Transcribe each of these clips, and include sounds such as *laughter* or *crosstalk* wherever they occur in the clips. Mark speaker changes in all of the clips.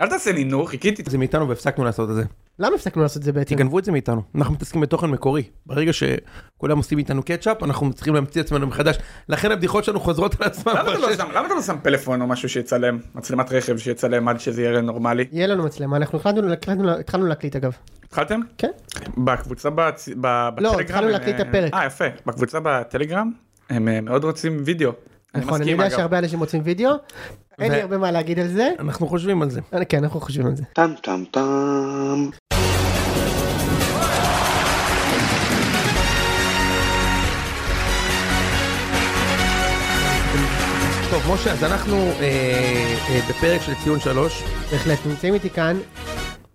Speaker 1: אל תעשה לי נו,
Speaker 2: *laughs*
Speaker 1: חיכיתי.
Speaker 3: זה מאיתנו והפסקנו לעשות את זה.
Speaker 2: למה הפסקנו לעשות את זה בעצם?
Speaker 3: כי גנבו את זה מאיתנו. אנחנו מתעסקים בתוכן מקורי. ברגע שכולם עושים איתנו קטשאפ, אנחנו צריכים להמציא את עצמנו מחדש. לכן הבדיחות שלנו חוזרות על עצמן.
Speaker 1: למה אתה לא שם- למה אתה לא שם פלאפון או משהו שיצלם? מצלמת רכב שיצלם עד שזה יראה נורמלי?
Speaker 2: יהיה לנו מצלמה, אנחנו החלטנו- החלטנו- התחלנו להקליט אגב.
Speaker 1: התחלתם?
Speaker 2: כן. לא,
Speaker 1: בקבוצה בצ- ב- בטלגרם...
Speaker 2: התחלנו
Speaker 1: הם,
Speaker 2: להקליט את
Speaker 1: אה,
Speaker 2: הפרק.
Speaker 1: אה, יפה. בקבוצה בטלגרם הם אה, מאוד רוצים וידאו. אני
Speaker 2: נכון, אני
Speaker 1: מסכים,
Speaker 2: יודע
Speaker 1: אגב.
Speaker 2: שהרבה אנשים רוצים וידאו, אין לי הרבה מה להגיד על זה.
Speaker 3: אנחנו חושבים על זה.
Speaker 2: אה, כן, אנחנו חושבים על זה.
Speaker 4: טם טם טם.
Speaker 3: טוב, משה, אז אנחנו אה, אה, בפרק של ציון שלוש.
Speaker 2: בהחלט, נמצאים איתי כאן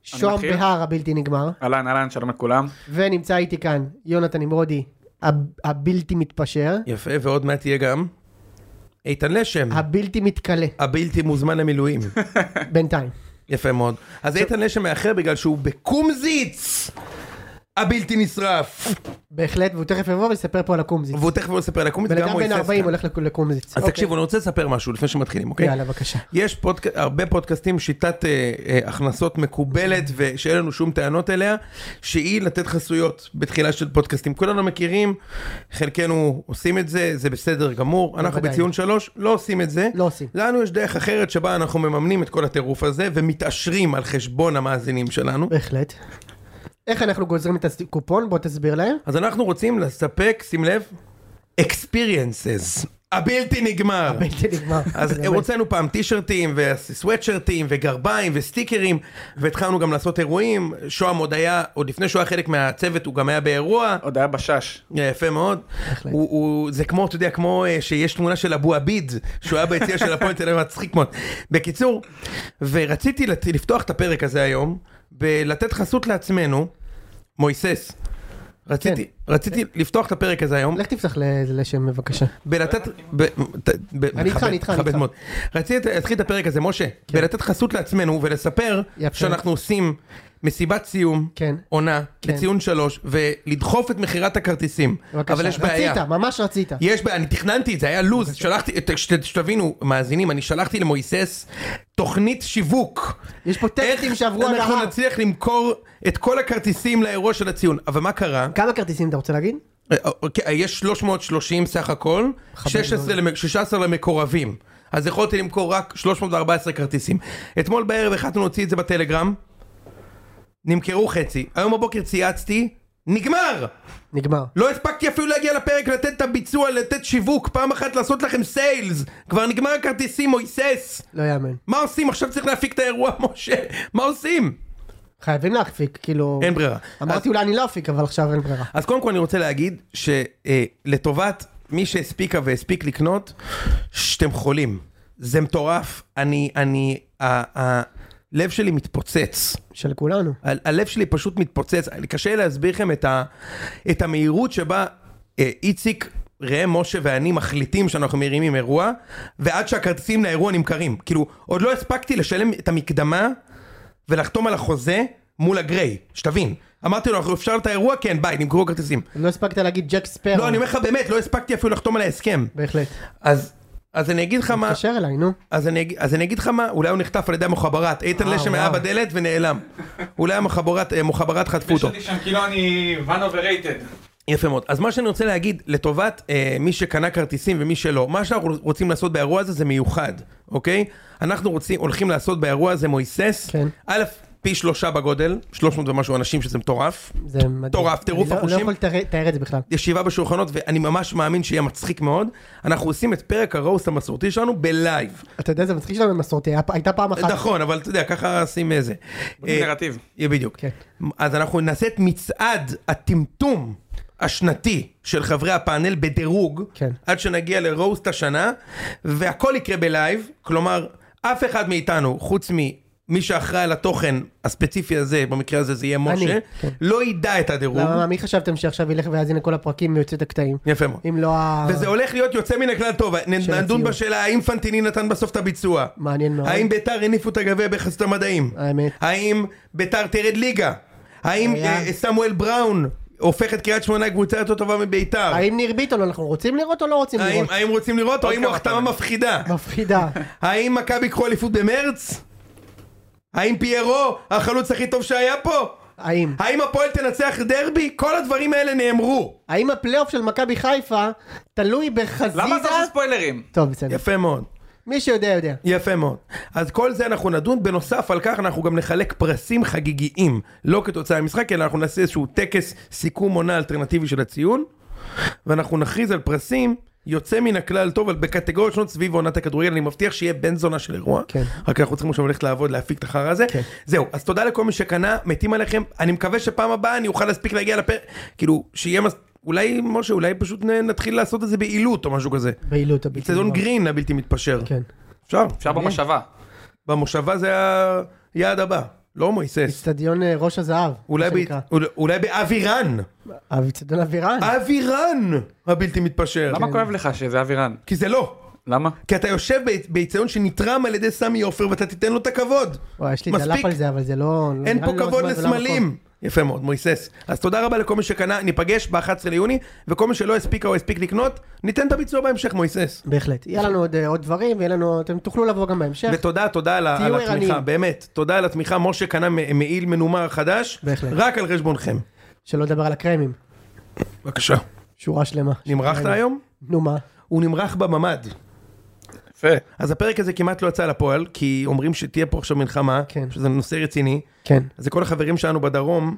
Speaker 2: שום
Speaker 1: מתחיל?
Speaker 2: בהר הבלתי נגמר,
Speaker 1: אהלן, אהלן, שלום לכולם.
Speaker 2: ונמצא איתי כאן יונתן נמרודי הב- הבלתי מתפשר,
Speaker 3: יפה, ועוד מעט יהיה גם איתן לשם,
Speaker 2: הבלתי מתכלה
Speaker 3: הבלתי מוזמן
Speaker 2: *laughs*
Speaker 3: למילואים.
Speaker 2: בינתיים.
Speaker 3: יפה מאוד. אז איתן לשם מאחר בגלל שהוא בקומזיץ! הבלתי נשרף!
Speaker 2: בהחלט, והוא תכף יבוא ויספר פה על הקומזיץ.
Speaker 3: והוא תכף יספר על הקומזיץ,
Speaker 2: בן
Speaker 3: גם
Speaker 2: אדם
Speaker 3: מויסס
Speaker 2: בן 40
Speaker 3: כאן.
Speaker 2: הולך לק- לקומזיץ.
Speaker 3: אז
Speaker 2: אוקיי.
Speaker 3: תקשיבו, אני רוצה לספר משהו לפני שמתחילים, אוקיי?
Speaker 2: יאללה, בבקשה.
Speaker 3: יש פודק... הרבה פודקאסטים, שיטת אה, אה, הכנסות מקובלת ושאין לנו שום טענות אליה, שהיא לתת חסויות בתחילה של פודקאסטים. כולנו מכירים, חלקנו עושים את זה, זה בסדר גמור. אנחנו
Speaker 2: בוודאי.
Speaker 3: בציון שלוש לא עושים את זה.
Speaker 2: לא עושים.
Speaker 3: לנו יש דרך אחרת שבה אנחנו מממנים את כל הטירוף הזה ומתעשרים על חשבון המאזינים שלנו.
Speaker 2: בהחלט. איך אנחנו גוזרים את הקופון? בוא תסביר להם.
Speaker 3: אז אנחנו רוצים לספק, שים לב, experiences, הבלתי נגמר.
Speaker 2: בלתי נגמר.
Speaker 3: אז
Speaker 2: באמת.
Speaker 3: הוצאנו פעם טישרטים וסוואטשרטים וגרביים וסטיקרים והתחלנו גם לעשות אירועים, שוהם עוד היה, עוד לפני שהוא היה חלק מהצוות הוא גם היה באירוע,
Speaker 1: עוד היה בשש.
Speaker 3: יפה מאוד,
Speaker 2: בהחלט.
Speaker 3: הוא, הוא, זה כמו, אתה יודע, כמו אה, שיש תמונה של אבו עביד, שהוא היה ביציע של הפועל תל אביב, *laughs* מצחיק מאוד. בקיצור, ורציתי לת- לפתוח את הפרק הזה היום ולתת חסות לעצמנו, מויסס. רציתי, רציתי לפתוח את הפרק הזה היום,
Speaker 2: לך תפתח לזה לשם בבקשה.
Speaker 3: בלתת... ב- ת- ב-
Speaker 2: אני איתך,
Speaker 3: מכבד,
Speaker 2: אני איתך, אני
Speaker 3: מכבד
Speaker 2: איתך. כן.
Speaker 3: מאוד. רציתי להתחיל את הפרק הזה, משה, בלתת חסות לעצמנו ולספר
Speaker 2: יפה.
Speaker 3: שאנחנו עושים מסיבת סיום,
Speaker 2: כן.
Speaker 3: עונה,
Speaker 2: כן.
Speaker 3: לציון שלוש, ולדחוף את מכירת הכרטיסים.
Speaker 2: בבקשה.
Speaker 3: אבל יש בעיה.
Speaker 2: רצית, ממש רצית.
Speaker 3: יש בעיה, אני תכננתי את זה, היה לוז, שלחתי, ת- שת- שתבינו, מאזינים, אני שלחתי למויסס תוכנית שיווק.
Speaker 2: יש פה טקסטים שעברו על
Speaker 3: איך אנחנו
Speaker 2: הרע.
Speaker 3: נצליח למכור את כל הכרטיסים לאירוע של הציון. אבל מה קרה?
Speaker 2: כמה כרטיסים אתה רוצה להגיד?
Speaker 3: אה, אוקיי, יש 330 סך הכל, 16 למ- 16 למקורבים. אז יכולתי למכור רק 314 כרטיסים. אתמול בערב החלטנו להוציא את זה בטלגרם, נמכרו חצי. היום בבוקר צייצתי, נגמר!
Speaker 2: נגמר.
Speaker 3: לא הספקתי אפילו להגיע לפרק, לתת את הביצוע, לתת שיווק, פעם אחת לעשות לכם סיילס! כבר נגמר הכרטיסים, מויסס!
Speaker 2: לא יאמן.
Speaker 3: מה עושים? עכשיו צריך להפיק את האירוע, *laughs* משה. מה עושים?
Speaker 2: חייבים להפיק, כאילו...
Speaker 3: אין ברירה.
Speaker 2: אמרתי אולי אני לא אפיק, אבל עכשיו אין ברירה.
Speaker 3: אז קודם כל אני רוצה להגיד שלטובת מי שהספיקה והספיק לקנות, שאתם חולים. זה מטורף. אני, אני, ה- ה- הלב שלי מתפוצץ.
Speaker 2: של כולנו.
Speaker 3: ה- הלב שלי פשוט מתפוצץ. קשה להסביר לכם את, ה, את המהירות שבה אה, איציק, ראם, משה ואני מחליטים שאנחנו מרימים אירוע, ועד שהכרטיסים לאירוע נמכרים. כאילו, עוד לא הספקתי לשלם את המקדמה ולחתום על החוזה מול הגריי, שתבין. אמרתי לו, אנחנו אפשר את האירוע? כן, ביי, נמכרו כרטיסים.
Speaker 2: לא הספקת להגיד ג'ק ספרו.
Speaker 3: לא, אני אומר לך באמת, לא הספקתי אפילו לחתום על ההסכם.
Speaker 2: בהחלט.
Speaker 3: אז... אז אני אגיד לך מה,
Speaker 2: תתקשר אליי, נו.
Speaker 3: אז אני, אגיד- אז אני אגיד לך מה, אולי הוא נחטף על ידי המוחברת, איתן
Speaker 2: וואו,
Speaker 3: לשם היה
Speaker 2: וואו.
Speaker 3: בדלת ונעלם. אולי המוחברת, אה, מוחברת חטפו אותו.
Speaker 1: שם כאילו אני one overrated.
Speaker 3: יפה מאוד. אז מה שאני רוצה להגיד, לטובת אה, מי שקנה כרטיסים ומי שלא, מה שאנחנו רוצים לעשות באירוע הזה זה מיוחד, אוקיי? אנחנו רוצים, הולכים לעשות באירוע הזה מויסס,
Speaker 2: כן.
Speaker 3: א', פי שלושה בגודל, 300 ומשהו אנשים שזה מטורף,
Speaker 2: זה מדהים.
Speaker 3: מטורף, טירוף
Speaker 2: אני לא-
Speaker 3: החושים.
Speaker 2: לא יכול לתאר- לתאר את זה בכלל.
Speaker 3: ישיבה בשולחנות, ואני ממש מאמין שיהיה מצחיק מאוד. אנחנו עושים את פרק הרוסט המסורתי שלנו בלייב.
Speaker 2: אתה יודע, זה מצחיק שלנו במסורתי. היה- הייתה פעם אחת.
Speaker 3: נכון, אבל אתה יודע, ככה שים איזה. אה,
Speaker 1: נרטיב.
Speaker 3: יהיה בדיוק.
Speaker 2: כן.
Speaker 3: אז אנחנו נעשה את מצעד הטמטום השנתי של חברי הפאנל בדירוג,
Speaker 2: כן.
Speaker 3: עד שנגיע לרוסט השנה, והכל יקרה בלייב, כלומר, אף אחד מאיתנו, חוץ מ... מי שאחראי על התוכן הספציפי הזה, במקרה הזה זה יהיה משה,
Speaker 2: כן.
Speaker 3: לא ידע את הדירוג.
Speaker 2: למה, מה, מי חשבתם שעכשיו ילך ויאזין לכל הפרקים ויוצא את הקטעים?
Speaker 3: יפה מאוד.
Speaker 2: אם לא ה...
Speaker 3: וזה הולך להיות יוצא מן הכלל טוב, נ-
Speaker 2: של
Speaker 3: נדון
Speaker 2: הציון.
Speaker 3: בשאלה האם פנטיני נתן בסוף את הביצוע.
Speaker 2: מעניין מאוד.
Speaker 3: האם ביתר הניפו את הגביע בחסות המדעים?
Speaker 2: האמת.
Speaker 3: האם ביתר תרד ליגה? האם
Speaker 2: היה.
Speaker 3: אה, סמואל בראון הופך את קריית שמונה לקבוצה יותר טובה מביתר?
Speaker 2: האם ניר ביטון, אנחנו רוצים לראות או לא רוצים
Speaker 3: האם
Speaker 2: לראות? אוקיי, לא.
Speaker 3: האם רוצים לראות או האם הוא
Speaker 1: כמה
Speaker 3: החתמה
Speaker 1: פעמים.
Speaker 3: מפחידה?
Speaker 2: מפחידה.
Speaker 3: האם מכבי ייקחו אליפות במרץ? האם פיירו החלוץ הכי טוב שהיה פה?
Speaker 2: האם?
Speaker 3: האם הפועל תנצח דרבי? כל הדברים האלה נאמרו.
Speaker 2: האם הפלייאוף של מכבי חיפה תלוי בחזיזה?
Speaker 1: למה אתה עושה ספוילרים?
Speaker 2: טוב, בסדר.
Speaker 3: יפה מאוד.
Speaker 2: מי שיודע, יודע.
Speaker 3: יפה מאוד. אז כל זה אנחנו נדון, בנוסף על כך אנחנו גם נחלק פרסים חגיגיים, לא כתוצאה ממשחק, אלא אנחנו נעשה איזשהו טקס סיכום עונה אלטרנטיבי של הציון, ואנחנו נכריז על פרסים יוצא מן הכלל טוב, אבל בקטגוריות שונות סביב עונת הכדורגל, אני מבטיח שיהיה בן זונה של אירוע,
Speaker 2: כן.
Speaker 3: רק אנחנו צריכים עכשיו ללכת לעבוד, להפיק את החרא הזה.
Speaker 2: כן.
Speaker 3: זהו, אז תודה לכל מי שקנה, מתים עליכם, אני מקווה שפעם הבאה אני אוכל להספיק להגיע לפרק, כאילו, שיהיה מס... אולי, משה, אולי פשוט נ- נתחיל לעשות את זה בעילות או משהו כזה.
Speaker 2: בעילות הבלתי
Speaker 3: סזון
Speaker 2: נגמר.
Speaker 3: גרין הבלתי מתפשר.
Speaker 2: כן.
Speaker 3: אפשר?
Speaker 1: אפשר במושבה.
Speaker 3: במושבה זה היעד הבא, לא מויסס.
Speaker 2: אצטדיון אה, ראש הזהב.
Speaker 3: אולי
Speaker 2: מה
Speaker 3: ב-
Speaker 2: שנקרא.
Speaker 3: אול- אולי באבירן,
Speaker 2: אה, אצטדיון אבירן.
Speaker 3: אבירן הבלתי מתפשר.
Speaker 2: כן.
Speaker 1: למה כואב לך שזה אבירן?
Speaker 3: כי זה לא.
Speaker 1: למה?
Speaker 3: כי אתה יושב בית- ביציון שנתרם על ידי סמי עופר ואתה תיתן לו את הכבוד.
Speaker 2: וואי, יש לי
Speaker 3: מספיק.
Speaker 2: דלף על זה, אבל זה לא... לא-
Speaker 3: אין
Speaker 2: נראה
Speaker 3: פה
Speaker 2: לי לא
Speaker 3: כבוד
Speaker 2: הזמן ולא המקום.
Speaker 3: לסמלים. יפה מאוד, מויסס. אז תודה רבה לכל מי שקנה, ניפגש ב-11 ליוני, וכל מי שלא הספיק או הספיק לקנות, ניתן את הביצוע בהמשך, מויסס.
Speaker 2: בהחלט. יהיה לנו עוד, אה, עוד דברים, ויהיה לנו... אתם תוכלו לבוא גם בהמשך.
Speaker 3: ותודה, תודה על, ה-
Speaker 2: כן. תהיו
Speaker 3: על התמיכה,
Speaker 2: ערניים.
Speaker 3: באמת. תודה על התמיכה, משה קנה מ- מעיל מנומר חדש,
Speaker 2: בהחלט.
Speaker 3: רק על חשבונכם.
Speaker 2: שלא לדבר על הקרמים.
Speaker 3: בבקשה.
Speaker 2: שורה שלמה.
Speaker 3: נמרחת
Speaker 2: שקרמים.
Speaker 3: היום?
Speaker 2: נו מה?
Speaker 3: הוא נמרח בממ"ד.
Speaker 1: יפה.
Speaker 3: אז הפרק הזה כמעט לא יצא לפועל, כי אומרים שתהיה פה עכשיו מלחמה,
Speaker 2: כן.
Speaker 3: שזה נושא רציני.
Speaker 2: כן.
Speaker 3: אז לכל החברים שלנו בדרום,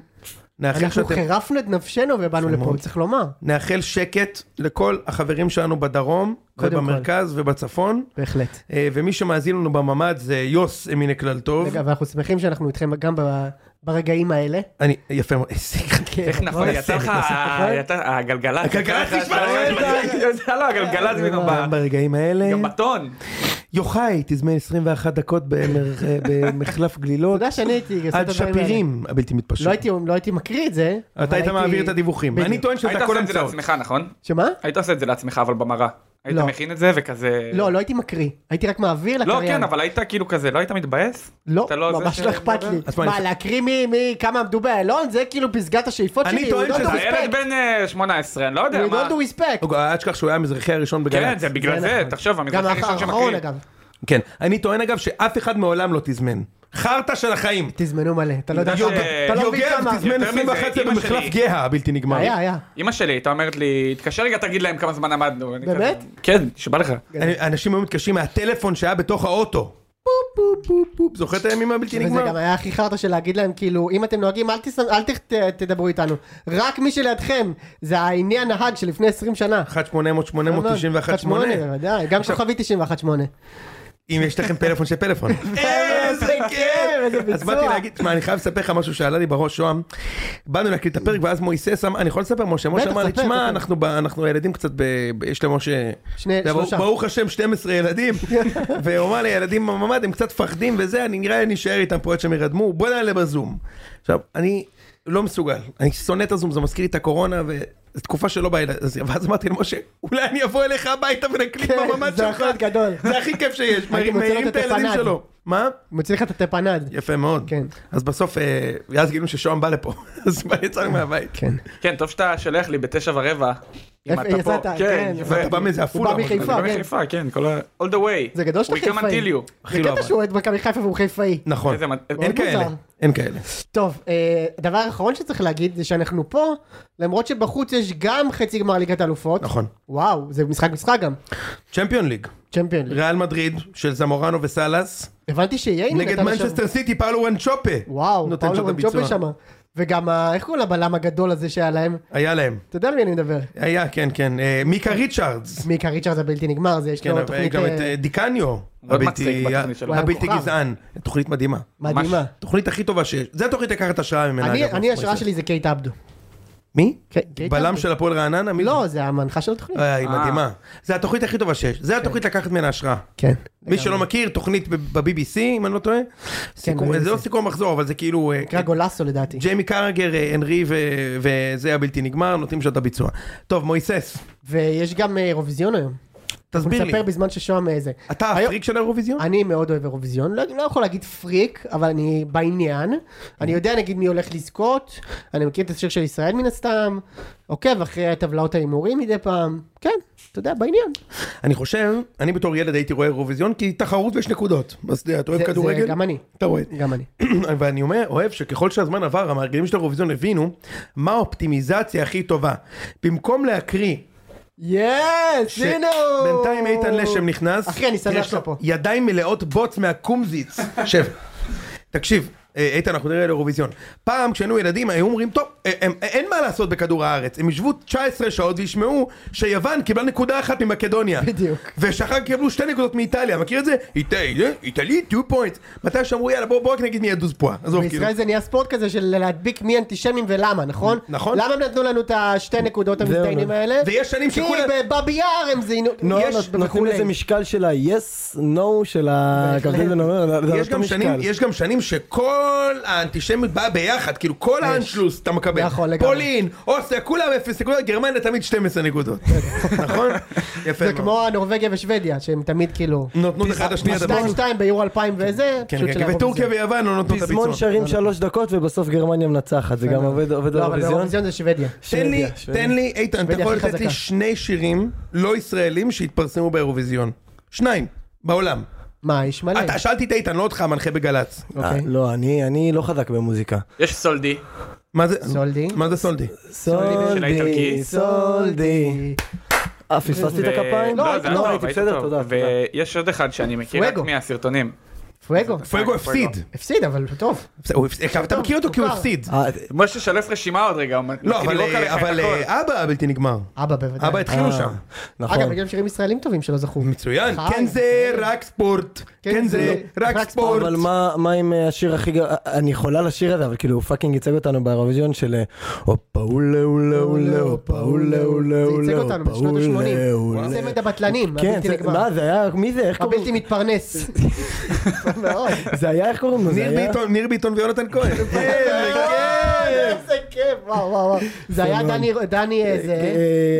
Speaker 3: נאחל,
Speaker 2: אנחנו
Speaker 3: שאתם,
Speaker 2: חירפנו את נפשנו ובאנו
Speaker 3: יפה
Speaker 2: לפה,
Speaker 3: מאוד.
Speaker 2: צריך לומר.
Speaker 3: נאחל שקט לכל החברים שלנו בדרום,
Speaker 2: קודם
Speaker 3: ובמרכז ובצפון.
Speaker 2: בהחלט.
Speaker 3: אה, ומי שמאזין לנו בממ"ד זה יוס מן כלל טוב.
Speaker 2: רגע, ואנחנו שמחים שאנחנו איתכם גם ב- ברגעים האלה.
Speaker 3: אני, יפה מאוד, *laughs* איזה-
Speaker 2: כן.
Speaker 1: איך
Speaker 2: אה,
Speaker 1: נכון? יצא לך ה- יצא- הגלגלצ.
Speaker 3: הגלגלצ נשמע
Speaker 2: לא
Speaker 3: לך-
Speaker 1: *laughs* יצא
Speaker 2: אה,
Speaker 1: לו הגלגלצ פתאום
Speaker 3: גם
Speaker 1: ב-
Speaker 3: ברגעים האלה.
Speaker 1: גם בטון.
Speaker 3: יוחאי, תזמן 21 דקות במר-
Speaker 2: *laughs*
Speaker 3: אה, במחלף
Speaker 2: אתה
Speaker 3: גלילות.
Speaker 2: יודע שאני הייתי עושה את
Speaker 3: עד
Speaker 2: הדברים האלה.
Speaker 3: שפירים הבלתי מתפשר.
Speaker 2: לא הייתי, לא הייתי מקריא את זה. אבל
Speaker 3: אתה היית מעביר את הדיווחים.
Speaker 2: בדיוק.
Speaker 3: אני טוען שזה
Speaker 1: היית
Speaker 3: הכל
Speaker 1: עושה את זה
Speaker 3: המצאות.
Speaker 1: לעצמך נכון?
Speaker 2: שמה?
Speaker 1: היית עושה את זה לעצמך אבל במראה. היית
Speaker 2: לא.
Speaker 1: מכין את זה וכזה...
Speaker 2: לא, לא הייתי מקריא. הייתי רק מעביר
Speaker 1: לא,
Speaker 2: לקריין.
Speaker 1: כן, אבל היית כאילו כזה, לא היית מתבאס?
Speaker 2: לא,
Speaker 1: אתה לא זה
Speaker 2: ממש לא
Speaker 1: ש-
Speaker 2: אכפת לי.
Speaker 3: אז מה,
Speaker 2: מה,
Speaker 3: אני-
Speaker 2: להקריא מי, מי, כמה עמדו באלון? זה כאילו פסגת השאיפות
Speaker 3: אני
Speaker 2: שלי.
Speaker 3: טוען
Speaker 2: We don't
Speaker 3: שזה-
Speaker 2: do
Speaker 1: אתה ילד
Speaker 2: respect.
Speaker 1: בן אה, 18, אני לא יודע
Speaker 2: We
Speaker 1: מה.
Speaker 2: don't do respect.
Speaker 3: אוקיי, אל תשכח שהוא היה המזרחי הראשון בגל"צ.
Speaker 1: כן, זה בגלל זה,
Speaker 2: נכון.
Speaker 1: תחשוב,
Speaker 2: גם
Speaker 1: המזרחי הראשון
Speaker 2: האחרון
Speaker 1: שמקריא.
Speaker 2: אגב.
Speaker 3: כן. אני טוען אגב שאף אחד מעולם לא תזמן. חרטא של החיים.
Speaker 2: תזמנו מלא, אתה לא יודע
Speaker 1: יוגב,
Speaker 2: כמה. אתה לא מבין
Speaker 3: יוגב
Speaker 2: כמה.
Speaker 3: תזמן
Speaker 1: יותר מזה,
Speaker 3: 21
Speaker 1: אמא
Speaker 3: במחלף
Speaker 1: שלי.
Speaker 3: גאה הבלתי נגמר.
Speaker 2: היה, היה.
Speaker 1: אמא שלי הייתה אומרת לי, תתקשר רגע, תגיד להם כמה זמן עמדנו. אני
Speaker 2: באמת?
Speaker 1: כזה, כן, נשבע לך.
Speaker 3: אני- אנשים היו מתקשרים מהטלפון שהיה בתוך האוטו. פופ, פופ, פופ, פופ. זוכר את הימים הבלתי
Speaker 2: וזה
Speaker 3: נגמר?
Speaker 2: גם היה הכי חרטא של להגיד להם, כאילו, אם אתם נוהגים, אל תס- אל ת- ת- תדברו איתנו. רק מי שלידכם, זה העני הנהג שלפני 20 שנה.
Speaker 3: 1-800-891-8
Speaker 2: בוודאי, גם כוכבי 91-8.
Speaker 3: אם יש לכם פלאפון של
Speaker 2: *laughs*
Speaker 3: פלאפון.
Speaker 2: איזה כיף, איזה ביצוע.
Speaker 3: אז באתי להגיד, תשמע, אני חייב לספר לך משהו שעלה לי בראש, שוהם. באנו להקליט את הפרק, ואז מויסס אמר, אני יכול לספר, משה? משה
Speaker 2: בטח,
Speaker 3: אמר לי,
Speaker 2: ספר,
Speaker 3: תשמע,
Speaker 2: ספר."
Speaker 3: אנחנו ב- אנחנו הילדים קצת, ב- ב- יש למשה...
Speaker 2: שני-
Speaker 3: זה,
Speaker 2: שלושה. כן.
Speaker 3: ברוך השם, 12
Speaker 2: *laughs*
Speaker 3: ילדים. והוא אמר לי, ילדים בממ"ד, הם קצת מפחדים וזה, אני נראה לי נשאר איתם פה עד שהם ירדמו, בוא נעלה בזום. עכשיו, אני לא מסוגל, אני שונא את הזום, זה מזכיר לי את הקורונה, ו... זו תקופה שלא בא אליי, אז- ואז אמרתי למשה, אולי אני אבוא אליך הביתה ונקליט
Speaker 2: כן,
Speaker 3: בממ"ד שלך.
Speaker 2: זה יכול להיות גדול.
Speaker 3: זה הכי כיף שיש,
Speaker 2: הייתי מוצא לו
Speaker 3: מעירים את
Speaker 2: את
Speaker 3: הילדים
Speaker 2: הפנד.
Speaker 3: שלו. מה?
Speaker 2: מוציא לך את הטפנד.
Speaker 3: יפה מאוד.
Speaker 2: כן.
Speaker 3: אז בסוף, אה, ואז גילינו ששוהם בא לפה, *laughs* אז יצאנו מהבית.
Speaker 2: כן.
Speaker 1: כן, טוב שאתה שולח לי בתשע ורבע. אם
Speaker 2: איפה
Speaker 1: אתה פה.
Speaker 2: יצאת? כן,
Speaker 1: יפה.
Speaker 3: ואתה בא מאיזה
Speaker 2: הוא
Speaker 3: עפולה.
Speaker 2: בא
Speaker 3: אבל-
Speaker 2: מחיפה,
Speaker 1: אני
Speaker 2: כן.
Speaker 1: בחיפה, כן, כל ה... All the way.
Speaker 2: זה גדול שאתה
Speaker 1: We come
Speaker 2: חיפאי.
Speaker 1: until you.
Speaker 3: אחי
Speaker 2: זה
Speaker 3: לא
Speaker 2: קטע
Speaker 3: עבד.
Speaker 2: שהוא אוהד מכבי חיפה והוא חיפאי.
Speaker 3: נכון.
Speaker 1: איזה מד-
Speaker 3: אין
Speaker 2: מאוד
Speaker 3: כאלה,
Speaker 2: מוזר.
Speaker 3: אין כאלה.
Speaker 2: טוב, אה, דבר האחרון שצריך להגיד זה שאנחנו פה, למרות שבחוץ יש גם חצי גמר ליגת האלופות.
Speaker 3: נכון.
Speaker 2: וואו, זה משחק משחק גם.
Speaker 3: צ'מפיון ליג,
Speaker 2: צ'מפיון. ליג.
Speaker 3: ריאל מדריד של זמורנו וסאלס,
Speaker 2: הבנתי שיהיה
Speaker 3: נגד מנצ'סטר סיטי פאולו וואנצ'ופה.
Speaker 2: וואו,
Speaker 3: נותן שם
Speaker 2: פאולו
Speaker 3: את
Speaker 2: ונצ'ופה
Speaker 3: הביצוע.
Speaker 2: שמה. וגם, ה- איך קוראים לבלם הגדול הזה שהיה להם?
Speaker 3: היה להם.
Speaker 2: אתה יודע על מי אני מדבר?
Speaker 3: היה, כן, כן. אה, מיקה ריצ'רדס.
Speaker 2: מיקה ריצ'רד הבלתי נגמר, זה יש
Speaker 3: כן,
Speaker 2: לו
Speaker 3: אבל
Speaker 2: לא, תוכנית
Speaker 3: גם
Speaker 2: אה,
Speaker 3: את אה, דיקניו.
Speaker 1: מאוד
Speaker 3: הבלתי-
Speaker 1: מצחיק בתוכנית שלו.
Speaker 2: הוא היה
Speaker 3: הבלתי
Speaker 2: כוכב.
Speaker 3: גזען. תוכנית מדהימה.
Speaker 2: מדהימה.
Speaker 3: תוכנית הכי טובה שיש. זה התוכנית לקחת השראה ממנה.
Speaker 2: אני-
Speaker 3: אגב,
Speaker 2: אני, ההשראה
Speaker 3: מויסס.
Speaker 2: שלי זה קייט עבדו.
Speaker 3: מי?
Speaker 2: ק- קייט
Speaker 3: בלם
Speaker 2: עבדו.
Speaker 3: של הפועל רעננה? מי
Speaker 2: לא, זה המנחה של התוכנית.
Speaker 3: זה? אה, היא מדהימה. זה התוכנית הכי טובה שיש. זה התוכנית לקחת ממנה השראה.
Speaker 2: כן.
Speaker 3: מי שלא מכיר, תוכנית ב- ב-BBC, אם אני לא טועה. סיכום-
Speaker 2: ב-
Speaker 3: זה לא סיכום מחזור, אבל זה כאילו... אה,
Speaker 2: נקרא גולסו לדעתי.
Speaker 3: ג'יימי קרגר, אה, הנרי ו- וזה הבלתי נגמר, נותנים שם את הביצוע. טוב, מויסס,
Speaker 2: ויש גם אה, אירוויזיון היום. אנחנו
Speaker 3: תסביר לי.
Speaker 2: נספר בזמן אה, ששוהם איזה.
Speaker 3: אתה
Speaker 2: היום-
Speaker 3: הפריק של האירוויזיון?
Speaker 2: אני מאוד אוהב אירוויזיון, לא, לא יכול להגיד פריק, אבל אני בעניין. אני יודע נגיד מי הולך לזכות, אני מכיר את השיר של ישראל מן הסתם, עוקב אחרי טבלאות ההימורים מדי פעם, כן, אתה יודע, בעניין.
Speaker 3: אני חושב, אני בתור ילד הייתי רואה אירוויזיון, כי תחרות ויש נקודות. אז אתה יודע, אתה אוהב
Speaker 2: זה- זה
Speaker 3: כדורגל?
Speaker 2: גם אני.
Speaker 3: אתה רואה. *clears throat*
Speaker 2: גם אני.
Speaker 3: ואני אומר, אוהב שככל שהזמן עבר, המארגנים של האירוויזיון הבינו מה האופטימיזציה הכי טובה. במקום להקריא,
Speaker 2: יס, הנה הוא!
Speaker 3: שבינתיים איתן לשם נכנס,
Speaker 2: אחי, אני שמח
Speaker 3: יש לו
Speaker 2: שאתה פה.
Speaker 3: ידיים מלאות בוץ מהקומזיץ. שב, תקשיב. אה, איתן, אנחנו נראה לאירוויזיון. פעם כשהיינו ילדים היו אומרים, טוב, אה, הם- אה, אין מה לעשות בכדור הארץ. הם ישבו 19 שעות וישמעו שיוון קיבלה נקודה אחת ממקדוניה.
Speaker 2: בדיוק.
Speaker 3: ושאחר כך קיבלו שתי נקודות מאיטליה, מכיר את זה? איטליה, איטליה, 2 פוינט. מתי שאמרו, יאללה, בואו רק נגיד מי ידוז פועה. עזוב, כאילו.
Speaker 2: בישראל זה נהיה ספורט כזה של להדביק מי אנטישמים ולמה, נכון?
Speaker 3: נכון.
Speaker 2: למה הם נתנו לנו את השתי נקודות המזדיינים האלה?
Speaker 3: ויש שנים שכולם-
Speaker 2: כי בבאבי יאר הם זיינו... לא,
Speaker 5: נורא
Speaker 2: יש-
Speaker 5: לא, נות- נותנים
Speaker 2: וכולי.
Speaker 5: לזה משקל של ה-yes, no, של ה...
Speaker 2: בהחלט.
Speaker 5: קבלים ונאמר,
Speaker 2: לא,
Speaker 5: זה
Speaker 3: יש
Speaker 5: אותו
Speaker 3: גם, שנים,
Speaker 5: משקל.
Speaker 3: יש גם שנים שכל האנטישמיות באה ביחד, כאילו כל האנשלוס אתה מקבל.
Speaker 2: נכון, לגמרי.
Speaker 3: פולין, אוסטריה, כולם אפס נקודות, גרמניה תמיד 12 נקודות.
Speaker 2: *laughs*
Speaker 3: נכון? יפה
Speaker 2: כן. זה
Speaker 3: מאוד.
Speaker 2: כמו הנורבגיה ושוודיה, שהם תמיד כאילו...
Speaker 3: נותנות אחד לשנייה את הבמה.
Speaker 2: 2-2 ביורו 2000 וזה,
Speaker 3: כן,
Speaker 2: פשוט
Speaker 3: כן,
Speaker 2: של
Speaker 3: כן, וטורקיה
Speaker 2: האירוויזיון.
Speaker 3: ויוון לא נותנות את
Speaker 5: פזמון
Speaker 3: הביצוע.
Speaker 5: שרים שלוש דקות ובסוף גרמניה מנצחת, זה גם עובד עובד
Speaker 2: לא, אבל
Speaker 5: באירוויזיון.
Speaker 2: באירוויזיון זה שוודיה.
Speaker 3: תן לי,
Speaker 5: שוודיה, שוודיה.
Speaker 3: תן לי, איתן, אתה
Speaker 2: שוודיה
Speaker 3: יכול
Speaker 2: הכי
Speaker 3: לתת לי
Speaker 2: חזקה.
Speaker 3: שני שירים לא ישראלים שהתפרסמו באירוויזיון. שניים, בעולם.
Speaker 2: מה, יש מלא.
Speaker 3: אתה, שאלתי את איתן, לא אותך, המנחה בגל"צ.
Speaker 2: אוקיי.
Speaker 5: אה, לא, אני אני לא חזק במוזיקה.
Speaker 1: יש סולדי,
Speaker 3: מה זה?
Speaker 2: סולדי.
Speaker 3: מה זה סולדי?
Speaker 5: סולדי,
Speaker 1: האיטלקי.
Speaker 5: סולדי. אה, פספסתי את
Speaker 1: ו-
Speaker 5: הכפיים?
Speaker 1: לא, זה היה טוב,
Speaker 5: הייתי
Speaker 1: היית
Speaker 5: בסדר,
Speaker 1: טוב.
Speaker 5: תודה. תודה.
Speaker 1: ויש עוד אחד שאני מכיר רק
Speaker 2: פואגו.
Speaker 1: מהסרטונים.
Speaker 2: פואגו.
Speaker 3: פרגו הפסיד.
Speaker 2: הפסיד, אבל טוב.
Speaker 3: הוא הפסיד, אתה מכיר אותו כי הוא
Speaker 2: מוכר.
Speaker 3: הפסיד.
Speaker 5: אה,
Speaker 1: משה שלף רשימה עוד רגע, הוא מתחיל
Speaker 3: לא, אבל,
Speaker 1: לראות עליך
Speaker 3: אה,
Speaker 1: את
Speaker 3: אבל
Speaker 1: הכל.
Speaker 3: אה, אבא הבלתי נגמר.
Speaker 2: אבא בוודאי.
Speaker 3: אבא התחילו
Speaker 5: אה,
Speaker 3: שם.
Speaker 5: נכון.
Speaker 2: אגב, גם שירים ישראלים טובים שלא זכו.
Speaker 3: מצוין.
Speaker 2: חי.
Speaker 3: כן זה רק ספורט. כן זה רק ספורט.
Speaker 5: אבל מה, מה עם אה, השיר הכי גרוע, אני חולה לשיר הזה, אבל כאילו הוא פאקינג ייצג אותנו באירוויזיון של אה, הופה אולה אולה אולה הופה אולה אולה
Speaker 2: זה
Speaker 5: אולה
Speaker 2: ייצג אותנו בשנות ה-80.
Speaker 5: אולה.
Speaker 2: צמד הבטלנים,
Speaker 5: לא, כן,
Speaker 2: הבלתי
Speaker 5: זה-
Speaker 2: נגמר.
Speaker 5: מה זה היה, מי זה, איך קוראים?
Speaker 2: הבלתי מתפרנס.
Speaker 5: *laughs*
Speaker 2: יפה מאוד.
Speaker 5: זה היה, איך קוראים לו? זה
Speaker 3: ניר
Speaker 5: היה-
Speaker 3: ביטון, ניר ביטון ויונתן כהן. אה, בכיף.
Speaker 2: איזה כיף, וואו וואו וואו. זה היה דני, דני איזה...
Speaker 5: אה,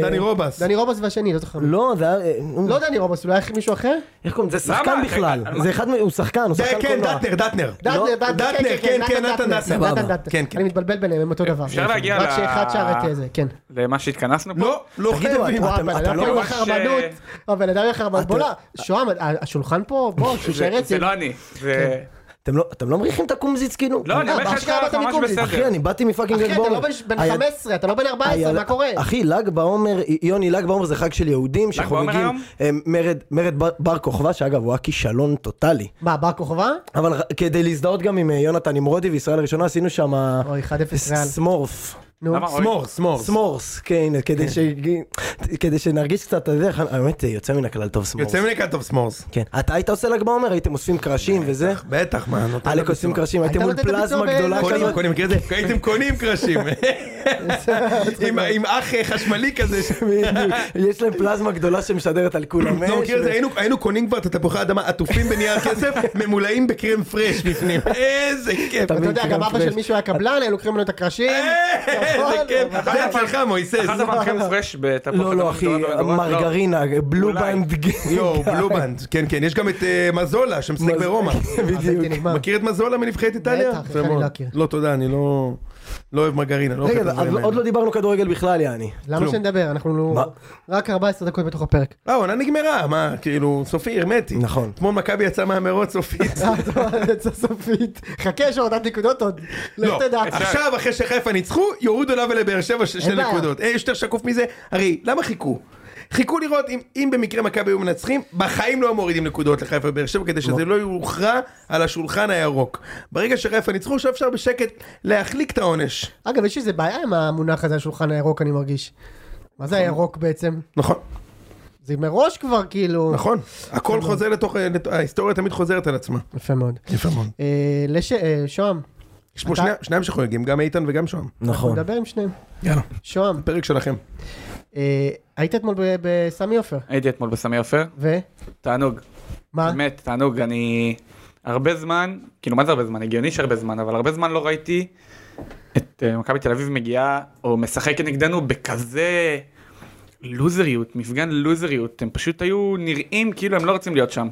Speaker 3: כן. דני רובס.
Speaker 2: דני רובוס והשני, לא זוכר.
Speaker 5: לא, זה היה, אה, נו,
Speaker 2: לא דני רובוס, אולי מישהו אחר?
Speaker 5: איך קוראים? זה שחקן
Speaker 1: למה?
Speaker 5: בכלל,
Speaker 1: רגע,
Speaker 5: זה אחד, מ- הוא שחקן, הוא
Speaker 3: זה
Speaker 5: שחקן
Speaker 3: כן,
Speaker 5: קולנוע.
Speaker 3: דטנר, דטנר.
Speaker 5: לא,
Speaker 3: דטנר, כן, כן, נתן דטנר.
Speaker 2: סבבה.
Speaker 5: סבבה.
Speaker 3: כן, כן.
Speaker 2: אני מתבלבל ביניהם, הם אותו דבר.
Speaker 1: אפשר להגיע
Speaker 2: רק
Speaker 1: ל-
Speaker 2: שאחד שר את זה, כן.
Speaker 1: למה שהתכנסנו פה?
Speaker 3: אה, לא, לא
Speaker 5: תגידו,
Speaker 3: חייבים.
Speaker 5: אתה-
Speaker 2: וואו, הבן
Speaker 5: אתה
Speaker 2: אדם
Speaker 5: לא
Speaker 2: עם
Speaker 1: ממש,
Speaker 2: החרמנות, הבן אדם עם החרמנות, בוא'נה, לא, שוהם, השולחן פה, בוא,
Speaker 1: זה-
Speaker 2: שישאר
Speaker 1: זה
Speaker 2: רצף.
Speaker 1: לא אני. זה...
Speaker 5: אתם לא- אתם לא מריחים את הקומזיץ כאילו?
Speaker 1: לא, אני
Speaker 2: אה,
Speaker 1: אומר
Speaker 2: באשכרה
Speaker 1: שאתה
Speaker 2: אתה
Speaker 1: ממש
Speaker 2: מקומי.
Speaker 1: בסדר.
Speaker 5: אחי, אני באתי מפאקינג
Speaker 2: אחי, אתה
Speaker 5: אלבורן.
Speaker 2: לא בן- בן
Speaker 5: היה-
Speaker 2: 15, אתה לא בן 14,
Speaker 5: היה-
Speaker 2: מה קורה?
Speaker 5: אחי, ל"ג בעומר, יוני, ל"ג בעומר זה חג של יהודים
Speaker 1: בעומר
Speaker 5: שחוגגים
Speaker 1: היום?
Speaker 5: אה, מרד- מרד בר- בר כוכבא, שאגב, הוא היה כישלון טוטאלי.
Speaker 2: מה, בר כוכבא?
Speaker 5: אבל ר- כדי להזדהות גם עם אה, יונתן נמרודי וישראל הראשונה, עשינו שם אה,
Speaker 2: אוי, 1-0
Speaker 5: אוקיי,
Speaker 2: ריאל.
Speaker 5: סמורף.
Speaker 2: נו,
Speaker 1: למה?
Speaker 3: סמור, סמור.
Speaker 5: סמורס, כן, הנה, כדי ש- כדי שנרגיש קצת, אתה יודע, ח- האמת, אה, יוצא מן הכלל טוב סמורס.
Speaker 3: יוצא מן הכלל טוב סמורס.
Speaker 5: כן. אתה היית עושה ל"ג בעומר, הייתם אוספים קרשים וזה?
Speaker 3: בטח, מה, נותן
Speaker 5: עלק
Speaker 3: לביצוע.
Speaker 5: עושים קרשים, הייתם
Speaker 2: אתה
Speaker 5: מול
Speaker 2: נותן את הביצוע
Speaker 5: פלזמה
Speaker 2: ב-
Speaker 5: גדולה
Speaker 2: בקרשים.
Speaker 3: קונים,
Speaker 5: כזאת.
Speaker 3: קונים, מכיר את זה? הייתם קונים קרשים. עם- עם אח חשמלי כזה. ש-
Speaker 5: בדיוק. יש להם פלזמה גדולה שמשדרת על כולם.
Speaker 3: לא מכיר את
Speaker 5: אש,
Speaker 3: זה, היינו- היינו קונים כבר את התפוחי האדמה עטופים בנייר *laughs* כסף, ממולאים בקרם פרש בפנים. *laughs* איזה כיף.
Speaker 2: אתה יודע, גם אבא של
Speaker 5: פרש.
Speaker 2: מישהו היה קבלן, היו לוקחים לנו את הקרשים.
Speaker 3: *laughs* אה, איזה
Speaker 2: נכון,
Speaker 3: כיף.
Speaker 2: אבל-
Speaker 3: זה אצלך מויסס.
Speaker 1: אכלת פעם פרש בתפוח
Speaker 5: לא, לא,
Speaker 1: אדמה
Speaker 5: אחי,
Speaker 1: מדורג ומדורג?
Speaker 5: מרגרינה,
Speaker 1: אולי.
Speaker 5: בלובנד.
Speaker 3: *laughs*
Speaker 2: *laughs*
Speaker 3: *laughs* יואו, בלובנד. כן, כן, יש גם את אה, מזולה שמשחק *laughs* ברומא.
Speaker 5: *laughs* בדיוק.
Speaker 2: הבלתי נגמר.
Speaker 3: מכיר את מזולה מנבחרת איטליה?
Speaker 2: בטח, איך
Speaker 3: יפה
Speaker 2: אני לא
Speaker 3: מאוד.
Speaker 2: אכיר.
Speaker 3: לא, תודה, אני לא לא אוהב מרגרינה. לא אוכל
Speaker 5: רגע,
Speaker 3: את הדברים
Speaker 5: אבל עוד
Speaker 3: האלה.
Speaker 5: לא דיברנו כדורגל בכלל, יעני.
Speaker 2: למה
Speaker 3: כלום.
Speaker 2: שנדבר? אנחנו לא-
Speaker 5: מה?
Speaker 2: רק 14 דקות בתוך הפרק.
Speaker 3: אה, העונה נגמרה, מה, כאילו, סופי, הרמטי.
Speaker 5: נכון.
Speaker 3: אתמול מכבי יצאה מהמרוץ סופית.
Speaker 2: אה, טוב, יצא סופית. חכה, יש הורדת נקודות עוד.
Speaker 3: לא,
Speaker 2: לך תדע.
Speaker 3: עכשיו אחרי שחיפה ניצחו, יורידו לה ולבאר שבע ש- שתי
Speaker 2: בעיה.
Speaker 3: נקודות. אה, יותר שקוף מזה, הרי למה חיכו? חיכו לראות אם, אם במקרה מכבי היו מנצחים, בחיים לא היו מורידים נקודות לחיפה ובאר שבע כדי שזה לא יוכרע על השולחן הירוק. ברגע שחיפה ניצחו, עכשיו אפשר בשקט להחליק את העונש.
Speaker 2: אגב, יש איזה בעיה עם המונח הזה, השולחן הירוק, אני מרגיש. מה זה הירוק בעצם?
Speaker 3: נכון,
Speaker 2: זה מראש כבר, כאילו...
Speaker 3: נכון. הכל חוזר לתוך, לת- ההיסטוריה תמיד חוזרת על עצמה.
Speaker 2: יפה מאוד.
Speaker 3: יפה מאוד.
Speaker 2: אה, לש... אה, שוהם,
Speaker 3: יש פה
Speaker 2: אתה-
Speaker 3: שני- שניים שחוגגים, גם איתן וגם שוהם.
Speaker 5: נכון.
Speaker 2: נדבר עם שניהם.
Speaker 3: יאללה.
Speaker 2: שוהם,
Speaker 3: פרק שלכם.
Speaker 2: אה, היית אתמול ב- בסמי עופר,
Speaker 1: הייתי אתמול בסמי עופר,
Speaker 2: ו?
Speaker 1: תענוג.
Speaker 2: מה?
Speaker 1: באמת, תענוג, אני הרבה זמן, כאילו מה זה הרבה זמן? הגיוני שהרבה זמן, אבל הרבה זמן לא ראיתי את אה, מכבי תל אביב מגיעה או משחקת נגדנו בכזה, לוזריות, מפגן לוזריות, הם פשוט היו נראים כאילו הם לא רוצים להיות שם.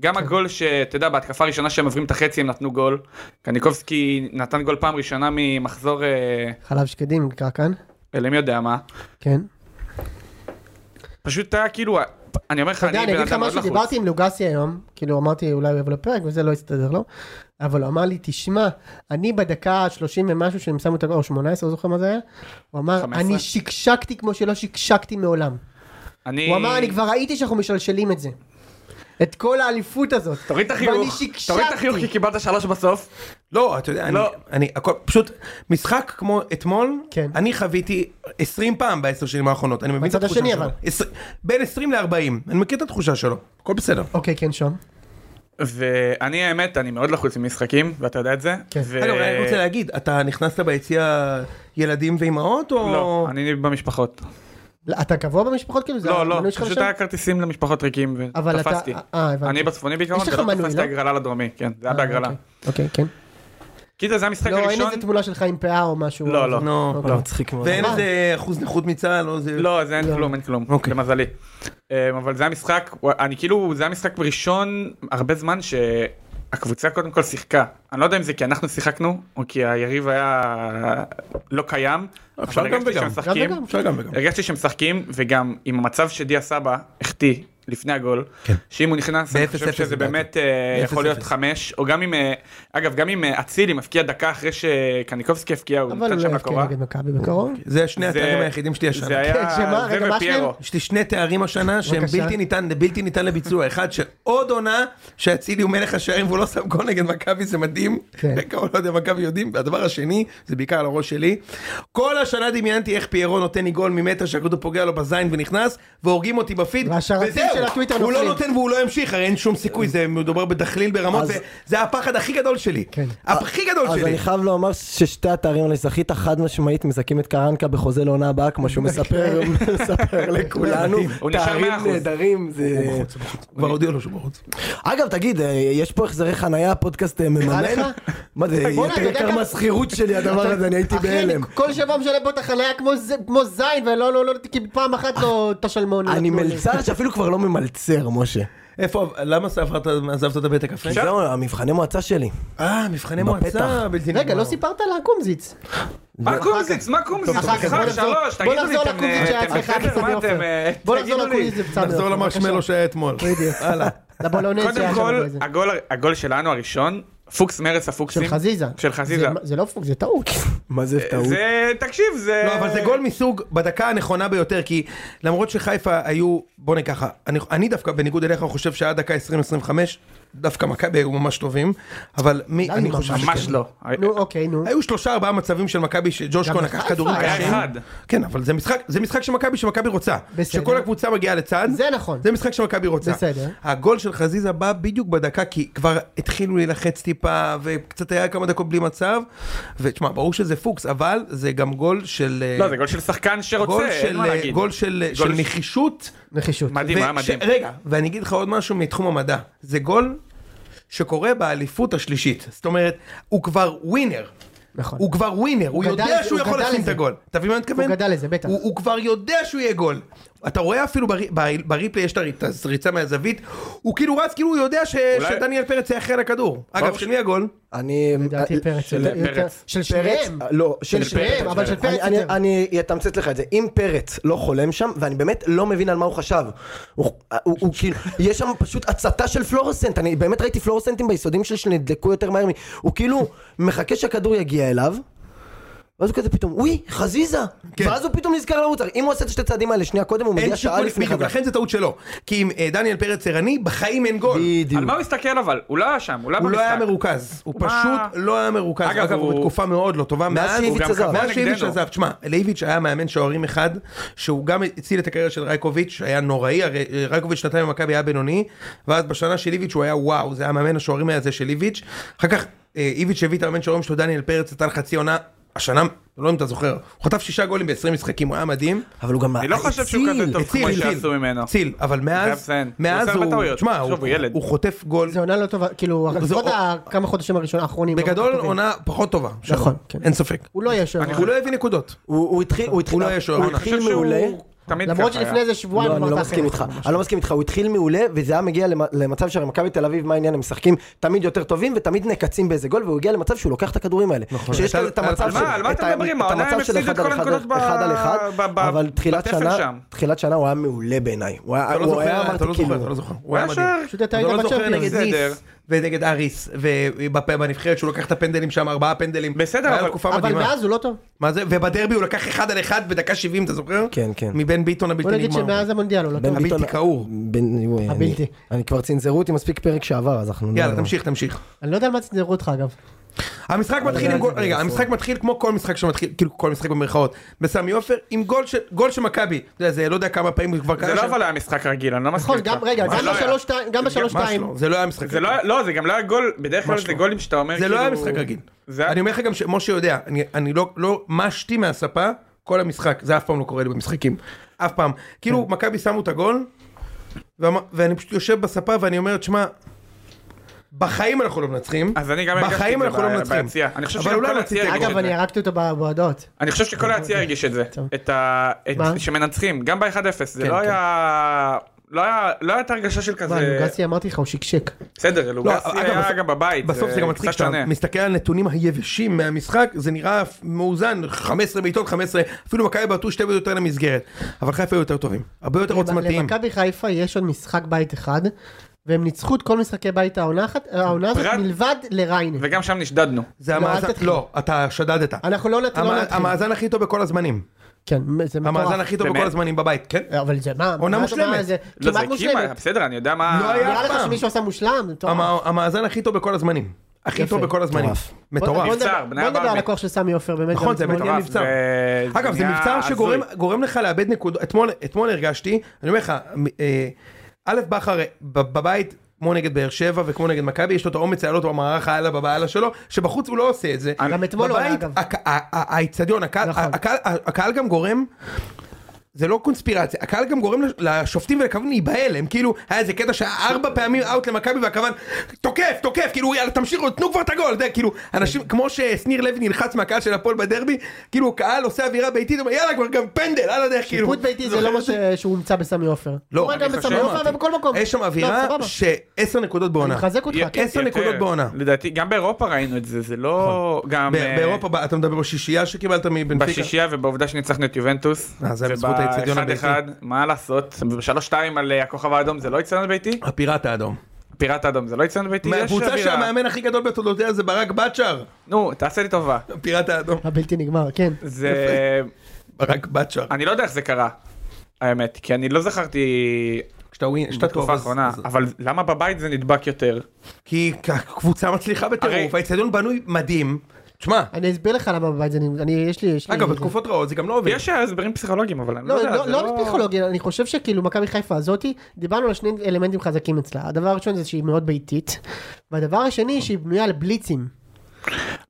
Speaker 1: גם
Speaker 2: כן.
Speaker 1: הגול שאתה יודע, בהתקפה הראשונה שהם עוברים את החצי הם נתנו גול. קניקובסקי נתן גול פעם ראשונה ממחזור אה,
Speaker 2: חלב שקדים נקרא כאן,
Speaker 1: אלוהים יודע מה.
Speaker 2: כן. פשוט
Speaker 1: פשוט היה כאילו, אני אומר לך,
Speaker 2: אתה
Speaker 1: אני
Speaker 2: יודע, אני
Speaker 1: בן
Speaker 2: אגיד לך
Speaker 1: אדם מאוד
Speaker 2: משהו,
Speaker 1: לחוץ.
Speaker 2: דיברתי עם לוגסי היום, כאילו אמרתי אולי הוא יבוא לפרק וזה לא הסתדר לו, אבל הוא אמר לי, תשמע, אני בדקה ה-30 ומשהו שהם שמו את הגול, או 18, לא זוכר מה זה היה, הוא אמר,
Speaker 1: 15.
Speaker 2: אני שקשקתי כמו שלא שקשקתי מעולם.
Speaker 1: אני-
Speaker 2: הוא אמר, אני כבר ראיתי שאנחנו משלשלים את זה. את כל האליפות הזאת.
Speaker 1: תוריד את
Speaker 2: ואני
Speaker 1: החיוך,
Speaker 2: שקשקתי.
Speaker 1: תוריד את החיוך כי קיבלת שלוש בסוף.
Speaker 3: לא, אתה יודע, אני,
Speaker 1: לא.
Speaker 3: אני, הכל, פשוט, משחק כמו אתמול,
Speaker 2: כן.
Speaker 3: אני חוויתי 20 פעם בעשר שנים האחרונות, אני מבין את
Speaker 2: בצד
Speaker 3: התחושה
Speaker 2: השני,
Speaker 3: שלו.
Speaker 2: אבל.
Speaker 3: עשר- בין 20 ל-40, אני מכיר את התחושה שלו, הכל בסדר.
Speaker 2: אוקיי, כן, שום.
Speaker 1: ואני האמת, אני מאוד לחוץ ממשחקים, ואתה יודע את זה.
Speaker 2: כן.
Speaker 1: ו-
Speaker 3: אגב, אני רוצה להגיד, אתה נכנסת ביציע ילדים ואימהות, או...
Speaker 1: לא, אני במשפחות.
Speaker 2: לא, אתה קבוע במשפחות כאילו? זה
Speaker 1: לא, לא,
Speaker 2: המנוי שלך
Speaker 1: פשוט
Speaker 2: לשם?
Speaker 1: היה כרטיסים למשפחות ריקים
Speaker 2: אבל אתה-
Speaker 1: ותפסתי.
Speaker 2: אה, הבנתי.
Speaker 1: אני בצפוני בעיקרון,
Speaker 2: יש לך
Speaker 1: ולא
Speaker 2: מנוי,
Speaker 1: תפסתי
Speaker 2: לא?
Speaker 1: הגרלה לדרומי, כן, זה היה
Speaker 2: אה,
Speaker 1: בהגרלה.
Speaker 2: אוקיי. אוקיי, כן.
Speaker 1: קיצר, זה המשחק
Speaker 2: לא, אין
Speaker 1: הראשון.
Speaker 2: איזה תמונה שלך עם פאה או משהו.
Speaker 1: לא, לא.
Speaker 3: נו,
Speaker 2: אוקיי.
Speaker 5: לא, מצחיק מאוד.
Speaker 3: ואין
Speaker 2: אבל-
Speaker 3: איזה אחוז נכות מצה"ל, או זה...
Speaker 1: לא, זה אין כלום, אין כלום,
Speaker 3: אוקיי.
Speaker 1: למזלי. אמ, אבל זה המשחק, אני כאילו, זה המשחק ראשון הרבה זמן שהקבוצה קודם כל שיחקה. אני לא יודע אם זה כי אנחנו שיחקנו, או כי היריב היה לא קיים.
Speaker 3: אפשר
Speaker 1: אבל
Speaker 3: גם
Speaker 1: הרגשתי
Speaker 3: וגם.
Speaker 1: שהם משחקים.
Speaker 2: גם וגם.
Speaker 3: אפשר גם וגם.
Speaker 1: הרגשתי שמשחקים, וגם עם המצב שדיה סבא החטיא לפני הגול,
Speaker 3: כן.
Speaker 1: שאם הוא נכנס, אני
Speaker 3: באפס
Speaker 1: חושב
Speaker 3: אפס
Speaker 1: שזה
Speaker 3: לדעתי.
Speaker 1: באמת אה,
Speaker 3: באפס
Speaker 1: יכול להיות
Speaker 3: אפס.
Speaker 1: חמש, או גם אם, אה, אגב, גם אם אה, אצילי מפקיע דקה אחרי שקניקובסקי הפקיע, הוא
Speaker 2: אבל
Speaker 1: נתן
Speaker 2: הוא לא
Speaker 1: שם אוקיי.
Speaker 2: יבקיע
Speaker 1: לקורה.
Speaker 2: נגד מכבי בקרוב.
Speaker 3: זה שני
Speaker 1: זה-
Speaker 3: התארים היחידים שלי השנה.
Speaker 1: זה היה,
Speaker 2: כן, שמה?
Speaker 1: זה
Speaker 2: רגע, מה השם?
Speaker 1: ופיירו.
Speaker 3: יש לי שני תארים השנה שהם
Speaker 2: בבקשה.
Speaker 3: בלתי ניתן, בלתי ניתן
Speaker 2: *laughs*
Speaker 3: לביצוע. אחד שעוד עונה שאצילי הוא מלך השערים והוא לא שם גול נגד מכבי זה מדהים.
Speaker 2: כן.
Speaker 3: כמה לא יודע מכבי יודעים. והדבר השני זה בעיקר על הראש שלי. כל השנה דמיינתי איך פיירו נותן לי גול ממטר שהכדור פוגע לו בזין ונכנס והורגים אותי בפיד.
Speaker 2: והשרתים של הטוויטר
Speaker 3: הוא לא
Speaker 2: נופלים.
Speaker 3: נותן והוא לא ימשיך הרי אין שום סיכוי זה מדובר בדחליל ברמות.
Speaker 5: אז-
Speaker 3: זה הפחד הכי גדול שלי.
Speaker 2: כן.
Speaker 3: הכי גדול
Speaker 5: אז
Speaker 3: שלי.
Speaker 5: אני חייב לומר ששתי התארים האלה שזכית חד משמעית מזכים את קרנקה בחוזה לעונה הבאה כמו
Speaker 2: *laughs*
Speaker 5: שהוא מספר
Speaker 2: כן.
Speaker 5: *laughs* מספר לכולנו.
Speaker 1: הוא נשאר
Speaker 5: תארים
Speaker 1: 100%.
Speaker 5: נהדרים. זה-
Speaker 3: כבר הודיעו לו שהוא בחוץ.
Speaker 5: אגב תגיד אה, יש פה החזרי חנייה פודקאסט אה, מממן?
Speaker 2: לך?
Speaker 5: מה זה
Speaker 2: בואנה,
Speaker 5: יותר
Speaker 2: אתה יודע
Speaker 5: יקר
Speaker 2: כמה-
Speaker 5: מהשכירות שלי הדבר הזה אני הייתי
Speaker 2: אחי, אני
Speaker 5: בהלם.
Speaker 2: כל שבוע משלם פה את החניה כמו זה- כמו זין, ולא, לא, לא, כי פעם אחת לא כן. את השלמון.
Speaker 5: אה, אני
Speaker 2: נתנו לי.
Speaker 5: מלצר שאפילו כבר לא ממלצר משה.
Speaker 3: איפה למה עזבת- עזבת את הבית הקפה?
Speaker 5: זהו המבחני מועצה שלי.
Speaker 3: אה, מבחני
Speaker 5: בפתח.
Speaker 3: מועצה בלתי
Speaker 2: רגע, לא סיפרת על הקומזיץ.
Speaker 1: מה קומזיץ? מה קומזיץ?
Speaker 2: אוקיי. אחר כך, בוא
Speaker 1: אחד,
Speaker 2: נחזור-
Speaker 1: שלוש,
Speaker 2: בוא
Speaker 1: תגידו לי,
Speaker 2: נחזור
Speaker 1: אתם אה,
Speaker 2: לקומזיץ שהיה
Speaker 1: אתם
Speaker 2: אצלך
Speaker 1: בסדר?
Speaker 2: בסמי
Speaker 1: מה
Speaker 2: עופר.
Speaker 1: אתם... אה,
Speaker 2: בוא
Speaker 1: תגידו
Speaker 2: נחזור
Speaker 1: לי.
Speaker 2: לקומזיץ בצד.
Speaker 3: נחזור למרשמלו שהיה אתמול.
Speaker 2: בדיוק.
Speaker 3: הלאה.
Speaker 2: לבולונז שהיה
Speaker 1: קודם
Speaker 2: שם.
Speaker 1: כל,
Speaker 2: בזה.
Speaker 1: הגול- הגול שלנו הראשון, פוקס מרץ הפוקסים.
Speaker 2: של חזיזה.
Speaker 1: של חזיזה.
Speaker 2: זה- זה לא פוק, זה טעות.
Speaker 5: מה זה טעות?
Speaker 1: אה, זה, תקשיב, זה...
Speaker 3: לא, אבל זה גול מסוג בדקה הנכונה ביותר, כי למרות שחיפה היו, בוא נגיד ככה, אני, אני דווקא בניגוד אליך חושב שעד דקה 20-25, דווקא מכבי היו ממש טובים, אבל מי,
Speaker 2: די,
Speaker 3: אני
Speaker 2: ממש.
Speaker 3: חושב
Speaker 1: ממש
Speaker 3: שכן.
Speaker 1: לא.
Speaker 2: נו, אוקיי, נו.
Speaker 3: היו שלושה ארבעה מצבים של מכבי שג'ושקו
Speaker 2: גם
Speaker 3: לקח
Speaker 2: בחיפה
Speaker 3: כדורים
Speaker 2: היה
Speaker 3: קשים.
Speaker 1: אחד.
Speaker 3: כן, אבל זה משחק, זה משחק של מכבי שמכבי רוצה.
Speaker 2: בסדר.
Speaker 3: שכל הקבוצה מגיעה לצד.
Speaker 2: זה נכון.
Speaker 3: זה משחק שמכבי רוצה.
Speaker 2: בסדר.
Speaker 3: הגול של חזיזה בא בדיוק בדקה, כי כבר התחילו להילחץ טיפה, וקצת היה כמה דקות בלי מצב. ותשמע, ברור שזה פוקס, אבל זה גם גול של... אה,
Speaker 1: לא, זה גול של שחקן
Speaker 3: גול
Speaker 1: שרוצה, אין
Speaker 3: של,
Speaker 1: מה
Speaker 3: אה,
Speaker 1: להגיד.
Speaker 3: גול של,
Speaker 1: גול
Speaker 3: של
Speaker 1: ש-
Speaker 3: נחישות.
Speaker 2: נחישות.
Speaker 1: מדהים,
Speaker 3: ו-
Speaker 1: היה מדהים.
Speaker 3: ש- רגע, ואני אגיד לך עוד משהו מתחום המדע. זה גול שקורה באליפות השלישית. זאת אומרת, הוא כבר ווינר.
Speaker 2: נכון.
Speaker 3: הוא כבר ווינר, הוא,
Speaker 2: גדל
Speaker 3: יודע
Speaker 2: לזה,
Speaker 3: שהוא
Speaker 2: הוא
Speaker 3: יכול
Speaker 2: גדל
Speaker 3: לשים את
Speaker 2: לזה.
Speaker 3: הגול. אתה מבין מה אני מתכוון?
Speaker 2: גדל לזה, בטח.
Speaker 3: הוא, הוא כבר יודע שהוא יהיה גול. אתה רואה אפילו ברי- ב- בריפלי יש את הרי- את הריצה מהזווית, הוא כאילו רץ כאילו הוא יודע ש...
Speaker 1: אולי-
Speaker 3: שדניאל פרץ יהיה אחרי לכדור. אגב, של מי הגול?
Speaker 5: אני...
Speaker 2: לדעתי פרץ.
Speaker 5: של
Speaker 2: יותר- יותר-
Speaker 1: פרץ.
Speaker 2: של
Speaker 5: פרץ,
Speaker 2: שניהם.
Speaker 5: לא,
Speaker 2: של שניהם, אבל של פרץ
Speaker 5: אני-
Speaker 2: יותר.
Speaker 5: אני אני אתמצת לך את זה. אם פרץ לא חולם שם, ואני באמת לא מבין על מה הוא חשב. הוא הוא- הוא כאילו, יש שם פשוט הצתה של פלורסנט. אני באמת ראיתי פלורסנטים ביסודים שלי שנדלקו יותר מהר. מ- הוא כאילו מחכה שהכדור יגיע אליו. ואז הוא כזה פתאום, אוי, חזיזה!
Speaker 3: כן.
Speaker 5: ואז הוא פתאום נזכר לרוץ, הרי אם הוא עושה את השתי צעדים האלה שנייה קודם, הוא
Speaker 3: אין
Speaker 5: מגיע שעה
Speaker 3: שיקול,
Speaker 5: לפני
Speaker 3: בדיוק,
Speaker 5: חזרה.
Speaker 3: לכן זה טעות שלו. כי אם אה, דניאל פרץ ערני, בחיים אין גול.
Speaker 1: על
Speaker 5: בדיוק.
Speaker 1: מה הוא הסתכל אבל? הוא לא היה שם, הוא לא היה
Speaker 3: הוא לא היה
Speaker 1: במשחק.
Speaker 3: מרוכז, הוא
Speaker 1: מה?
Speaker 3: פשוט לא היה מרוכז,
Speaker 1: אגב,
Speaker 3: אגב הוא
Speaker 1: הוא-
Speaker 3: בתקופה מאוד לא טובה,
Speaker 5: מאז שאיביץ'
Speaker 1: הוא גם
Speaker 5: עזב.
Speaker 1: חבר
Speaker 3: מאז שאיביץ'
Speaker 1: נגדנו.
Speaker 3: עזב, תשמע, לאיביץ' היה מאמן שערים אחד, שהוא גם הציל את הקריירה של רייקוביץ', שהיה נוראי, הרי אה, רייקוביץ' שנתיים במכבי היה בינוני, ואז בשנה של איביץ' הוא היה וואו, זה היה מאמן השוערים הזה של איביץ', אחר כך אה, איביץ' הביא את המאמן שערים שלו, דניאל פרץ נתן חצי עונה, השנה, לא יודע אם אתה זוכר, הוא חטף שישה גולים ב-20 משחקים, הוא היה מדהים.
Speaker 5: אבל הוא גם...
Speaker 1: אני לא חושב שהוא
Speaker 5: הציל.
Speaker 1: כזה טוב
Speaker 3: הציל,
Speaker 1: כמו
Speaker 3: הציל.
Speaker 1: שעשו ממנו.
Speaker 3: הציל, אבל
Speaker 1: חייב
Speaker 3: מאז,
Speaker 1: לציין. הוא
Speaker 3: מאז
Speaker 1: עושה הרבה
Speaker 3: הוא,
Speaker 1: טעויות.
Speaker 3: תשמע,
Speaker 1: תחשוב, הוא
Speaker 3: הוא-
Speaker 1: ילד.
Speaker 3: הוא חטף גול,
Speaker 2: זה עונה לא טובה, כאילו,
Speaker 3: זה-
Speaker 2: לפחות
Speaker 3: או-
Speaker 2: הכמה חודשים הראשונים, האחרונים. לא
Speaker 3: בגדול
Speaker 2: טובים.
Speaker 3: עונה פחות טובה. שלו.
Speaker 2: נכון, כן.
Speaker 3: אין ספק.
Speaker 2: הוא לא יהיה שוער.
Speaker 3: הוא לא הביא נקודות.
Speaker 5: הוא הוא התחיל, הוא התחיל,
Speaker 3: לא היה שוער.
Speaker 5: הוא
Speaker 3: אני
Speaker 1: אני
Speaker 5: התחיל
Speaker 1: חושב שהוא
Speaker 5: מעולה.
Speaker 1: תמיד ככה
Speaker 2: למרות
Speaker 1: היה.
Speaker 2: שלפני איזה שבועיים
Speaker 5: לא, אני לא
Speaker 2: אמרת
Speaker 5: מסכים
Speaker 2: אחרת.
Speaker 5: איתך, אני לא מסכים איתך, הוא התחיל מעולה, וזה היה מגיע למ- למצב של מכבי תל אביב, מה העניין, הם משחקים תמיד יותר טובים ותמיד נקצים באיזה גול, והוא הגיע למצב שהוא לוקח את הכדורים האלה. נכון. שיש
Speaker 3: אתה-
Speaker 5: כזה את
Speaker 3: על-
Speaker 5: המצב
Speaker 3: על
Speaker 5: של...
Speaker 3: מה-
Speaker 1: על מה
Speaker 5: את
Speaker 1: אתם
Speaker 5: ה-
Speaker 1: מדברים?
Speaker 5: את
Speaker 1: העונה
Speaker 5: המצב
Speaker 1: הם
Speaker 5: של
Speaker 1: הפסידו את
Speaker 5: אחד
Speaker 1: כל
Speaker 5: על אחד-
Speaker 1: הנקודות ב-
Speaker 5: אחד על אחד,
Speaker 1: ב- ב-
Speaker 5: אבל תחילת
Speaker 1: בתפר
Speaker 5: שנה,
Speaker 1: שם.
Speaker 5: תחילת שנה הוא היה מעולה בעיניי. הוא היה,
Speaker 3: אתה לא
Speaker 5: הוא
Speaker 3: זוכר,
Speaker 5: היה,
Speaker 3: אתה
Speaker 5: אמרתי
Speaker 3: לא זוכר,
Speaker 5: כאילו...
Speaker 3: אתה לא זוכר. הוא
Speaker 1: הוא
Speaker 3: היה
Speaker 1: היה
Speaker 3: מדהים.
Speaker 1: שער.
Speaker 2: פשוט אתה
Speaker 3: אתה
Speaker 2: היית
Speaker 3: לא זוכר
Speaker 2: בצ'מפיונס.
Speaker 3: נגד
Speaker 1: בסדר.
Speaker 3: ניס ונגד אריס ובפה- בנבחרת שהוא לקח את הפנדלים שם ארבעה פנדלים.
Speaker 1: בסדר,
Speaker 3: היה לו
Speaker 1: אבל-
Speaker 3: תקופה
Speaker 2: אבל
Speaker 3: מדהימה.
Speaker 2: מאז הוא לא טוב.
Speaker 3: מה זה? ובדרבי הוא לקח אחד על אחד בדקה 70 אתה זוכר?
Speaker 5: כן, כן.
Speaker 3: מבן ביטון הבלתי
Speaker 2: בוא
Speaker 3: נגמר.
Speaker 2: נגיד שמאז המונדיאל הוא לא
Speaker 5: בן
Speaker 2: טוב.
Speaker 3: הבלתי
Speaker 5: ביטון-
Speaker 3: כעור.
Speaker 5: בן- אני-
Speaker 2: הבלתי.
Speaker 5: אני כבר צנזרו אותי מספיק פרק שעבר, אז אנחנו...
Speaker 3: יאללה תמשיך תמשיך.
Speaker 2: אני לא יודע על מה צנזרו אותך אגב.
Speaker 3: המשחק מתחיל עם
Speaker 5: יאללה,
Speaker 3: גול,
Speaker 5: זה
Speaker 3: רגע
Speaker 5: בסדר.
Speaker 3: המשחק מתחיל כמו כל משחק שמתחיל, כאילו כל משחק במרכאות, בסמי עופר עם גול של- גול של מכבי, אתה יודע, זה לא יודע כמה פעמים זה כבר קרה
Speaker 1: זה לא
Speaker 3: שם.
Speaker 1: אבל היה משחק רגיל, אני לא מסכים
Speaker 2: נכון,
Speaker 1: איתך.
Speaker 2: גם רגע,
Speaker 1: זה
Speaker 2: גם
Speaker 1: לא היה.
Speaker 2: בשלוש שתיים, גם בשלוש
Speaker 3: ממש
Speaker 2: שתיים.
Speaker 3: לא, זה לא היה משחק
Speaker 1: זה לא היה- לא, זה גם לא היה גול, בדרך כלל
Speaker 3: ממש
Speaker 1: זה
Speaker 3: לא.
Speaker 1: גולים שאתה אומר
Speaker 3: זה
Speaker 1: כאילו...
Speaker 3: לא היה משחק רגיל.
Speaker 1: זה-
Speaker 3: אני אומר לך גם שמשה יודע, אני- אני לא- לא משתי מהספה כל המשחק, זה אף פעם לא קורה לי במשחקים. אף פעם. כאילו
Speaker 1: כן.
Speaker 3: מכבי שמו את הגול, ואמר- ואני פשוט יושב בספה ואני אומר, תשמע, בחיים אנחנו לא מנצחים.
Speaker 1: אז אני גם הרגשתי את
Speaker 3: בחיים
Speaker 1: זה
Speaker 3: אנחנו לא
Speaker 1: ב-
Speaker 3: מנצחים.
Speaker 1: ביציע. אני חושב
Speaker 3: אבל
Speaker 1: שגם
Speaker 3: אולי
Speaker 1: כל
Speaker 3: רציתי-
Speaker 1: היציע-
Speaker 2: אגב, אני הרגתי אותו בוועדות.
Speaker 1: אני חושב שכל היציע הרגיש את זה,
Speaker 2: טוב.
Speaker 1: את ה... את-
Speaker 2: מה?
Speaker 1: שמנצחים, גם ב-1-0, זה
Speaker 3: כן,
Speaker 1: לא
Speaker 3: כן.
Speaker 1: היה... לא היה, לא הייתה הרגשה של
Speaker 2: מה,
Speaker 1: כזה,
Speaker 2: לוגסי אמרתי לך, הוא שקשק.
Speaker 1: בסדר,
Speaker 3: לא, אגב,
Speaker 1: לוגסי לא, היה
Speaker 3: בסוף-
Speaker 1: גם בבית,
Speaker 3: בסוף זה גם מצחיק
Speaker 1: קצת
Speaker 3: שאתה
Speaker 1: שונה.
Speaker 3: מסתכל על הנתונים היבשים מהמשחק, זה נראה מאוזן, 15 בעיטות, 15, אפילו מכבי בעטו שתי בעיטות יותר למסגרת, אבל חיפה היו יותר טובים, הרבה יותר עוצמתיים.
Speaker 2: כן, למכבי חיפה יש עוד משחק בית אחד, והם ניצחו את כל משחקי בית העונה אחת- העונה הזאת
Speaker 1: פרט-
Speaker 2: מלבד לריינה.
Speaker 1: וגם שם נשדדנו.
Speaker 3: זה
Speaker 2: לא, אל
Speaker 3: המאזן,
Speaker 2: תתחיל.
Speaker 3: לא, אתה שדדת.
Speaker 2: אנחנו לא נת- לא
Speaker 3: המא-
Speaker 2: נתחיל.
Speaker 3: המאזן הכי טוב בכל הזמנים.
Speaker 2: כן, זה
Speaker 3: המאזן
Speaker 2: מטורף.
Speaker 3: הכי טוב
Speaker 1: באמת?
Speaker 3: בכל הזמנים בבית, כן?
Speaker 2: אבל זה מה,
Speaker 3: עונה
Speaker 2: מה-
Speaker 3: מושלמת.
Speaker 2: מה זה-
Speaker 1: לא, זה
Speaker 2: כמעט
Speaker 1: כמעט,
Speaker 2: מושלמת.
Speaker 1: בסדר, אני יודע מה...
Speaker 3: לא היה
Speaker 2: נראה לך
Speaker 3: פעם.
Speaker 2: שמישהו עשה מושלם? זה מטורף.
Speaker 3: המ- המאזן הכי טוב בכל הזמנים. הכי
Speaker 2: יפה.
Speaker 3: טוב בכל הזמנים.
Speaker 5: מטורף.
Speaker 3: מטורף.
Speaker 2: בוא- בוא נדבר-
Speaker 1: נבצר, בני
Speaker 2: בוא נדבר
Speaker 1: אברהם.
Speaker 2: על הכוח של סמי עופר באמת.
Speaker 3: נכון,
Speaker 2: גם
Speaker 3: זה
Speaker 2: אתמול.
Speaker 3: מטורף. מבצר.
Speaker 1: ו-
Speaker 3: אגב, זה
Speaker 1: נהיה
Speaker 3: מבצר
Speaker 1: הזוי.
Speaker 3: שגורם גורם לך לאבד נקודות. אתמול- אתמול הרגשתי, אני אומר לך, מ- אה, א' בכר אה, ב- בבית, כמו נגד באר שבע וכמו נגד מכבי, יש לו את האומץ לעלות במערך האללה בבעלה שלו, שבחוץ הוא לא עושה את זה.
Speaker 2: גם אתמול הוא היה
Speaker 3: בבית,
Speaker 2: אגב.
Speaker 3: הק- ה- ה- האיצטדיון, הקהל-
Speaker 2: נכון.
Speaker 3: הקהל- הקהל גם גורם... זה לא קונספירציה, הקהל גם גורם לשופטים ולקווים להיבהל, הם כאילו, היה איזה קטע שהיה ארבע פעמים אאוט למכבי והכוון, תוקף, תוקף, כאילו, יאללה, תמשיכו, תנו כבר את הגול, אתה יודע, כאילו, אנשים, כמו ששניר לוי נלחץ מהקהל של הפועל בדרבי, כאילו, הקהל עושה אווירה ביתית, אומר, יאללה, כבר גם פנדל, על הדרך, כאילו.
Speaker 2: שיפוט ביתי זה לא מה ש- שהוא הומצא בסמי עופר.
Speaker 3: לא,
Speaker 2: הוא רואה
Speaker 3: אני
Speaker 2: גם
Speaker 3: חושב
Speaker 2: בסמי עופר
Speaker 3: שאמרתי.
Speaker 2: ובכל מקום.
Speaker 3: יש שם
Speaker 2: לא,
Speaker 3: אווירה
Speaker 2: סבבה.
Speaker 3: שעשר נקודות בעונה.
Speaker 2: אני מחזק אותך.
Speaker 1: י-
Speaker 2: כן.
Speaker 3: עשר
Speaker 1: יותר.
Speaker 3: נקודות בעונה. נכון.
Speaker 1: לדעתי, גם באירופה ראינו את זה, זה לא... גם... אה,
Speaker 3: ב- באירופה, אתה מדבר בשישייה שקיבלת מבנפיקה?
Speaker 1: בשישייה ובעובדה שניצחנו את יובנטוס.
Speaker 3: אה, זה היה בזכות האצטדיון הביתי.
Speaker 1: וב-1-1, מה לעשות, ב-3-2 על אה, הכוכב האדום זה לא אצטדיון ביתי,
Speaker 3: הפיראט האדום.
Speaker 1: פיראט האדום זה לא אצטדיון ביתי, יש
Speaker 3: מהקבוצה
Speaker 1: אווירה.
Speaker 3: שהמאמן הכי גדול בתולדותיה זה ברק בצ'אר.
Speaker 1: נו, תעשה לי טובה. *laughs*
Speaker 3: הפיראט האדום.
Speaker 2: הבלתי נגמר, כן.
Speaker 1: זה...
Speaker 3: ברק בצ'אר.
Speaker 1: אני לא יודע איך זה קרה, האמת, כי אני לא זכרתי
Speaker 3: כשאתה ווין, כשאתה טוב,
Speaker 1: בתקופה
Speaker 3: אז-
Speaker 1: האחרונה,
Speaker 3: אז-
Speaker 1: אבל למה בבית זה נדבק יותר?
Speaker 3: כי הקבוצה מצליחה
Speaker 1: הרי-
Speaker 3: בטירוף, האצטדיון בנוי מדהים. תשמע,
Speaker 2: אני אסביר לך למה בבית זה נגמר. אני, יש לי... יש לי-
Speaker 3: אגב, בתקופות רעות זה גם לא עובד.
Speaker 1: יש הסברים פסיכולוגיים, אבל אני לא
Speaker 2: כן. לא,
Speaker 1: יודע,
Speaker 2: לא,
Speaker 1: זה
Speaker 2: לא רק פסיכולוגיה, אני חושב שכאילו מכבי חיפה הזאתי, דיברנו על שני אלמנטים חזקים אצלה. הדבר הראשון זה שהיא מאוד ביתית, והדבר השני שהיא בנויה על בליצים.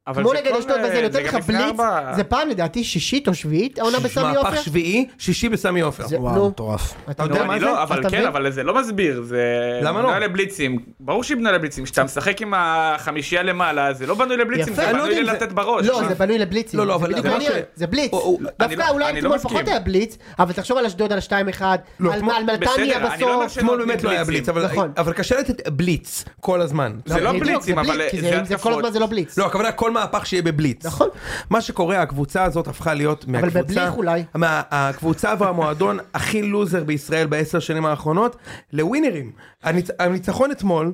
Speaker 1: אבל
Speaker 2: כמו
Speaker 1: זה
Speaker 2: נגד
Speaker 1: כל,
Speaker 2: אשדוד וזה
Speaker 1: אה,
Speaker 2: נותן
Speaker 1: גם
Speaker 2: לך
Speaker 1: לפני
Speaker 2: בליץ,
Speaker 1: ארבע-
Speaker 2: זה פעם לדעתי שישית או שביעית, העונה
Speaker 3: שיש
Speaker 2: בסמי
Speaker 3: מהפך
Speaker 2: עופר.
Speaker 3: שביעי, שישי בסמי עופר.
Speaker 2: זה-
Speaker 5: וואו,
Speaker 2: נו.
Speaker 5: מטורף.
Speaker 2: אתה
Speaker 3: נו,
Speaker 2: יודע
Speaker 1: אני
Speaker 2: מה זה?
Speaker 1: לא, אבל
Speaker 2: אתה
Speaker 1: כן,
Speaker 2: מבין?
Speaker 1: אבל זה לא מסביר, זה...
Speaker 3: למה לא?
Speaker 1: בנוי לבליצים, ברור שהיא בנויה לבליצים, כשאתה משחק עם החמישייה למעלה, זה לא בנוי לבליצים,
Speaker 2: יפה,
Speaker 1: זה
Speaker 2: אני לא
Speaker 1: בנוי
Speaker 3: יודע אם
Speaker 1: ללתת
Speaker 3: זה-
Speaker 1: בראש.
Speaker 2: לא,
Speaker 1: מה?
Speaker 2: זה בנוי לבליצים.
Speaker 3: לא, לא,
Speaker 2: זה
Speaker 3: אבל
Speaker 2: בדיוק
Speaker 3: זה לא
Speaker 2: העניין,
Speaker 3: ש-
Speaker 2: זה בליץ.
Speaker 3: או, או,
Speaker 1: אני
Speaker 2: דווקא
Speaker 1: לא-
Speaker 2: אולי
Speaker 1: אני
Speaker 2: אתמול
Speaker 1: לא
Speaker 2: פחות
Speaker 1: מסכים.
Speaker 2: היה בליץ, אבל תחשוב על אשדוד על 2-1,
Speaker 3: לא,
Speaker 2: על
Speaker 3: כמו-
Speaker 2: על נתניה
Speaker 1: בסדר, אני לא אומר
Speaker 2: בסוף.
Speaker 1: ש-
Speaker 3: אתמול באמת לא היה
Speaker 1: בליצים.
Speaker 3: בליץ, אבל-
Speaker 2: נכון.
Speaker 3: אבל קשה לתת בליץ כל הזמן.
Speaker 1: זה לא
Speaker 2: בדיוק,
Speaker 1: בליצים,
Speaker 2: בליץ,
Speaker 1: אבל
Speaker 2: כי
Speaker 1: זה
Speaker 2: אם זה כל
Speaker 1: התקפות.
Speaker 2: הזמן זה לא בליץ.
Speaker 3: לא, הכוונה כל מהפך שיהיה בבליץ.
Speaker 2: נכון.
Speaker 3: מה שקורה, הקבוצה הזאת הפכה להיות מהקבוצה...
Speaker 2: בבליך אולי.
Speaker 3: מה, הקבוצה והמועדון *laughs* הכי לוזר בישראל בעשר שנים האחרונות, לווינרים. הניצ... הניצחון אתמול,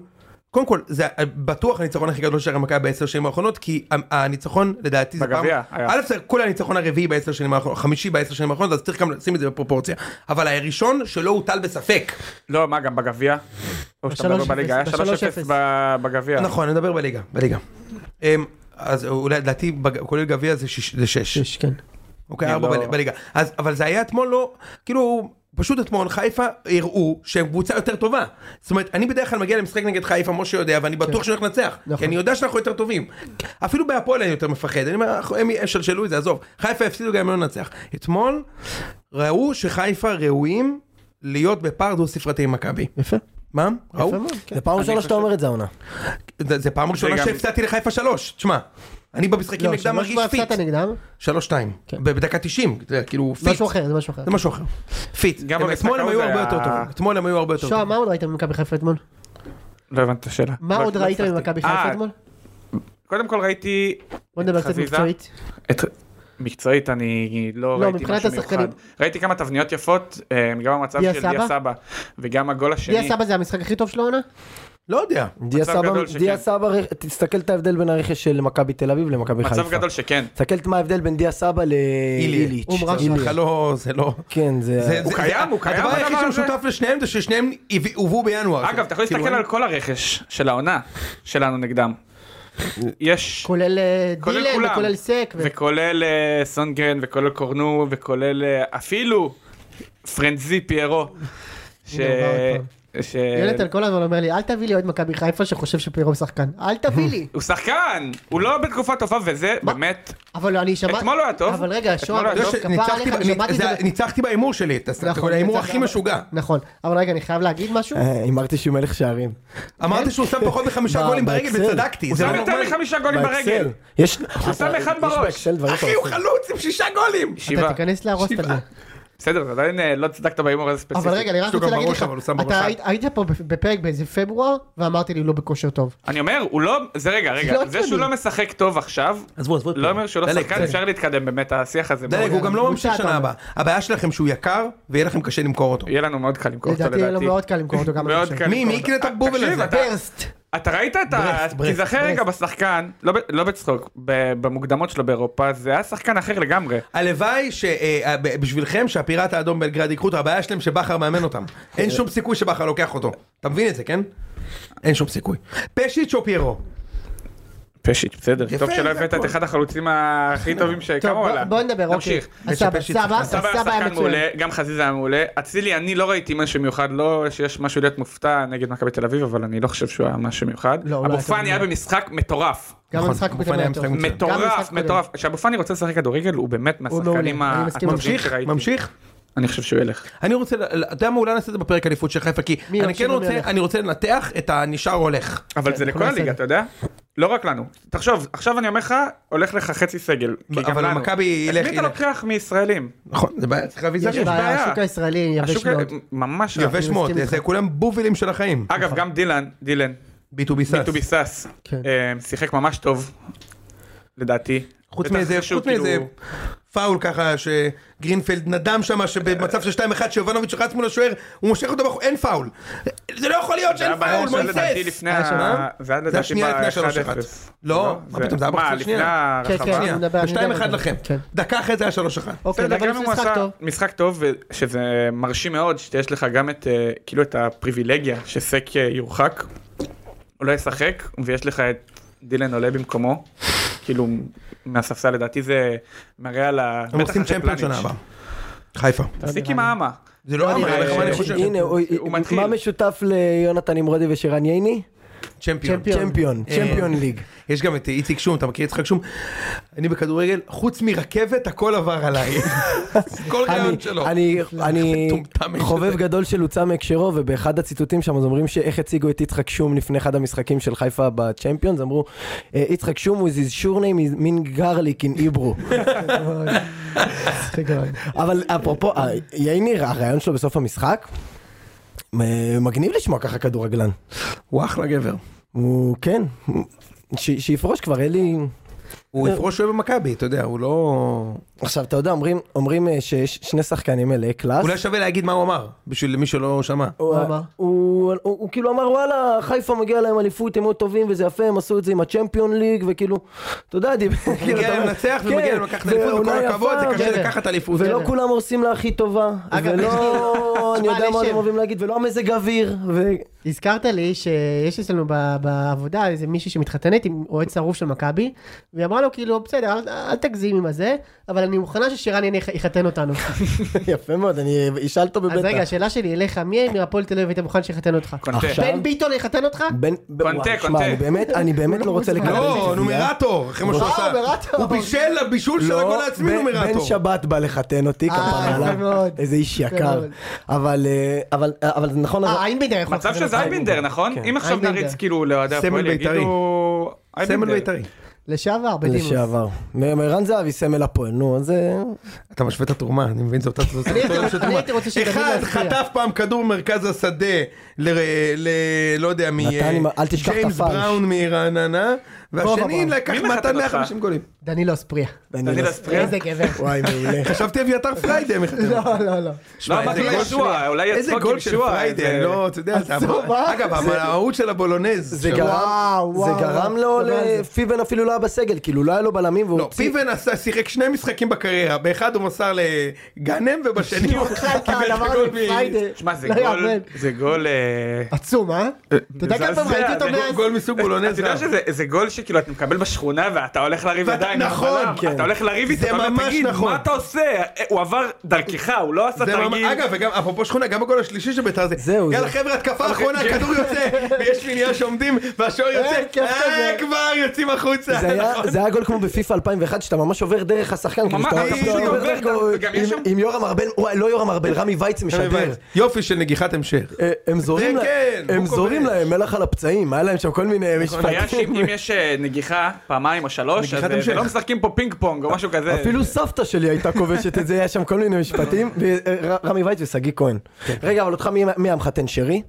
Speaker 3: קודם כל, זה בטוח הניצחון הכי גדול של מכבי בעשר שנים האחרונות, כי ה- הניצחון לדעתי זה פעם...
Speaker 1: בגביע היה.
Speaker 3: א', זה כולה הניצחון הרביעי בעשר שנים האחרונות, חמישי בעשר שנים האחרונות, אז צריך גם לשים את זה בפרופורציה. אבל הראשון שלא הוטל בספק.
Speaker 1: לא, מה, גם בגביע? או שאתה מדבר
Speaker 2: בשלוש
Speaker 1: בליגה, היה
Speaker 2: אפס, בשלוש
Speaker 1: 3-0
Speaker 2: אפס.
Speaker 1: ב- בגביע.
Speaker 3: נכון, אני מדבר בליגה, בליגה. אמ, אז אולי, לדעתי, בג- כולל גביע זה שש. זה שש.
Speaker 2: יש, כן.
Speaker 3: אוקיי,
Speaker 1: אני
Speaker 3: ארבע
Speaker 1: לא-
Speaker 3: בל- בליגה. אז, אבל זה היה אתמול לא, כאילו, פשוט אתמול חיפה הראו שהם קבוצה יותר טובה. זאת אומרת, אני בדרך כלל מגיע למשחק נגד חיפה, משה יודע, ואני בטוח שאני הולך לנצח.
Speaker 2: כן. נכון.
Speaker 3: כי אני יודע שאנחנו יותר טובים. אפילו בהפועל אני יותר מפחד, אני אומר, "אנחנו- הם ישלשלו את זה, עזוב. חיפה הפסידו גם אם לא ננצח. אתמול ראו שחיפה ראויים להיות בפער דו ספרתי עם מכבי.
Speaker 2: יפה.
Speaker 3: מה? ראו?
Speaker 2: יפה מאוד. כן.
Speaker 5: לא זה פעם ראשונה שאתה אומר את זה העונה.
Speaker 3: זה זה פעם ראשונה
Speaker 1: גם-
Speaker 3: שהפסדתי לחיפה שלוש, תשמע. אני במשחקים
Speaker 2: לא,
Speaker 3: נגדם
Speaker 2: שלוש
Speaker 3: מרגיש
Speaker 2: כבר
Speaker 3: פיט.
Speaker 2: הפסדת נגדם?
Speaker 3: שלוש שתיים.
Speaker 2: כן.
Speaker 3: בדקה תשעים, זה כאילו פיט.
Speaker 2: משהו אחר, זה משהו אחר.
Speaker 3: זה משהו אחר. פיט.
Speaker 1: גם
Speaker 3: הם-
Speaker 1: במשחק
Speaker 3: אתמול הם
Speaker 1: ההוא
Speaker 3: היו
Speaker 1: זה
Speaker 3: הרבה
Speaker 1: היה-
Speaker 3: יותר טובים. אתמול הם היו הרבה יותר
Speaker 2: שואה,
Speaker 3: טובים.
Speaker 2: מה עוד ראית ממכבי חיפה אתמול?
Speaker 1: לא הבנת את השאלה.
Speaker 2: מה
Speaker 1: לא-
Speaker 2: עוד
Speaker 1: לא
Speaker 2: ראית
Speaker 1: הצלחתי.
Speaker 2: ממכבי
Speaker 1: אה,
Speaker 2: חיפה אתמול?
Speaker 1: קודם כל ראיתי
Speaker 2: בוא נדבר קצת
Speaker 1: חזיזה?
Speaker 2: מקצועית.
Speaker 1: את... מקצועית אני לא,
Speaker 2: לא,
Speaker 1: ראיתי
Speaker 2: מבחינת
Speaker 1: משהו
Speaker 2: השחקנים.
Speaker 1: מיוחד. ראיתי כמה תבניות יפות, אה, גם המצב
Speaker 2: דיה
Speaker 1: של
Speaker 2: סבא?
Speaker 1: דיה סבא וגם הגול השני.
Speaker 2: דיה סבא זה המשחק הכי טוב של העונה?
Speaker 3: לא יודע.
Speaker 2: אה,
Speaker 5: דיה
Speaker 1: מצב
Speaker 5: סבא,
Speaker 1: גדול שכן.
Speaker 5: דיה סבא, רכ- תסתכל את ההבדל בין הרכש של מכבי תל אביב למכבי חיפה.
Speaker 1: מצב גדול שכן.
Speaker 5: תסתכל מה ההבדל בין דיה סבא לאיליץ'.
Speaker 2: עומרן
Speaker 5: איליה.
Speaker 3: בכלל לא, זה לא.
Speaker 2: אה,
Speaker 5: כן, זה...
Speaker 1: הוא קיים, הוא קיים,
Speaker 3: הדבר
Speaker 1: הדבר
Speaker 3: היחיד
Speaker 1: הזה.
Speaker 3: שמשותף לשניהם זה ששניהם הביא- הובאו
Speaker 2: אוקיי.
Speaker 3: בינואר.
Speaker 1: אגב, אתה יכול
Speaker 3: כאילו,
Speaker 1: להסתכל על כל הרכש של העונה שלנו נגדם. יש...
Speaker 2: כולל אה,
Speaker 1: כולל
Speaker 2: דילן
Speaker 1: כולם.
Speaker 2: וכולל סק. ו-
Speaker 1: וכולל אה, סונגרן, וכולל קורנו, וכולל אה, אפילו פרנזי פיירו. ש...
Speaker 2: הנה, הוא בא עוד
Speaker 1: ש... אה,
Speaker 2: יונתן כל הזמן אומר לי, אל תביא לי אוהד מכבי חיפה שחושב שפירו שחקן. אל תביא
Speaker 1: *laughs*
Speaker 2: לי.
Speaker 1: הוא שחקן! הוא לא בתקופה טובה, וזה
Speaker 2: מה?
Speaker 1: באמת...
Speaker 2: אבל לא, אני שמעתי...
Speaker 1: אתמול הוא היה טוב.
Speaker 2: אבל רגע,
Speaker 1: אתמול
Speaker 2: שואה,
Speaker 1: הוא היה
Speaker 3: אתה יודע
Speaker 1: טוב.
Speaker 2: לא, כפרה
Speaker 3: שניצחתי
Speaker 2: עליך,
Speaker 3: ב-
Speaker 2: שמעתי את
Speaker 3: זה-
Speaker 2: זה. ב-
Speaker 3: ניצחתי בהימור שלי, אתה- אתה
Speaker 2: נכון,
Speaker 3: יודע, ההימור
Speaker 2: ניצחת,
Speaker 3: הכי
Speaker 2: אבל-
Speaker 3: משוגע.
Speaker 2: נכון, אבל רגע, אני חייב להגיד משהו.
Speaker 5: אה, הימרתי שהוא מלך שערים.
Speaker 2: כן.
Speaker 3: אמרתי שהוא שם פחות מחמישה
Speaker 5: ב-
Speaker 3: גולים ברגל
Speaker 5: באקסל.
Speaker 3: וצדקתי,
Speaker 5: הוא
Speaker 3: זה
Speaker 1: הוא
Speaker 3: לא
Speaker 1: שם יותר
Speaker 3: נורמלי.
Speaker 1: מחמישה גולים
Speaker 5: באקסל.
Speaker 1: ברגל.
Speaker 5: יש...
Speaker 1: הוא שם אחד
Speaker 5: יש
Speaker 1: בראש.
Speaker 5: באקסל דברים
Speaker 3: אחי, הוא
Speaker 5: אתה עושה.
Speaker 3: חלוץ עם שישה גולים!
Speaker 1: שבעה.
Speaker 2: אתה תיכנס להרוס את
Speaker 3: שבעה.
Speaker 2: זה.
Speaker 1: בסדר, זה עדיין אה, לא צדקת בהימור הזה ספציפית.
Speaker 2: אבל רגע, אני
Speaker 3: יש
Speaker 2: רק
Speaker 3: לו
Speaker 2: רוצה
Speaker 3: גם
Speaker 2: להגיד
Speaker 3: בראש,
Speaker 2: לך,
Speaker 3: אבל הוא שם בראש
Speaker 2: אתה
Speaker 3: אחד.
Speaker 2: היית- היית פה בפרק באיזה פברואר, ואמרתי לי, לא בכושר טוב.
Speaker 1: אני אומר, הוא לא... זה רגע,
Speaker 2: לא
Speaker 1: רגע. זה
Speaker 2: הגיוני.
Speaker 1: שהוא לא משחק טוב עכשיו,
Speaker 3: עזבו, עזבו. את
Speaker 1: לא
Speaker 3: פרק.
Speaker 1: אומר שהוא לא
Speaker 3: דלג,
Speaker 1: שחקן,
Speaker 3: דלג.
Speaker 1: אפשר להתקדם באמת, השיח הזה. מאוד-
Speaker 3: דלג, הוא גם לא
Speaker 2: הוא
Speaker 3: ממשיך
Speaker 2: צעד,
Speaker 3: שנה
Speaker 2: אתה אומר.
Speaker 3: הבאה. הבעיה שלכם שהוא יקר, ויהיה לכם קשה למכור אותו.
Speaker 1: יהיה לנו מאוד קל למכור אותו
Speaker 2: לדעתי
Speaker 1: לדעתי.
Speaker 2: יהיה לו מאוד קל למכור אותו גם. אני
Speaker 1: מאוד
Speaker 2: חושב.
Speaker 1: קל.
Speaker 3: מי- מי
Speaker 1: למכור
Speaker 3: יקנה את
Speaker 1: אותו.
Speaker 3: הבובל
Speaker 1: תקשיב,
Speaker 3: הזה?
Speaker 1: אתה-
Speaker 2: ברסט.
Speaker 1: אתה ראית את ה...
Speaker 3: ברסט, ברסט,
Speaker 1: תיזכר רגע בשחקן, לא ב- לא בצחוק, ב- במוקדמות שלו באירופה, זה היה שחקן אחר לגמרי.
Speaker 3: הלוואי אה, שבשבילכם שהפיראט האדום בלגרד ייקחו אותו, הבעיה שלהם שבכר מאמן אותם.
Speaker 2: כן.
Speaker 3: אין שום סיכוי שבכר לוקח אותו. אתה מבין את זה, כן? אין שום סיכוי. פשיץ' או פיירו?
Speaker 1: פשיץ', בסדר.
Speaker 3: יפה,
Speaker 1: טוב שלא
Speaker 3: זה
Speaker 1: הבאת
Speaker 3: הכל.
Speaker 1: את אחד החלוצים
Speaker 2: *laughs*
Speaker 1: הכי טובים
Speaker 2: טוב,
Speaker 1: שקמו
Speaker 2: בוא-
Speaker 1: עליו.
Speaker 2: בוא נדבר, אוקיי.
Speaker 1: נמשיך.
Speaker 2: אז סבא,
Speaker 3: ושפשיץ
Speaker 2: סבא,
Speaker 3: שחקן.
Speaker 1: סבא
Speaker 3: נכון,
Speaker 1: היה
Speaker 2: סבא היה
Speaker 1: שחקן
Speaker 2: מצוין.
Speaker 1: מעולה, גם חזיזה היה מעולה. אצילי, אני לא ראיתי משהו מיוחד, לא שיש משהו להיות מופתע נגד מכבי תל אביב, אבל אני לא חושב שהוא היה משהו מיוחד.
Speaker 2: לא, הוא לא
Speaker 1: אבו
Speaker 2: היה טוב
Speaker 1: פאני היה
Speaker 2: מאוד.
Speaker 1: במשחק מטורף.
Speaker 2: גם
Speaker 3: נכון,
Speaker 2: המשחק
Speaker 3: הוא
Speaker 2: הקודם
Speaker 3: היה
Speaker 2: היה
Speaker 3: משחק
Speaker 2: טוב.
Speaker 3: מצוין.
Speaker 2: גם המשחק
Speaker 1: מטורף,
Speaker 2: הקודם.
Speaker 1: מטורף. כשאבו פאני רוצה לשחק כדורגל, הוא באמת מהשחקנים
Speaker 2: מעולה, אני
Speaker 1: ה-
Speaker 2: מסכים.
Speaker 1: הטובים
Speaker 3: ממשיך?
Speaker 1: שראיתי.
Speaker 3: ממשיך?
Speaker 1: אני חושב שהוא ילך.
Speaker 3: אני רוצה, ל- אתה יודע מה, אולי נעשה את זה בפרק אליפות של חיפה, כי
Speaker 2: מי
Speaker 3: אני
Speaker 2: ממשיך
Speaker 3: כן
Speaker 2: ומי
Speaker 3: רוצה,
Speaker 2: הולך?
Speaker 3: אני רוצה לנתח את הנשאר הולך.
Speaker 1: אבל זה לכל
Speaker 2: נעשה את
Speaker 1: הליגה,
Speaker 2: זה.
Speaker 1: אתה יודע? לא רק לנו. תחשוב, עכשיו אני אומר לך, הולך לך חצי סגל. כי גם
Speaker 3: אבל
Speaker 1: לנו.
Speaker 3: מכבי
Speaker 1: את
Speaker 3: ילך-
Speaker 1: מי אתה
Speaker 3: ילך.
Speaker 1: לוקח מישראלים?
Speaker 3: נכון, זה בעיה, צריך להביא
Speaker 2: יש
Speaker 3: זרים.
Speaker 1: בעיה.
Speaker 2: בעיה, השוק הישראלי יבש
Speaker 1: השוק
Speaker 2: מאוד.
Speaker 1: ממש רע.
Speaker 3: יבש
Speaker 2: אני
Speaker 3: מאוד,
Speaker 2: מסכים
Speaker 3: זה
Speaker 2: איתך. אה,
Speaker 3: כולם בובילים של החיים.
Speaker 1: אגב, גם דילן, דילן,
Speaker 3: B2B סאס.
Speaker 1: ביטובי סאס,
Speaker 2: כן.
Speaker 1: אה, שיחק ממש טוב, לדעתי.
Speaker 3: חוץ
Speaker 1: בטח
Speaker 3: מאיזה,
Speaker 1: שהוא
Speaker 3: חוץ מאיזה
Speaker 1: כאילו-
Speaker 3: פאול ככה שגרינפלד נדם שם שבמצב של 2-1 שיובנוביץ' רץ מול השוער הוא מושך אותו בחוץ, אין פאול. זה לא יכול להיות
Speaker 1: זה היה
Speaker 3: שאין פאול,
Speaker 1: בעיה של לדעתי
Speaker 3: מויסס.
Speaker 1: לפני ה... זה היה
Speaker 3: זה
Speaker 1: לדעתי
Speaker 3: השנייה לפני ה- 3-1.
Speaker 1: 1-0.
Speaker 3: לא, מה פתאום, זה היה
Speaker 1: מה,
Speaker 3: בחצי
Speaker 1: לפני
Speaker 3: השנייה.
Speaker 2: כן, כן.
Speaker 1: הרחבה?
Speaker 3: שנייה,
Speaker 2: אני מדבר- אני מדבר
Speaker 3: ב-2-1
Speaker 2: על זה.
Speaker 3: לכם.
Speaker 2: כן.
Speaker 3: דקה אחרי זה היה 3-1.
Speaker 2: אוקיי,
Speaker 1: בסדר,
Speaker 2: אבל
Speaker 1: גם
Speaker 2: זה
Speaker 1: אם הוא
Speaker 2: משחק
Speaker 1: עשה
Speaker 2: טוב.
Speaker 1: משחק טוב, שזה מרשים מאוד שיש לך גם את, אה, כאילו, את הפריבילגיה שסק אה, יורחק, הוא לא ישחק, ויש לך את דילן עולה במקומו, כאילו, מהספסל לדעתי זה מראה על ה...
Speaker 3: הם
Speaker 1: בטח
Speaker 3: עושים
Speaker 1: אחרי
Speaker 3: צ'מפיונס שנה
Speaker 1: פלניץ'.
Speaker 2: לא
Speaker 3: הבאה. חיפה.
Speaker 1: תפסיק עם האמה.
Speaker 3: זה לא אמר,
Speaker 1: נראה
Speaker 3: איך
Speaker 1: לי-
Speaker 3: אני חושב.
Speaker 5: אה, הנה, הוא-
Speaker 1: הוא מתחיל.
Speaker 5: מה משותף ליונתן נמרודי ושרן ייני?
Speaker 3: צ'מפיון.
Speaker 2: צ'מפיון.
Speaker 5: צ'מפיון,
Speaker 3: אה,
Speaker 5: צ'מפיון ליג.
Speaker 3: יש גם את איציק שום, אתה מכיר את יצחק שום? אני בכדורגל, חוץ מרכבת הכל עבר עליי. כל רעיון
Speaker 5: אני-
Speaker 3: שלו. *laughs*
Speaker 5: אני- אני
Speaker 3: מטומטם יש
Speaker 5: חובב
Speaker 3: לזה.
Speaker 5: גדול של הוצא מהקשרו, ובאחד הציטוטים שם, אז אומרים שאיך הציגו את יצחק שום לפני אחד המשחקים של חיפה בצ'מפיונס, אמרו, "אה, יצחק שום הוא his sure name is mean garlic in Hebrew. *laughs*
Speaker 2: מצחיק מאוד.
Speaker 5: אבל אפרופו, אה, ייני, הרעיון שלו בסוף המשחק, אה, מגניב לשמוע ככה כדורגלן.
Speaker 3: הוא אחלה גבר.
Speaker 5: הוא, כן, ש- שיפרוש כבר, אין לי... אה,
Speaker 3: הוא יפרוש שהוא יהיה במכבי, אתה יודע, הוא לא...
Speaker 5: עכשיו, אתה יודע, אומרים- אומרים אה, שיש שני שחקנים מלאי קלאס.
Speaker 3: אולי שווה להגיד מה הוא אמר, בשביל מי שלא שמע.
Speaker 5: הוא,
Speaker 2: מה אמר?
Speaker 5: הוא, הוא, הוא כאילו אמר וואלה חיפה מגיע להם אליפות הם מאוד טובים וזה יפה הם עשו את זה עם הצ'מפיון ליג וכאילו אתה יודע דיבר כאילו,
Speaker 3: מגיע
Speaker 5: אתה
Speaker 3: להם
Speaker 5: אומר,
Speaker 3: לנצח
Speaker 5: כן,
Speaker 3: ומגיע להם לקחת
Speaker 5: זה
Speaker 3: אליפות, וכל
Speaker 5: עונה
Speaker 3: הכבוד,
Speaker 5: יפה, לא
Speaker 3: זה קשה
Speaker 2: כן.
Speaker 3: לקחת אליפות. לא,
Speaker 5: ולא
Speaker 2: כן.
Speaker 5: כולם עושים לה הכי טובה
Speaker 2: אגב,
Speaker 5: ולא אני
Speaker 2: תשמע,
Speaker 5: יודע מה
Speaker 2: לשם.
Speaker 5: אתם אוהבים להגיד ולא המזג אוויר ו- *laughs*
Speaker 2: הזכרת לי שיש אצלנו ב- בעבודה איזה מישהי שמתחתנת עם אוהד שרוף של מכבי, והיא אמרה לו כאילו בסדר אל- אל תגזים עם הזה, אבל אני מוכנה ששירן יני יח- יחתן
Speaker 5: *laughs*
Speaker 2: אותנו.
Speaker 5: יפה מאוד אני אשאל אותו
Speaker 2: אז רגע
Speaker 5: בבטח
Speaker 2: השאלה שלי אליך, מי מהפועל תל אביב היית מוכן שיחתן אותך?
Speaker 1: קונטה.
Speaker 5: עכשיו.
Speaker 2: בן ביטון יחתן אותך?
Speaker 5: בן- ב-
Speaker 1: קונטה,
Speaker 5: וואי, תשמע,
Speaker 1: קונטה.
Speaker 5: אני באמת אני באמת לא
Speaker 2: *laughs*
Speaker 5: רוצה לקבל
Speaker 3: לא,
Speaker 5: תביעה.
Speaker 3: נומרטור, אחרי מה שהוא
Speaker 2: אה,
Speaker 3: עשה.
Speaker 2: נומרטור.
Speaker 3: הוא בישל לבישול של הגול העצמי
Speaker 5: לא, בן- בן
Speaker 3: נומרטור.
Speaker 5: לא, שבת בא לחתן אותי,
Speaker 2: אה,
Speaker 5: כפרה
Speaker 2: יפה
Speaker 5: עליו.
Speaker 2: מאוד.
Speaker 5: איזה איש
Speaker 2: יפה
Speaker 5: יקר.
Speaker 2: מאוד.
Speaker 5: אבל, אה, אבל, אבל זה נכון,
Speaker 2: אה, איינבינדר יכול
Speaker 1: מצב
Speaker 2: לחתן
Speaker 1: שזה
Speaker 2: אותך.
Speaker 1: אייבינדר, נכון? אם עכשיו
Speaker 2: כן. אייבינדר.
Speaker 1: נריץ כאילו לאוהדי
Speaker 3: סמל
Speaker 1: הפועל
Speaker 3: בית"רי.
Speaker 1: יגידו...
Speaker 3: סמל
Speaker 1: אייבינדר.
Speaker 3: בית"רי.
Speaker 2: לשעבר, בדימוס.
Speaker 5: לשעבר. מ- מרן זהבי סמל הפועל, נו, אז... אה,
Speaker 3: אתה משווה את התרומה, אני מבין, זו אותה זו אותה-
Speaker 2: אני הייתי-
Speaker 3: זו אותה
Speaker 2: אני הייתי רוצה שדוד
Speaker 3: אחד
Speaker 2: יפריע.
Speaker 3: חטף פעם כדור ממרכז השדה, ל... ל- לא יודע, מ...
Speaker 5: נתן עם ה- אל תשכח את
Speaker 3: ג'יימס
Speaker 5: הפרש.
Speaker 3: בראון מרעננה, והשני
Speaker 2: בראון.
Speaker 3: לקח
Speaker 1: מי מחט
Speaker 3: מתן
Speaker 1: אותך?
Speaker 3: 150 גולים.
Speaker 2: דנילו אספריה.
Speaker 1: דניאל אספריה?
Speaker 2: איזה גבר.
Speaker 5: לא-
Speaker 3: *laughs*
Speaker 5: וואי, מעולה.
Speaker 3: חשבתי אביתר פריידי מחטף.
Speaker 2: לא, לא, לא.
Speaker 1: לא
Speaker 3: שמע,
Speaker 1: אמרתי
Speaker 3: איזה גול
Speaker 1: ישוע,
Speaker 3: של-
Speaker 1: אולי
Speaker 3: איזה
Speaker 1: יצחוק
Speaker 3: גול
Speaker 1: עם
Speaker 3: של
Speaker 1: שועה,
Speaker 3: פריידי,
Speaker 1: איזה-
Speaker 3: לא, אתה יודע, זה-
Speaker 2: עצוב, אה?
Speaker 3: אגב, המהות של הבולונז. לא,
Speaker 5: זה
Speaker 3: של-
Speaker 5: גרם,
Speaker 2: וואו,
Speaker 5: זה
Speaker 2: וואו,
Speaker 5: גרם
Speaker 2: וואו,
Speaker 5: לו,
Speaker 2: תדבר על זה.
Speaker 5: לפיבן אפילו לא היה בסגל, כאילו לא היה לו בלמים והוא
Speaker 3: לא,
Speaker 5: הוציא,
Speaker 3: פיבן עשה- שיחק שני משחקים בקריירה, באחד הוא מסר לגאנם *laughs*
Speaker 2: *laughs*
Speaker 3: ובשני הוא
Speaker 2: אכל את
Speaker 3: קיבל את
Speaker 2: הדבר
Speaker 3: הגול
Speaker 1: *laughs*
Speaker 2: הזה,
Speaker 3: מ...
Speaker 2: פריידי.
Speaker 1: שמע, זה
Speaker 2: לא
Speaker 1: גול,
Speaker 2: יאמן.
Speaker 1: זה גול... אה,
Speaker 2: עצום, אה? אתה יודע כמה פעמים
Speaker 1: מזעזע,
Speaker 2: ראיתי
Speaker 1: זה
Speaker 2: אותו
Speaker 3: גול-
Speaker 2: מאז? אה.
Speaker 3: גול מסוג בולונז.
Speaker 1: אתה יודע שזה זה גול שכאילו אתה מקבל בשכונה ואתה הולך לריב
Speaker 3: ואתה-
Speaker 1: ידיים, עם
Speaker 3: נכון,
Speaker 1: הבלם.
Speaker 3: כן.
Speaker 1: אתה הולך לריב איתו,
Speaker 3: זה
Speaker 1: אתה אומר,
Speaker 3: ממש
Speaker 1: תגיד,
Speaker 3: נכון.
Speaker 1: מה אתה עושה? אה, הוא עבר דרכך, הוא לא עשה
Speaker 3: זה ממש,
Speaker 1: תרגיל.
Speaker 3: אגב, וגם אפרופו שכונה, גם הגול השלישי של בית"ר זה,
Speaker 5: זהו,
Speaker 3: יאללה
Speaker 5: זה-
Speaker 3: חבר'ה, התקפה אחרונה,
Speaker 2: *laughs*
Speaker 3: הכדור יוצא, ויש מניעה שעומדים, והשוער יוצא,
Speaker 2: אוקיי. אה, כיף
Speaker 3: אה,
Speaker 2: כזה.
Speaker 3: כבר יוצאים *laughs* החוצה,
Speaker 5: זה היה-
Speaker 3: נכון?
Speaker 5: זה היה גול כמו בפיפא 2001, שאתה ממש עובר דרך השחקן, כאילו
Speaker 1: ממש,
Speaker 5: שאתה
Speaker 1: אתה
Speaker 5: ממש
Speaker 3: פשוט
Speaker 5: עובר
Speaker 1: עובר,
Speaker 5: דרך גול,
Speaker 1: וגם יש
Speaker 5: עם-
Speaker 1: שם-
Speaker 5: עם יורם ארבל, וואי, לא יורם ארבל, רמי וייץ משדר.
Speaker 3: נכון. יופי של נגיחת המשך.
Speaker 5: אה, הם זורים
Speaker 3: זה
Speaker 5: לה-
Speaker 3: כן,
Speaker 5: הם
Speaker 3: הוא
Speaker 5: זורים
Speaker 3: כובש.
Speaker 5: להם מלח על הפצעים, היה להם שם כל מיני
Speaker 1: נכון, היה שאם
Speaker 5: משפטים.
Speaker 1: אם יש אה, נגיחה פעמיים או שלוש,
Speaker 3: נגיחת
Speaker 1: אז אה,
Speaker 3: המשך.
Speaker 1: זה לא משחקים פה פינג פונג או משהו כזה.
Speaker 5: אפילו סבתא שלי הייתה כובשת את זה, היה שם כל מיני משפטים, ורמי וייץ ושגיא כהן. רגע, אבל אותך מי- מי המחתן שרי?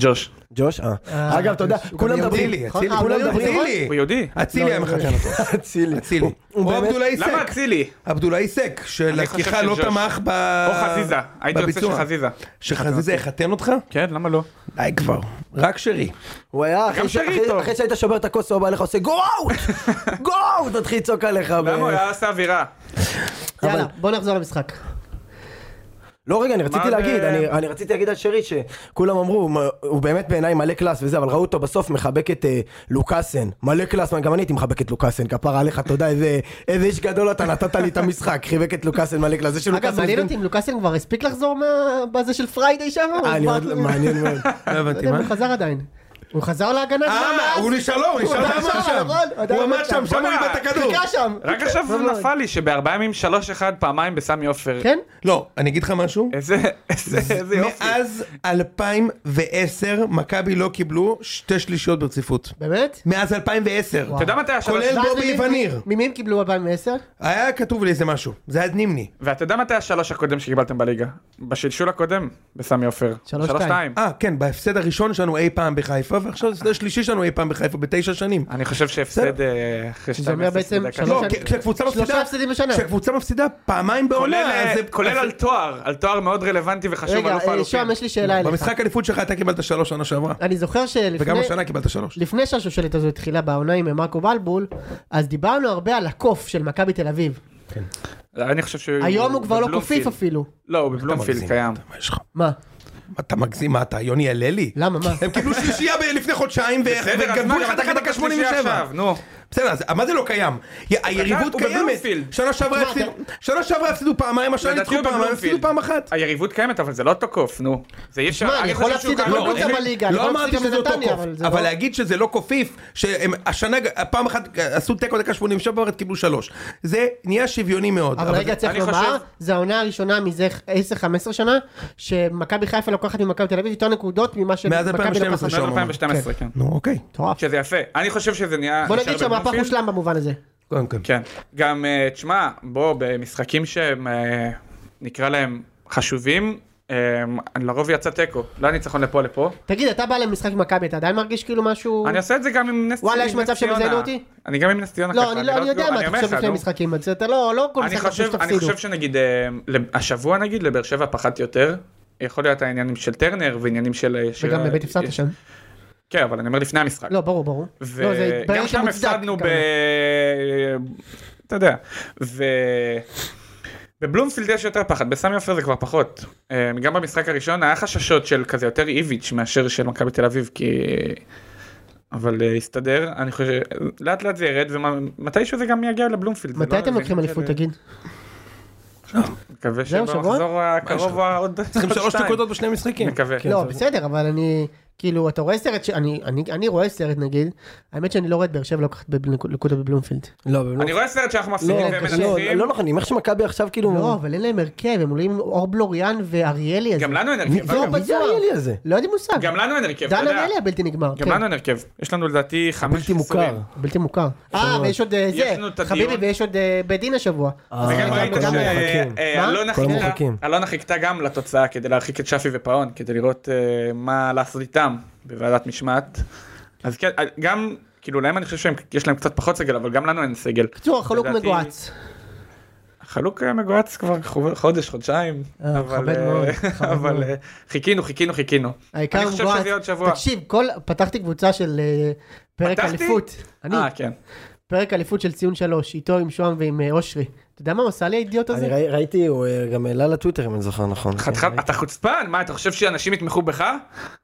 Speaker 1: ג'וש.
Speaker 5: ג'וש? אה.
Speaker 2: אה,
Speaker 5: אגב, אתה יודע,
Speaker 2: ג'וש. הוא
Speaker 5: כולם
Speaker 2: גם
Speaker 5: מדברים,
Speaker 3: אצילי,
Speaker 2: נכון?
Speaker 3: אצילי,
Speaker 2: אה, הוא
Speaker 5: כולם
Speaker 2: לא
Speaker 5: מדברים,
Speaker 2: יהודי?
Speaker 3: אצילי,
Speaker 1: הוא יהודי.
Speaker 3: אצילי היה מחתן אותו,
Speaker 5: אצילי.
Speaker 3: אצילי.
Speaker 5: לא. הוא
Speaker 3: או
Speaker 5: באמת-
Speaker 3: הבדולאי
Speaker 1: למה
Speaker 3: סק,
Speaker 1: אצילי?
Speaker 3: הבדולאי סק, שלקיחה
Speaker 1: חושב
Speaker 3: לא
Speaker 1: שג'וש.
Speaker 3: תמך ב...
Speaker 1: או חזיזה. הייתי רוצה
Speaker 3: בביצוע.
Speaker 1: שחזיזה. אוקיי.
Speaker 3: שחזיזה יחתן אותך?
Speaker 1: כן, למה לא?
Speaker 3: די כבר, רק שרי.
Speaker 5: הוא היה, אחרי
Speaker 1: גם
Speaker 5: ש-
Speaker 1: שרי
Speaker 5: אחרי-
Speaker 1: טוב.
Speaker 5: אחרי שהיית שובר את הכוס, הוא בא אליך עושה גו אאוט! גו אאוט! תתחיל לצעוק עליך. ב-
Speaker 1: למה הוא
Speaker 3: אה,
Speaker 1: היה עשה אווירה?
Speaker 2: יאללה, בוא נחזור למשחק.
Speaker 5: לא רגע, אני רציתי
Speaker 1: מה
Speaker 5: להגיד,
Speaker 1: זה-
Speaker 5: אני- אני רציתי להגיד על שרי שכולם אמרו, "מה, הוא באמת בעיניי מלא קלאס וזה, אבל ראו אותו בסוף מחבק את אה, לוקאסן. מלא קלאס, גם אני הייתי מחבק את לוקאסן, כפרה עליך, תודה, איזה איזה איש גדול אתה, נתת לי את המשחק, חיבק את לוקאסן מלא קלאס. זה שלוקאסן...
Speaker 2: אגב, מעניין
Speaker 5: הסכים-
Speaker 2: אותי אם לוקאסן כבר הספיק לחזור מה- בזה של פריידי שם? כאילו-
Speaker 5: אה, אני עוד... מעניין מאוד.
Speaker 3: לא
Speaker 2: לא
Speaker 3: הבנתי
Speaker 2: יודע אם
Speaker 3: מה.
Speaker 2: הוא חזר עדיין. הוא חזר להגנה?
Speaker 3: אה,
Speaker 2: למה?
Speaker 3: הוא נשאר, לא, הוא נשאר
Speaker 2: הוא
Speaker 3: ועמד
Speaker 2: עמד שם,
Speaker 3: שם.
Speaker 2: נכון, עדיין
Speaker 3: הוא
Speaker 2: עמד
Speaker 3: עמד
Speaker 2: שם.
Speaker 3: שם, שם הוא איבד את הכדור.
Speaker 2: חיכה שם.
Speaker 3: כן,
Speaker 1: רק עכשיו
Speaker 3: לא,
Speaker 2: טוב מאוד.
Speaker 1: נפל לי שבארבעה ימים שלוש אחד פעמיים בסמי עופר.
Speaker 2: כן?
Speaker 3: לא, אני אגיד לך משהו.
Speaker 1: איזה איזה- *laughs* איזה יופי.
Speaker 3: מאז 2010 מכבי לא קיבלו שתי שלישיות ברציפות.
Speaker 2: באמת?
Speaker 3: מאז 2010.
Speaker 1: אתה יודע מתי היה שלוש?
Speaker 3: כולל
Speaker 2: ואז
Speaker 3: בובי
Speaker 2: ממי-
Speaker 3: כן, וניר.
Speaker 2: ממי הם קיבלו 2010?
Speaker 3: היה כתוב לי איזה משהו, זה היה נימני.
Speaker 1: ואתה יודע מתי השלוש הקודם שקיבלתם בליגה? בשלשול הקודם, בסמי עופר.
Speaker 2: שלוש שתיים.
Speaker 3: אה, כן, בהפסד הראשון שלנו אי פעם בחיפה, ועכשיו זה השלישי שלנו אי פעם בחיפה, בתשע שנים.
Speaker 1: אני חושב שהפסד אה, אחרי
Speaker 2: שזה אומר
Speaker 1: אפס
Speaker 2: בעצם
Speaker 1: בדקה.
Speaker 2: שלוש
Speaker 3: לא,
Speaker 1: לא,
Speaker 3: כי-
Speaker 2: שנים.
Speaker 3: כשקבוצה
Speaker 2: שלושה
Speaker 3: מפסידה,
Speaker 2: הפסדים בשנה.
Speaker 3: כשקבוצה מפסידה פעמיים בעונה,
Speaker 1: כולל- אה,
Speaker 3: אז זה...
Speaker 1: כולל
Speaker 3: אז-
Speaker 1: על תואר, על תואר מאוד רלוונטי וחשוב,
Speaker 2: אה, רגע,
Speaker 1: אלוף
Speaker 2: אה,
Speaker 1: האלופים.
Speaker 2: שוהם, יש לי שאלה אליך.
Speaker 3: במשחק אליפות שלך אתה קיבלת שלוש שנה שעברה,
Speaker 2: אני זוכר
Speaker 3: וגם
Speaker 2: שלפני...
Speaker 3: השנה קיבלת שלוש.
Speaker 2: לפני שהשושלת הזו התחילה בעונה עם מרקו בלבול, אז דיברנו הרבה על הקוף של מכבי תל אביב.
Speaker 1: לא, אני חושב שהוא...
Speaker 2: היום הוא כבר לא
Speaker 1: כן, בבלומפילד.
Speaker 2: קופיף אפילו.
Speaker 1: לא, הוא
Speaker 3: אתה מגזים,
Speaker 1: בבלומפילד קיים.
Speaker 3: מה יש לך?
Speaker 2: מה?
Speaker 3: אתה מגזים, מה אתה, יוני הללי?
Speaker 2: למה, מה?
Speaker 3: הם קיבלו שלישייה ב- לפני חודשיים, ו-
Speaker 1: בסדר, אז
Speaker 3: וגנבו
Speaker 1: מה,
Speaker 3: לך
Speaker 1: גם
Speaker 3: את
Speaker 1: אתה
Speaker 3: הדקה
Speaker 1: קיבלת שלישייה
Speaker 3: 87.
Speaker 1: עכשיו, נו.
Speaker 3: בסדר, אז מה זה לא קיים? י- היריבות
Speaker 1: הוא
Speaker 3: קיימת.
Speaker 1: בבלומפילד.
Speaker 3: שנה שעברה
Speaker 2: תשמע,
Speaker 3: הפסידו- שנה שעברה הפסידו פעמיים, השנה
Speaker 1: לדעתי
Speaker 3: ניצחו
Speaker 1: הוא
Speaker 3: פעמיים,
Speaker 1: בבלומפילד.
Speaker 3: הפסידו פעם אחת.
Speaker 1: היריבות קיימת, אבל זה לא אותו קוף, נו. זה אי אפשר...
Speaker 2: שמע, אני יכול
Speaker 1: חושב שהוא
Speaker 2: להפסיד
Speaker 1: גם
Speaker 2: הכל
Speaker 1: לא-
Speaker 2: קבוצה
Speaker 1: אין לי-
Speaker 2: בליגה, אני
Speaker 3: לא
Speaker 2: יכול
Speaker 3: אמרתי
Speaker 2: להפסיד גם
Speaker 3: שזה אותו
Speaker 2: לנתניה,
Speaker 3: קוף,
Speaker 2: אבל זה
Speaker 3: אבל
Speaker 2: לא-
Speaker 3: להגיד שזה לא קופיף, שהם השנה, פעם אחת עשו תיקו דקה 87 ואז קיבלו שלוש. זה נהיה שוויוני מאוד.
Speaker 2: אבל רגע,
Speaker 3: זה-
Speaker 2: צריך
Speaker 1: אני
Speaker 2: לומר,
Speaker 1: חושב-
Speaker 2: זו העונה הראשונה מזה 10-15 שנה, שמכבי חיפה לוקחת ממכבי תל אביב יותר נקודות ממה
Speaker 3: מאז
Speaker 2: שמכבי
Speaker 3: 2012
Speaker 2: לוקחת.
Speaker 3: שם.
Speaker 1: מאז 2012, כן.
Speaker 3: נו אוקיי.
Speaker 2: מטורף.
Speaker 1: שזה יפה. אני חושב שזה נהיה...
Speaker 2: בוא
Speaker 1: נשאר
Speaker 2: נגיד שהמהפך
Speaker 1: בבלומפילד.
Speaker 2: הושלם במובן הזה.
Speaker 3: קודם כל.
Speaker 1: כן. גם, אה, תשמע, בוא, במשחקים שהם, אה, נקרא להם חשובים, אה, לרוב יצא תיקו. לא היה ניצחון לפה לפה.
Speaker 2: תגיד, אתה בא למשחק מכבי, אתה עדיין מרגיש כאילו משהו...
Speaker 1: אני עושה את זה גם עם נס
Speaker 2: וואלה,
Speaker 1: עם
Speaker 2: יש
Speaker 1: נס
Speaker 2: מצב שהם
Speaker 1: ציונה.
Speaker 2: יזיינו אותי?
Speaker 1: אני גם עם נס ציונה
Speaker 2: לא, אני לא- אני יודע מה, אתה
Speaker 1: אומר
Speaker 2: חושב
Speaker 1: לך,
Speaker 2: לפני
Speaker 1: נו.
Speaker 2: משחקים, אז אתה לא, לא כל
Speaker 1: אני
Speaker 2: משחק חושב
Speaker 1: חושב- אני
Speaker 2: שתפסידו.
Speaker 1: חושב שנגיד, אה, לב- השבוע נגיד, לבאר שבע פחדתי יותר. יכול להיות העניינים של טרנר ועניינים של... אה, של-
Speaker 2: וגם באמת הפסדת שם.
Speaker 1: כן, אבל אני אומר לפני המשחק.
Speaker 2: לא, ברור, ברור. לא, זה התברר
Speaker 1: וגם שם
Speaker 2: כמוצדק,
Speaker 1: הפסדנו ב...
Speaker 2: כמובן.
Speaker 1: אתה יודע. ו... בבלומפילד יש יותר פחד, בסמי עופר זה כבר פחות. אה, גם במשחק הראשון היה חששות של כזה יותר איביץ' מאשר של מכבי תל אביב, כי... אבל אה, הסתדר, אני חושב, לאט לאט זה ירד, ומתישהו זה גם יגיע לבלומפילד. זה
Speaker 2: מתי
Speaker 1: לא-
Speaker 2: אתם
Speaker 1: זה
Speaker 2: לוקחים
Speaker 1: עניין
Speaker 2: אליפות,
Speaker 1: של-
Speaker 2: תגיד?
Speaker 1: מקווה
Speaker 2: זהו, שבוע?
Speaker 1: שבמחזור
Speaker 3: יש לך?
Speaker 1: הקרוב עוד...
Speaker 3: צריכים
Speaker 1: עוד
Speaker 3: שלוש
Speaker 1: שתיים.
Speaker 3: נקודות בשני משחקים.
Speaker 2: כן.
Speaker 1: מקווה.
Speaker 2: לא, בסדר, אבל אני... כאילו, אתה רואה סרט, ש... אני, אני, אני רואה סרט נגיד, האמת שאני לא רואה את באר שבע לוקחת בבנק- נקודות בבלומפילד.
Speaker 5: לא,
Speaker 1: אני רואה סרט שאנחנו מפסידים והם מנצחים.
Speaker 5: לא נכון, אני אומר שמכבי עכשיו כאילו...
Speaker 2: לא, אבל אין להם הרכב, הם עולים עם אור בלוריאן ואריאלי הזה.
Speaker 1: גם לנו אין
Speaker 5: מי
Speaker 1: הרכב.
Speaker 5: זה
Speaker 1: אגב.
Speaker 5: מי זה האריאלי הזה?
Speaker 2: לא יודעים מושג.
Speaker 1: גם לנו אין הרכב. אתה
Speaker 2: דן
Speaker 1: יודע.
Speaker 2: אריאלי הבלתי נגמר.
Speaker 1: גם
Speaker 2: כן.
Speaker 1: לנו אין הרכב. יש לנו לדעתי חמש
Speaker 5: בלתי מוכר.
Speaker 1: חיסורים.
Speaker 2: בלתי מוכר. אה, ויש עוד אה,
Speaker 1: יש לנו את
Speaker 2: זה,
Speaker 1: הדיון.
Speaker 2: חביבי, ויש עוד אה, בית דין השבוע. אז
Speaker 1: וגם
Speaker 2: גם-
Speaker 1: ראינו
Speaker 2: גם-
Speaker 1: ש-
Speaker 5: המורחקים.
Speaker 1: אה,
Speaker 2: מה?
Speaker 1: אלונה
Speaker 5: כל
Speaker 1: חיכתה-
Speaker 5: המורחקים.
Speaker 1: אלונה חיכתה גם לתוצאה כדי להרחיק את שפי ופאון, כדי לראות אה, מה לעשות איתם בוועדת משמעת. אז כן, אה, גם, כאילו להם אני חושב שיש להם קצת פחות סגל, אבל גם לנו אין סגל.
Speaker 2: בקיצור, החלוק
Speaker 1: לדעתי-
Speaker 2: מגואץ.
Speaker 1: חלוק אה, מגואץ כבר חו- חודש, חודשיים,
Speaker 2: אה,
Speaker 1: אבל,
Speaker 2: מכבד
Speaker 1: אה, *laughs*
Speaker 2: מאוד, מכבד
Speaker 1: אבל
Speaker 2: מאוד.
Speaker 1: אה, חיכינו, חיכינו, חיכינו.
Speaker 2: העיקר
Speaker 1: אני חושב
Speaker 2: מגואץ.
Speaker 1: שזה יהיה עוד שבוע.
Speaker 2: תקשיב, כל... פתחתי קבוצה של אה, פרק
Speaker 1: פתחתי?
Speaker 2: אליפות. אני,
Speaker 1: אה, כן.
Speaker 2: פרק אליפות של ציון שלוש, איתו עם שוהם ועם אה, אושרי. אתה יודע מה הוא עשה לי האידיוט
Speaker 5: אני
Speaker 2: הזה?
Speaker 5: ראי- ראיתי, הוא אה, גם העלה לטוויטר אם אני זוכר נכון.
Speaker 1: חתיכת, אתה חוצפן? מה, אתה חושב שאנשים יתמכו בך?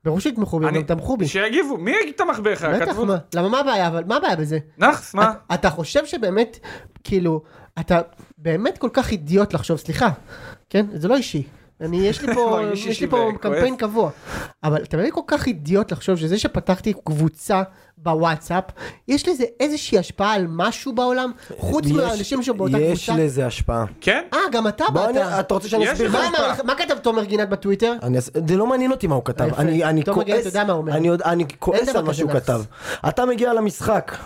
Speaker 2: ברור שיתמכו בי,
Speaker 1: אני-
Speaker 2: הם תמכו בי.
Speaker 1: שיגיבו, מי תמך בך?
Speaker 2: בטח,
Speaker 1: כתבו-
Speaker 2: מה? אה, למה מה הבעיה? אבל מה הבעיה בזה?
Speaker 1: נאחס, מה?
Speaker 2: אתה- אתה חושב שבאמת, כאילו, אתה באמת כל כך אידיוט לחשוב, סליחה, כן? זה לא אישי. אני, יש
Speaker 1: *laughs*
Speaker 2: לי פה,
Speaker 1: מרגיש
Speaker 2: יש
Speaker 1: לא, אישי
Speaker 2: לי פה
Speaker 1: וכואב.
Speaker 2: קמפיין קבוע. אבל אתה באמת כל כך אידיוט לחשוב שזה שפתחתי קבוצה בוואטסאפ, יש לזה איזושהי השפעה על משהו בעולם, חוץ
Speaker 5: יש-
Speaker 2: מהאנשים שבאותה
Speaker 5: יש
Speaker 2: קבוצה?
Speaker 5: לזה השפעה.
Speaker 1: כן?
Speaker 2: אה, גם אתה
Speaker 5: בוא,
Speaker 2: באת.
Speaker 5: אני- אתה רוצה שאני
Speaker 1: יש
Speaker 5: אסביר לך?
Speaker 1: לך
Speaker 2: מה אמר לך- מה כתב תומר גינת בטוויטר?
Speaker 5: אני אס- זה לא מעניין אותי מה הוא כתב,
Speaker 2: יפה.
Speaker 5: אני אני
Speaker 2: תומר גלאט
Speaker 5: כועס,
Speaker 2: יודע מה הוא אומר.
Speaker 5: אני יודע- אני
Speaker 2: אין
Speaker 5: כועס
Speaker 2: דבר
Speaker 5: על מה
Speaker 2: כזה
Speaker 5: שהוא
Speaker 2: נאחס.
Speaker 5: כתב. אתה מגיע למשחק,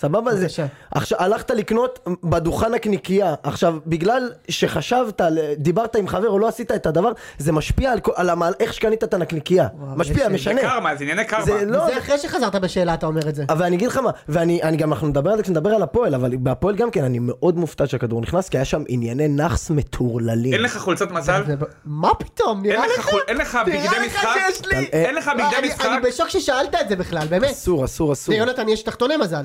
Speaker 5: סבבה זה?
Speaker 2: בבקשה.
Speaker 5: עכשיו הלכת לקנות בדוכן הקניקייה, עכשיו בגלל שחשבת, על- דיברת עם חבר או לא עשית את הדבר, זה משפיע על כל- על המהל- איך שקנית את הנקניקייה,
Speaker 2: וואו,
Speaker 5: משפיע,
Speaker 2: יש-
Speaker 1: זה
Speaker 5: משנה.
Speaker 1: קרמה, זה ענייני קרמה.
Speaker 5: זה לא,
Speaker 2: זה אחרי שחזרת בשאלה אתה אומר את זה.
Speaker 5: אבל אני אגיד לך מה, ואני אני גם, אנחנו נדבר על זה כשנדבר על הפועל, אבל בהפועל גם כן, אני מאוד מופתע שהכדור נכנס, כי היה שם ענייני נאחס מטורללים.
Speaker 1: אין לך חולצת
Speaker 3: אה,
Speaker 1: מזל?
Speaker 2: זה ב- מה פתאום,
Speaker 1: אין
Speaker 2: נראה
Speaker 1: לך
Speaker 2: לך?
Speaker 1: חול- אין לך
Speaker 2: נראה
Speaker 1: בגדי
Speaker 2: לך
Speaker 1: משחק?
Speaker 2: שיש לי?
Speaker 1: אין- אין
Speaker 3: אה,
Speaker 1: לך
Speaker 2: לא,
Speaker 1: בגדי
Speaker 2: אני-
Speaker 1: משחק?
Speaker 2: אני בשוק ששאלת את זה בכלל, באמת.
Speaker 5: אסור, אסור, אסור.
Speaker 2: יונתן, יש תחתוני מזל.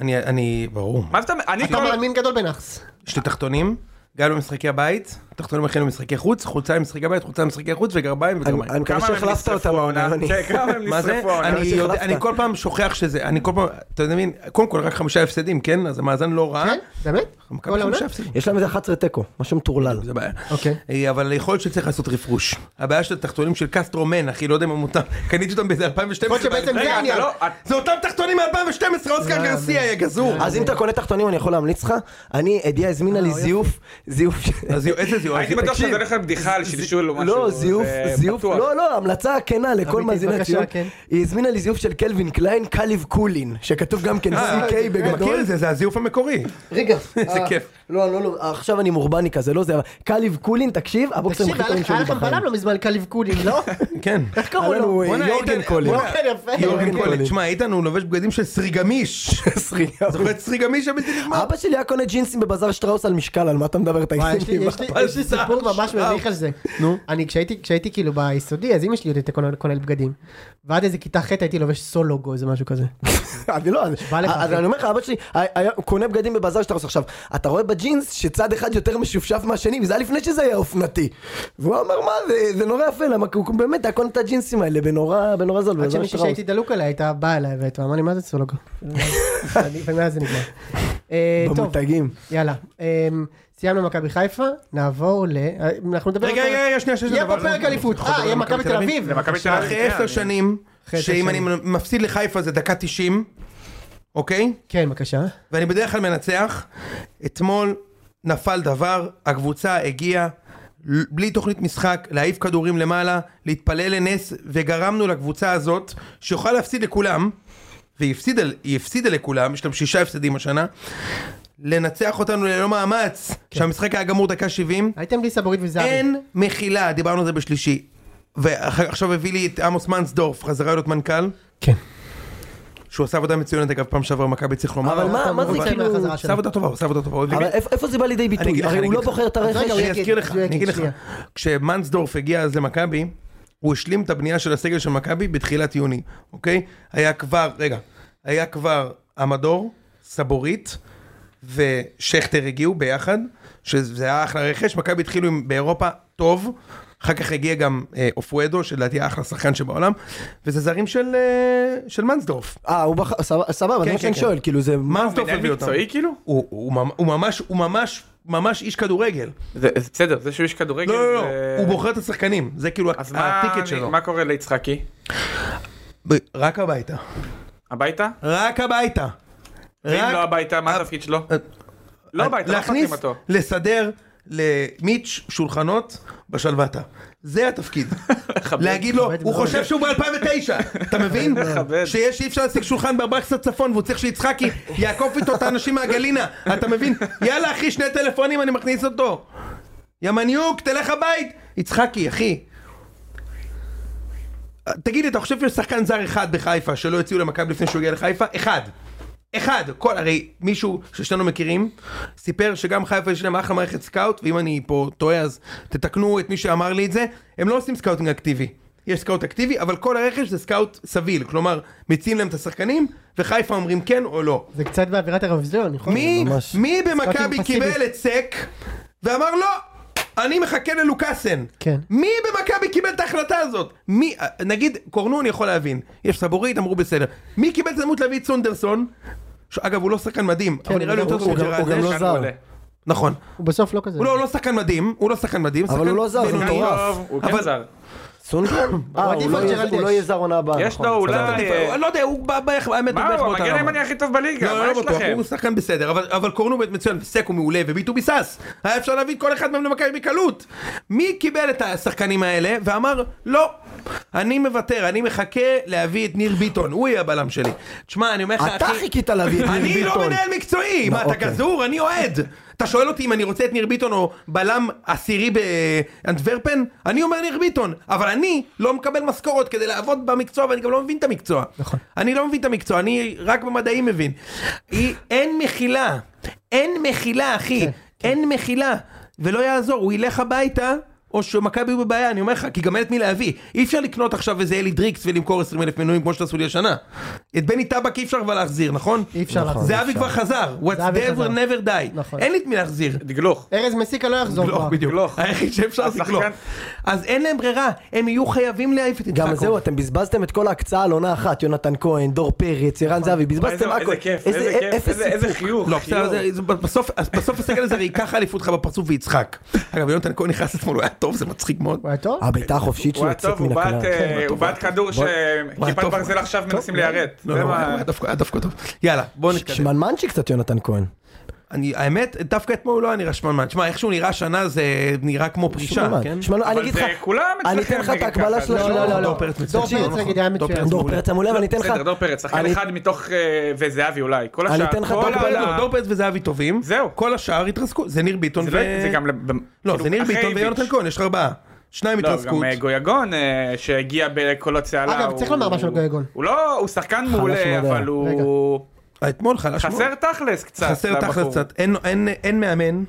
Speaker 3: אני, אני, ברור.
Speaker 1: מה זאת אומרת? אני
Speaker 2: אתה
Speaker 1: כל...
Speaker 2: מאמין גדול בנאחס.
Speaker 3: יש לי תחתונים, גם במשחקי הבית, תחתונים אחרים במשחקי חוץ, חולצה למשחקי הבית, חולצה למשחקי חוץ וגרביים
Speaker 5: אני
Speaker 3: וגרביים.
Speaker 5: אני מקווה
Speaker 1: כמה הם
Speaker 5: שהחלפת
Speaker 1: נשרפו
Speaker 5: אותם
Speaker 1: העונה?
Speaker 5: העונה, יוני.
Speaker 1: כן, כמה הם
Speaker 3: מה זה?
Speaker 1: נשרפו העונה?
Speaker 3: אני, יודע,
Speaker 5: שהחלפת.
Speaker 3: אני כל פעם שוכח שזה, אני כל פעם, אתה מבין, קודם כל רק חמישה הפסדים, כן? אז המאזן לא רע.
Speaker 2: כן? באמת?
Speaker 3: מכבי
Speaker 2: כל העונה?
Speaker 3: חמישה הפסדים.
Speaker 5: *laughs* יש להם איזה 11 תיקו, משהו מטורלל.
Speaker 3: זה בעיה.
Speaker 2: אוקיי.
Speaker 3: אה, אבל יכול להיות שצריך לעשות רפרוש. הבעיה של התחתונים של קסטרו מן, אחי, לא יודע אם הם מותר. קניתי אותם באיזה 2012.
Speaker 2: יכול להיות שבעצם
Speaker 1: רגע,
Speaker 2: זה
Speaker 1: אתה
Speaker 2: העניין. לא,
Speaker 1: לא... את-
Speaker 3: זה אותם תחתונים מ-2012, אוסקר גרסיה, יא גזור.
Speaker 5: אז אם אתה קונה תחתונים אני יכול להמליץ לך, אני, אדיה הזמינה לי זיוף, זיוף,
Speaker 3: אז יו- איזה זיהוי?
Speaker 1: הייתי בטוח שזה הולך להיות בדיחה על שלשול או משהו.
Speaker 5: *laughs* לא זיוף,
Speaker 1: זה
Speaker 5: זיוף,
Speaker 1: בטוח.
Speaker 5: לא לא, המלצה כנה לכל
Speaker 2: אמיתי,
Speaker 5: מאזיני
Speaker 2: בבקשה,
Speaker 5: הציון,
Speaker 2: כן.
Speaker 5: היא הזמינה לי זיוף של קלווין קליין, קליב קולין, שכתוב גם כן CK
Speaker 3: אה, אני מכיר
Speaker 5: בגדול,
Speaker 3: את זה, זה הזיוף המקורי.
Speaker 5: רגע,
Speaker 3: איזה
Speaker 5: אה,
Speaker 3: כיף.
Speaker 5: לא לא לא, עכשיו אני מורבני כזה, לא זה, אבל קליב קולין, תקשיב, הבוקסרים
Speaker 2: תקשיב,
Speaker 5: הכי
Speaker 2: היה
Speaker 5: טובים
Speaker 2: לך- היה
Speaker 5: שלי
Speaker 2: לכם
Speaker 5: בחיים,
Speaker 2: בלם לא מזמן, קליב קולין,
Speaker 5: *laughs*
Speaker 2: לא? *laughs*
Speaker 3: כן.
Speaker 2: איך קראו
Speaker 5: היה לנו,
Speaker 2: לו?
Speaker 5: אה,
Speaker 3: בואנה,
Speaker 5: יורגן
Speaker 3: איתן-
Speaker 5: קולין.
Speaker 3: בואנה,
Speaker 2: כן, יפה.
Speaker 3: יורגן
Speaker 5: קולין.
Speaker 3: קולין. תשמע, איתן הוא לובש בגדים של
Speaker 2: *laughs*
Speaker 3: סריגמיש. זוכר את סריגמיש הבלתי
Speaker 2: אה,
Speaker 3: נגמר?
Speaker 5: אבא שלי היה קונה ג'ינסים בבזאר שטראוס על משקל, על מה אתה מדבר? אתה
Speaker 2: וואי, יש לי- יש לי- יש לי סיפור ממש מביך על זה. נו. אני כשהייתי כשהייתי כאילו ביסודי, אז אמא שלי עוד הייתה קונה- קונה לי בגדים. ועד איזה כיתה ח' הייתי לובש סולוגו, איזה משהו כזה.
Speaker 5: *laughs* אני לא, אני-
Speaker 2: בא לך,
Speaker 5: אז
Speaker 2: אחי.
Speaker 5: אני אומר לך, אבא שלי היה- היה- הוא קונה בגדים בבזאר שטראוס עכשיו. אתה רואה בג'ינס שצד אחד יותר משופשף מהשני, וזה היה לפני שזה היה אופנתי. והוא אמר, מה, זה- זה נורא יפה, למה הוא באמת היה קונה את הג'ינסים האלה בנורא בנורא
Speaker 2: עד
Speaker 5: זול, בבזאר
Speaker 2: שמישהי
Speaker 5: לא שטראוס.
Speaker 2: שהייתי דלוק עליה הייתה באה אליי והייתה אמרה לי מה זה
Speaker 5: *laughs*
Speaker 2: סולוגו. אני- ומאז זה נגמר. אה, טוב,
Speaker 5: במותגים.
Speaker 2: יאללה. אה, סיימנו מכבי חיפה, נעבור ל... אה, אנחנו נדבר...
Speaker 3: רגע,
Speaker 2: על-
Speaker 3: רגע, רגע, שנייה, שיש
Speaker 2: יהיה
Speaker 3: דבר
Speaker 2: פה
Speaker 3: אחרון.
Speaker 2: פרק אליפות.
Speaker 3: יכול
Speaker 2: אה,
Speaker 3: לדבר
Speaker 2: יהיה
Speaker 3: על
Speaker 2: מכבי תל אביב.
Speaker 1: למכבי תל אביב.
Speaker 3: אחרי עשר
Speaker 1: כן,
Speaker 3: שנים,
Speaker 2: אחרי עשר
Speaker 3: שאם אני
Speaker 2: שנים.
Speaker 3: מפסיד לחיפה זה דקה 90, אוקיי?
Speaker 2: כן, בבקשה.
Speaker 3: ואני בדרך כלל מנצח. אתמול נפל דבר, הקבוצה הגיעה ל- בלי תוכנית משחק, להעיף כדורים למעלה, להתפלל לנס, וגרמנו לקבוצה הזאת, שיכולה להפסיד לכולם, והיא הפסידה, היא הפסידה לכולם, יש להם שישה הפסדים השנה, לנצח אותנו ללא מאמץ,
Speaker 5: כן.
Speaker 3: שהמשחק היה גמור דקה 70,
Speaker 2: הייתם בלי סבורית וזהבי.
Speaker 3: אין מחילה, דיברנו על זה בשלישי. ועכשיו הביא לי את עמוס מנסדורף, חזרה להיות מנכ"ל,
Speaker 2: כן.
Speaker 3: שהוא עשה עבודה מצוינת אגב, פעם שעברה במכבי צריך לומר.
Speaker 5: אבל מה- מה זה
Speaker 2: הוא
Speaker 5: כאילו-
Speaker 2: יוצא מהחזרה
Speaker 3: עשה
Speaker 2: שלו.
Speaker 3: עבודה טובה, הוא עשה עבודה טובה. הוא הביא
Speaker 5: אבל
Speaker 3: לי-
Speaker 5: איפה איפה זה בא לידי
Speaker 3: אני אגיד
Speaker 5: ביטוי?
Speaker 3: לך,
Speaker 5: הרי
Speaker 3: אני
Speaker 5: הוא לא
Speaker 3: אגיד לך.
Speaker 5: בוחר את
Speaker 2: אז רגע,
Speaker 5: הרכש.
Speaker 2: הוא
Speaker 3: אני
Speaker 2: יגיד,
Speaker 3: אזכיר לך,
Speaker 2: הוא
Speaker 3: אני אגיד
Speaker 2: יגיד,
Speaker 3: לך,
Speaker 2: שנייה.
Speaker 3: כשמנסדורף הגיע אז למכבי, הוא השלים את הבנייה של הסגל של מכבי בתחילת יוני, אוקיי? היה כבר, רגע, היה כבר המדור, סבורית ושכטר הגיעו ביחד, שזה היה אחלה רכש, מכבי התחילו עם, באירופה טוב, אחר כך הגיע גם אה, אופואדו, שלדעתי אחלה שחקן שבעולם, וזה זרים של, אה, של מנסדורף.
Speaker 5: אה, הוא בחר, סבבה, סבבה, זה
Speaker 3: כן,
Speaker 5: מה שאני
Speaker 3: כן.
Speaker 5: שואל, כאילו זה...
Speaker 3: מנסדורף
Speaker 1: מנהל
Speaker 3: הביא אותם.
Speaker 1: מקצועי כאילו?
Speaker 3: הוא, הוא, ממ- הוא ממש, הוא ממש, ממש איש כדורגל.
Speaker 1: זה זה בסדר, זה שהוא איש כדורגל.
Speaker 3: לא, לא, לא,
Speaker 1: זה-
Speaker 3: הוא בוחר את השחקנים, זה כאילו
Speaker 1: אז מה-
Speaker 3: הטיקט שלו.
Speaker 1: מה קורה ליצחקי?
Speaker 3: ב- רק הביתה.
Speaker 1: הביתה?
Speaker 3: רק הביתה.
Speaker 1: ואם
Speaker 3: רק- אה,
Speaker 1: לא הביתה, מה התפקיד שלו? לא הביתה, לא
Speaker 3: להכניס,
Speaker 1: מפתחים אותו.
Speaker 3: לסדר למיץ' שולחנות בשלוותה. זה התפקיד.
Speaker 1: *laughs*
Speaker 3: להגיד לו,
Speaker 2: מכבד
Speaker 3: הוא
Speaker 2: מאוד.
Speaker 3: חושב שהוא ב-2009,
Speaker 1: *laughs*
Speaker 3: אתה מבין?
Speaker 1: מכבד.
Speaker 3: שיש אי אפשר להשיג שולחן בארבקסת צפון והוא צריך
Speaker 1: *laughs*
Speaker 3: שיצחקי יעקוף איתו את האנשים מהגלינה, אתה מבין? יאללה אחי, שני טלפונים אני מכניס אותו. ימניוק, תלך הבית. יצחקי, אחי. תגיד לי, אתה חושב שיש שחקן זר אחד בחיפה שלא הציעו למכבי לפני שהוא הגיע לחיפה? אחד. אחד, כל, הרי מישהו ששנינו מכירים, סיפר שגם חיפה יש להם אחלה מערכת סקאוט, ואם אני פה טועה אז תתקנו את מי שאמר לי את זה, הם לא עושים סקאוטינג אקטיבי. יש סקאוט אקטיבי, אבל כל הרכש זה סקאוט סביל, כלומר, מציעים להם את השחקנים, וחיפה אומרים כן או לא.
Speaker 2: זה קצת באווירת האירוויזיון, נכון?
Speaker 3: מי,
Speaker 5: ממש.
Speaker 3: מי במכבי
Speaker 2: סקאוטינג
Speaker 3: קיבל
Speaker 2: פסיבי.
Speaker 3: היצק ואמר לא, אני מחכה ללוקאסן.
Speaker 2: כן.
Speaker 3: מי במכבי קיבל את ההחלטה הזאת? מי, נגיד, קורנו אני יכול להבין, יש סבורית, אמרו בסדר. מי קיבל הזדמנות להביא את סונדרסון? שאגב, הוא לא שחקן מדהים, אבל נראה לי
Speaker 2: הוא
Speaker 3: יותר
Speaker 2: גם-
Speaker 3: טוב
Speaker 5: כן, הוא גם-
Speaker 3: מג'רלדש.
Speaker 5: הוא גם לא
Speaker 1: כאן
Speaker 5: זר.
Speaker 1: עולה.
Speaker 3: נכון.
Speaker 2: הוא בסוף לא כזה.
Speaker 3: הוא לא הוא לא שחקן מדהים, הוא לא שחקן מדהים.
Speaker 5: אבל הוא לא זר, הוא
Speaker 3: בינוני.
Speaker 1: הוא
Speaker 5: מטורף.
Speaker 1: טוב, הוא כן
Speaker 3: אבל-
Speaker 1: זר.
Speaker 5: סונגרן? אה,
Speaker 2: עדיף
Speaker 5: הוא לא
Speaker 2: על
Speaker 5: יהיה-
Speaker 2: ג'רלדש.
Speaker 5: הוא לא יהיה זר עונה הבאה.
Speaker 1: יש
Speaker 5: נכון,
Speaker 1: לו אולי-
Speaker 5: סבבה.
Speaker 1: אה,
Speaker 3: אני לא יודע, הוא בא בערך, האמת,
Speaker 1: מה
Speaker 3: בערך
Speaker 1: הוא,
Speaker 3: באותה
Speaker 1: המגן
Speaker 3: רמה.
Speaker 1: הימני הכי טוב בליגה,
Speaker 3: לא,
Speaker 1: מה
Speaker 3: לא
Speaker 1: יש
Speaker 3: בטוח,
Speaker 1: לכם?
Speaker 3: הוא שחקן בסדר, אבל, אבל קורנו מצוין, וסק הוא מעולה, וביטובי סס. היה אפשר להביא כל אחד מהם למכבי בקלות. מי קיבל את השחקנים האלה ואמר, לא, אני מוותר, אני מחכה להביא את ניר ביטון, הוא יהיה הבלם שלי. תשמע, אני אומר לך,
Speaker 5: אתה
Speaker 3: אחי,
Speaker 5: חיכית להביא את ניר
Speaker 3: אני
Speaker 5: ביטון.
Speaker 3: לא מנהל מקצועי, מה אתה
Speaker 5: אוקיי.
Speaker 3: גזור? אני אוהד. אתה שואל אותי אם אני רוצה את ניר ביטון או בלם עשירי באנטוורפן? אני אומר ניר ביטון, אבל אני לא מקבל משכורת כדי לעבוד במקצוע ואני גם לא מבין את המקצוע. נכון. אני לא מבין את המקצוע, אני רק במדעים מבין. היא- אין מחילה, אין מחילה אחי, אין מחילה. ולא יעזור, הוא ילך הביתה. או שמכבי הוא בבעיה, אני אומר לך, כי גם אין את מי להביא. אי אפשר לקנות עכשיו איזה אלי דריקס ולמכור 20 אלף מנויים כמו שתעשו לי השנה. את בני טבק אי אפשר כבר להחזיר, נכון?
Speaker 2: אי אפשר
Speaker 5: נכון.
Speaker 2: להחזיר.
Speaker 3: זהבי כבר חזר, what's
Speaker 2: זהבי
Speaker 3: never
Speaker 2: חזר.
Speaker 3: never die,
Speaker 2: נכון.
Speaker 3: אין לי את מי להחזיר.
Speaker 1: דגלוך.
Speaker 2: ארז מסיקה לא יחזור
Speaker 3: גלוך
Speaker 2: כבר.
Speaker 3: בדיוק,
Speaker 1: גלוך.
Speaker 3: היחיד שאפשר זה
Speaker 1: השחקן.
Speaker 3: גלוך. אז אין להם ברירה, הם יהיו חייבים להעיף את יצחקו.
Speaker 5: גם זהו, אתם בזבזתם את כל ההקצאה על עונה אחת, יונתן כהן, דור פרץ, ערן זהבי, בזבזתם
Speaker 1: איזה-
Speaker 5: הכל.
Speaker 1: איזה כיף, איזה כיף,
Speaker 5: אפס
Speaker 1: איזה- איזה
Speaker 5: סיפוק.
Speaker 1: חיוך,
Speaker 3: לא,
Speaker 1: חיוך.
Speaker 3: בסדר, זה- זה- בסוף אז בסוף הסגל הזה הרי ייקח אליפות לך בפרצוף ויצחק. אגב, יונתן כהן נכנס אתמול, הוא היה טוב, זה מצחיק מאוד.
Speaker 2: הוא היה טוב?
Speaker 5: הבעיטה החופשית
Speaker 1: הוא
Speaker 5: שלו
Speaker 1: היה
Speaker 5: יוצאת
Speaker 1: טוב,
Speaker 5: מן
Speaker 1: הוא בעט,
Speaker 5: הכלל.
Speaker 1: אה, הוא בעט כדור
Speaker 3: הוא היה
Speaker 1: שכיפת
Speaker 3: טוב,
Speaker 1: ברזל
Speaker 3: הוא היה
Speaker 1: עכשיו
Speaker 3: טוב,
Speaker 1: מנסים
Speaker 3: לא,
Speaker 1: לירד.
Speaker 3: לא,
Speaker 1: זה
Speaker 3: לא, הוא
Speaker 1: מה-
Speaker 3: היה דווקא- היה דווקא טוב. יאללה, בואו נתקדם.
Speaker 5: שמנמנצ'י קצת יונתן כהן.
Speaker 3: אני- האמת, דווקא אתמול הוא לא היה נראה שמנמן. שמע, איך שהוא נראה השנה זה נראה כמו פרישה,
Speaker 5: שמנמן.
Speaker 3: כן?
Speaker 5: שמנמן, אני
Speaker 1: אבל
Speaker 5: אגיד
Speaker 1: זה
Speaker 5: לך,
Speaker 1: כולם
Speaker 5: אני
Speaker 1: אצלכם
Speaker 5: אתן לך את
Speaker 1: נגד
Speaker 5: ההקבלה
Speaker 1: ככה,
Speaker 5: של
Speaker 1: לא,
Speaker 5: השנה.
Speaker 2: לא, לא,
Speaker 3: דור
Speaker 2: לא.
Speaker 3: פרץ מצוין.
Speaker 2: דור פרץ נגיד היה
Speaker 3: דור
Speaker 2: מצוין.
Speaker 3: פרץ
Speaker 5: דור פרץ
Speaker 3: לא,
Speaker 5: אמור לב, אני אתן לך...
Speaker 1: בסדר, דור פרץ, שחקן
Speaker 5: אני-
Speaker 1: אחד מתוך, אה, וזהבי אולי. כל
Speaker 5: אני
Speaker 1: השאר,
Speaker 5: אתן לך
Speaker 1: כל
Speaker 5: דור
Speaker 3: דור פרץ-
Speaker 1: העונה-
Speaker 3: דור פרץ וזהבי טובים,
Speaker 1: לא, זהו.
Speaker 3: כל השאר התרסקו, זה ניר ביטון
Speaker 1: זה
Speaker 3: ו...
Speaker 1: לא- זה גם... לב-
Speaker 3: לא,
Speaker 1: כאילו,
Speaker 3: זה ניר
Speaker 1: אחרי
Speaker 3: ביטון
Speaker 1: איביץ'.
Speaker 3: ויונתן כהן, יש לך ארבעה. שניים
Speaker 1: לא,
Speaker 3: התרסקות.
Speaker 1: גם אה, גויגון אה, שהגיע בקולות צהלה.
Speaker 2: אגב,
Speaker 1: הוא-
Speaker 2: צריך לומר משהו על גויגון.
Speaker 1: הוא לא, הוא שחקן מעולה,
Speaker 5: מאוד.
Speaker 1: אבל הוא...
Speaker 3: אתמול חלש מאוד.
Speaker 1: חסר תכלס קצת.
Speaker 3: חסר
Speaker 1: לבחור.
Speaker 3: תכלס קצת. אין- אין- אין מאמן.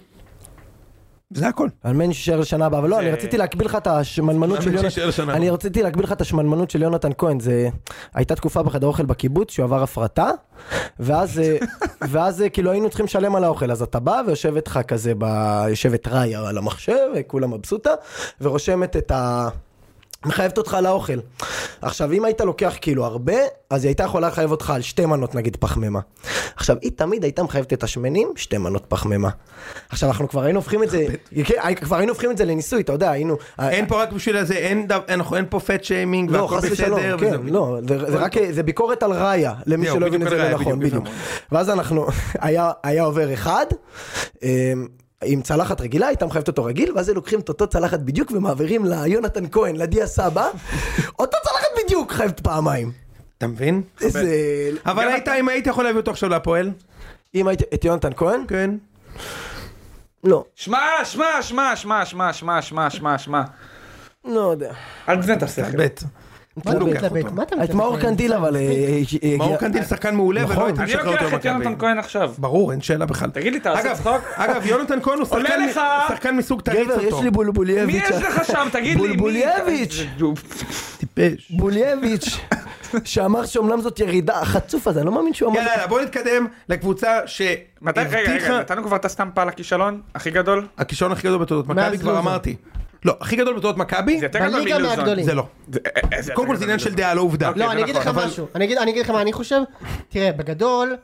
Speaker 3: זה הכל.
Speaker 5: על מן שישאר לשנה הבאה, אבל לא,
Speaker 1: זה-
Speaker 5: אני רציתי להקביל לך את השמנמנות
Speaker 3: על
Speaker 5: של
Speaker 3: מן שיישאר
Speaker 5: יונתן,
Speaker 3: לשנה
Speaker 5: אני
Speaker 3: הבאה.
Speaker 5: רציתי להקביל לך את השמנמנות של יונתן כהן, זה הייתה תקופה בחדר אוכל בקיבוץ שהוא עבר הפרטה, ואז אה, ואז אה, כאילו היינו צריכים לשלם על האוכל, אז אתה בא ויושבת לך כזה, ב- יושבת ראיה על המחשב, כולה מבסוטה, ורושמת את ה... מחייבת אותך על האוכל. עכשיו, אם היית לוקח כאילו הרבה, אז היא הייתה יכולה לחייב אותך על שתי מנות נגיד פחמימה. עכשיו, היא תמיד הייתה מחייבת את השמנים, שתי מנות פחמימה. עכשיו, אנחנו כבר היינו הופכים את זה, כן, כבר היינו הופכים את זה לניסוי, אתה יודע, היינו... אה,
Speaker 3: אין פה רק בשביל הזה, אין דו- אנחנו- אין פה פט שיימינג
Speaker 5: לא,
Speaker 3: והכל
Speaker 5: חס
Speaker 3: בסדר.
Speaker 5: ושלום, כן,
Speaker 3: וזהו.
Speaker 5: לא, זה זה רק, זה ביקורת על ראיה, למי
Speaker 3: זהו,
Speaker 5: שלא
Speaker 3: בדיוק
Speaker 5: הבין את זה
Speaker 3: על ראיה,
Speaker 5: לא נכון,
Speaker 3: בדיוק,
Speaker 5: בדיוק. ואז אנחנו, *laughs* היה- היה עובר אחד, אמ, עם צלחת רגילה, הייתה מחייבת אותו רגיל, ואז הם לוקחים את אותו צלחת בדיוק ומעבירים ליונתן כהן, לדיה
Speaker 3: *laughs*
Speaker 5: סבא, אותו צלחת בדיוק חייבת פעמיים.
Speaker 3: אתה מבין?
Speaker 5: איזה...
Speaker 3: אבל היית, אם היית יכול להביא אותו עכשיו להפועל?
Speaker 5: אם הייתי, את יונתן כהן?
Speaker 3: כן.
Speaker 5: לא,
Speaker 1: שמע, שמע, שמע, שמע, שמע, שמע, שמע, שמע, שמע.
Speaker 5: לא יודע.
Speaker 1: אל תזנה את
Speaker 5: כן.
Speaker 1: השכל.
Speaker 3: בית.
Speaker 2: מה אתה
Speaker 3: הוא לוקח
Speaker 2: מתלבט?
Speaker 3: אותו.
Speaker 2: מה אתה
Speaker 5: את
Speaker 2: מתלבט?
Speaker 5: מאור קנדיל אבל... אה, אה, הגיע-
Speaker 3: מאור קנדיל שחקן מעולה, ולא
Speaker 5: נכון.
Speaker 3: הייתי
Speaker 1: אני
Speaker 3: משחרר אותו
Speaker 1: לוקח את יונתן
Speaker 3: למכבי.
Speaker 1: כהן עכשיו.
Speaker 3: ברור, אין שאלה בכלל.
Speaker 1: תגיד לי, אתה עושה
Speaker 3: אגב-
Speaker 1: צחוק?
Speaker 3: אגב, יונתן כהן הוא
Speaker 1: עולה
Speaker 3: שחקן-
Speaker 1: לך!
Speaker 3: שחקן מסוג תריץ
Speaker 5: גבר,
Speaker 3: אותו.
Speaker 5: יש לי
Speaker 1: מי
Speaker 5: בולבולייביץ'.
Speaker 1: יש לך שם? תגיד לי. מי- אה,
Speaker 5: בולבולייביץ'.
Speaker 3: טיפש.
Speaker 5: בולייביץ', שאמר שאומנם זאת ירידה, החצוף הזה, אני לא מאמין שהוא אמר...
Speaker 2: כן,
Speaker 3: יאללה, יאללה, בוא נתקדם לקבוצה
Speaker 1: מתי- רגע, רגע,
Speaker 3: שהבטיחה...
Speaker 1: נתנו כבר את הסטמפה על הכישלון הכי גדול?
Speaker 3: הכישרון הכי גדול בתולדות
Speaker 2: מאז
Speaker 3: מכבי, כבר
Speaker 2: לוזון.
Speaker 3: אמרתי. לא, הכי גדול בתולדות מכבי,
Speaker 1: זה יותר גדול
Speaker 2: בליגה
Speaker 1: מלוזון.
Speaker 2: מהגדולים.
Speaker 3: זה לא.
Speaker 1: זה- אה, אה, יותר
Speaker 3: קודם כל
Speaker 1: גדול
Speaker 3: זה עניין של
Speaker 1: מלוזון.
Speaker 3: דעה, לא עובדה.
Speaker 1: אוקיי,
Speaker 2: לא,
Speaker 1: זה
Speaker 2: אני אגיד לך
Speaker 1: נכון.
Speaker 3: אבל-
Speaker 2: משהו. אני אגיד אני אגיד לך מה אני חושב. תראה, בגדול,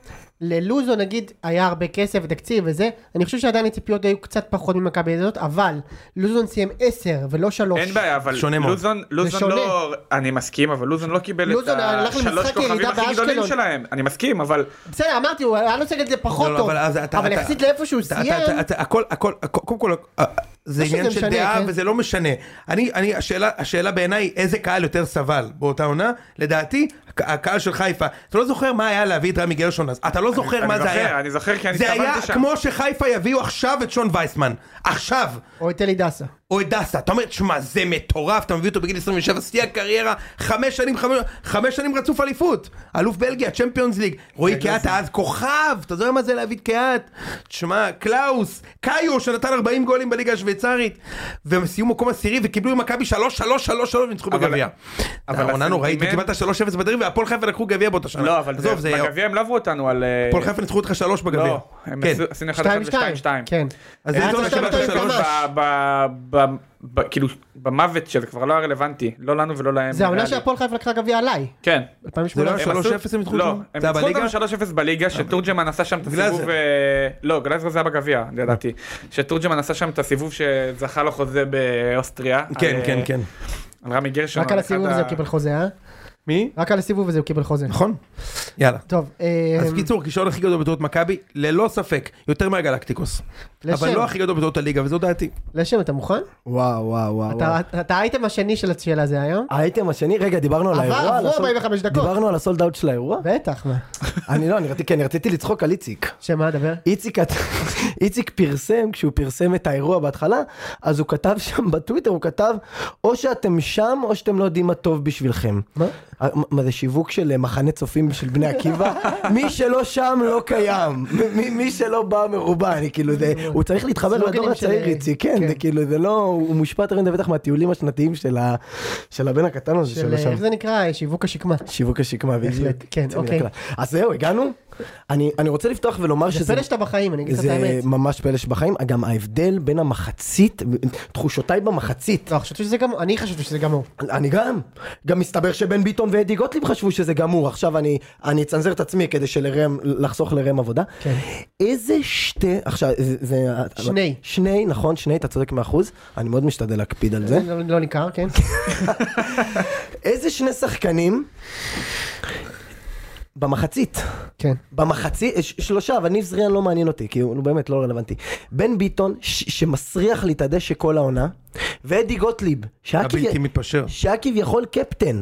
Speaker 2: ללוזו נגיד היה הרבה כסף ותקציב וזה, אני חושב שעדיין הציפיות היו קצת פחות ממכבי זאת, אבל לוזון סיים 10 ולא 3.
Speaker 1: אין בעיה, אבל
Speaker 3: שונה מאוד.
Speaker 1: לוזון, לוזון
Speaker 2: שונה.
Speaker 1: לא, אני מסכים, אבל לוזון לא קיבל
Speaker 2: לוזון
Speaker 1: את
Speaker 2: הלך
Speaker 1: השלוש
Speaker 2: למשחק
Speaker 1: כוכבים
Speaker 2: ירידה
Speaker 1: הכי גדולים
Speaker 2: באשקלון.
Speaker 1: שלהם, אני מסכים, אבל
Speaker 2: בסדר, אמרתי, הוא היה נותן את זה פחות
Speaker 3: לא, לא,
Speaker 2: טוב,
Speaker 3: אבל אז אתה- אתה-
Speaker 2: אבל יחסית לאיפה שהוא
Speaker 3: אתה-
Speaker 2: סיים,
Speaker 3: אתה- אתה- הכל, הכל, הכל- קודם כל, אה, זה
Speaker 2: שזה
Speaker 3: עניין של
Speaker 2: משנה,
Speaker 3: דעה
Speaker 2: כן.
Speaker 3: וזה לא משנה. אני, אני, השאלה, השאלה בעיניי היא איזה קהל יותר סבל באותה עונה, לדעתי, הק- הקהל של חיפה. אתה לא זוכר מה היה להביא את רמי גרשון אז, אתה לא זוכר
Speaker 1: אני
Speaker 3: מה זה
Speaker 1: זוכר,
Speaker 3: היה.
Speaker 1: אני זוכר, כי אני
Speaker 3: זה היה
Speaker 1: התכוונתי שם.
Speaker 3: כמו שחיפה יביאו עכשיו את שון וייסמן, עכשיו,
Speaker 2: או את אלי דסה.
Speaker 3: או את דסה, אתה אומר, תשמע, זה מטורף, אתה מביא אותו בגיל 27, שיא הקריירה, חמש שנים, חמש, חמש שנים רצוף אליפות, אלוף בלגיה, צ'מפיונס ליג, רועי קיאט אז כוכב, אתה זוכר מה זה להביא את קיאט? תשמע, קלאוס, קאיו שנתן 40 גולים בליגה השוויצרית, והם סיימו מקום עשירי וקיבלו עם מכבי 3-3-3-3 וניצחו
Speaker 1: אבל-
Speaker 3: בגביע.
Speaker 1: אבל
Speaker 3: אבל עונה נוראית,
Speaker 1: הסנטימנט-
Speaker 3: וקיבלת 3-0 בדרבי, והפועל חיפה לקחו גביע באותה שנה.
Speaker 1: לא, אבל זה-
Speaker 3: עזוב, זה-
Speaker 1: בגביע הם לא עברו אותנו על... אה,
Speaker 3: הפועל חיפה ניצחו אותך 3 בגביע.
Speaker 1: לא, הם
Speaker 3: כן.
Speaker 1: עשו- עשינו 1-1
Speaker 2: 2-2.
Speaker 1: ו-2-2.
Speaker 2: כן.
Speaker 3: אז
Speaker 2: היה
Speaker 3: זה
Speaker 2: צריך
Speaker 3: זו
Speaker 2: לשבת
Speaker 3: השבת
Speaker 2: אותו עם
Speaker 3: השלוש
Speaker 2: קמ"ש.
Speaker 1: ב- ב- ב- ב- כאילו, במוות שזה כבר לא היה רלוונטי, לא לנו ולא להם.
Speaker 2: זה העונה
Speaker 1: ריאלי.
Speaker 2: שהפועל חיפה לקחה גביע עליי.
Speaker 1: כן.
Speaker 3: זה לא
Speaker 2: 2018.
Speaker 3: היה
Speaker 1: הם עשו-
Speaker 3: 3-0 הם ניצחו
Speaker 1: לא,
Speaker 3: אותנו?
Speaker 1: הם
Speaker 3: זה היה
Speaker 1: ניצחו אותנו
Speaker 3: בליגה?
Speaker 1: 3-0 בליגה, שתורג'מן עשה שם את
Speaker 3: גלאזר.
Speaker 1: הסיבוב... אה, לא, גלאזר זה היה בגביע, לדעתי. שתורג'מן עשה שם את הסיבוב שזכה לו חוזה באוסטריה.
Speaker 3: כן,
Speaker 1: על,
Speaker 3: כן,
Speaker 1: אה,
Speaker 3: כן.
Speaker 1: על רמי גרשון.
Speaker 2: רק על
Speaker 1: אחד
Speaker 2: הסיבוב הזה
Speaker 1: ה-
Speaker 2: הוא קיבל חוזה, אה?
Speaker 3: מי?
Speaker 2: רק על הסיבוב הזה הוא קיבל חוזה.
Speaker 3: נכון. יאללה.
Speaker 2: טוב, אה,
Speaker 3: אז קיצור, הכישרון הכי גדול בתולדות מכבי, ללא ספק, יותר מהגלקטיקוס. אבל
Speaker 2: לשם.
Speaker 3: לא הכי גדול בתולדות הליגה, וזו דעתי.
Speaker 2: לשם, אתה מוכן?
Speaker 5: וואו, וואו, וואו. וואו.
Speaker 2: כן. אתה- אתה האייטם השני של השאלה הזה היום?
Speaker 5: האייטם אה, השני, רגע, דיברנו על
Speaker 2: עבר-
Speaker 5: האירוע. על
Speaker 2: עברו
Speaker 5: הסולד-
Speaker 2: 45 דקות.
Speaker 5: דיברנו על הסולד אאוט של האירוע?
Speaker 2: בטח, מה?
Speaker 5: אני לא, אני רציתי, כן, רציתי לצחוק על איציק.
Speaker 2: שמה, דבר?
Speaker 5: איציק, את- *laughs* איציק פרסם, כשהוא פרסם את האירוע בהתחלה, אז הוא כתב שם בטוויטר, הוא כתב, או שאתם שם, או שאתם לא יודעים מה טוב בשבילכם.
Speaker 2: מה?
Speaker 5: אה, מה- מה זה שיווק של אה, מחנה צופים של בני עקיבא? מי שלא שם לא קיים. מ- מי- מי שלא בא מרובע, אני כאילו, זה-
Speaker 2: לא.
Speaker 5: הוא צריך להתחבר
Speaker 2: סלוגנים
Speaker 5: לדור
Speaker 2: של-
Speaker 5: הצעיר, איציק, כן,
Speaker 2: כן.
Speaker 5: זה כאילו, זה לא, הוא מושפע יותר מדי בטח מהטיולים השנתיים של ה- של הבן הקטן הזה
Speaker 2: של
Speaker 5: שלא שם.
Speaker 2: איך זה נקרא? שיווק השקמה.
Speaker 5: שיווק השקמה, בדיוק.
Speaker 2: בהחלט, כן,
Speaker 5: יוצא מן
Speaker 2: אוקיי.
Speaker 5: הכלל. אז זהו, הגענו. אני אני רוצה לפתוח ולומר
Speaker 2: זה
Speaker 5: שזה...
Speaker 2: פלא שאתה בחיים, אני אגיד לך את
Speaker 5: זה
Speaker 2: האמת.
Speaker 5: ממש פלא שבחיים, גם ההבדל בין המחצית, תחושותיי במחצית,
Speaker 2: לא, חשבתי שזה גמור, אני חשבתי שזה גמור.
Speaker 5: אני גם, גם מסתבר שבן ביטון ואדי גוטליב חשבו שזה גמור, עכשיו אני, אני אצנזר את עצמי כדי שלראם, לחסוך לראם עבודה.
Speaker 2: כן.
Speaker 5: איזה שתי, עכשיו, זה, זה,
Speaker 2: שני.
Speaker 5: שני, נכון, שני, אתה צודק מאה אחוז, אני מאוד משתדל להקפיד על זה.
Speaker 2: זה לא- לא ניכר, כן?
Speaker 5: איזה שני שחקנים במחצית.
Speaker 2: כן.
Speaker 5: במחצית, ש- שלושה, אבל ניב זריאן לא מעניין אותי, כי הוא באמת לא רלוונטי. בן ביטון, ש- שמסריח לי את הדשא כל העונה, ואדי גוטליב, שהיה כביכ-
Speaker 3: הבלתי מתפשר.
Speaker 5: שהיה כביכול קפטן.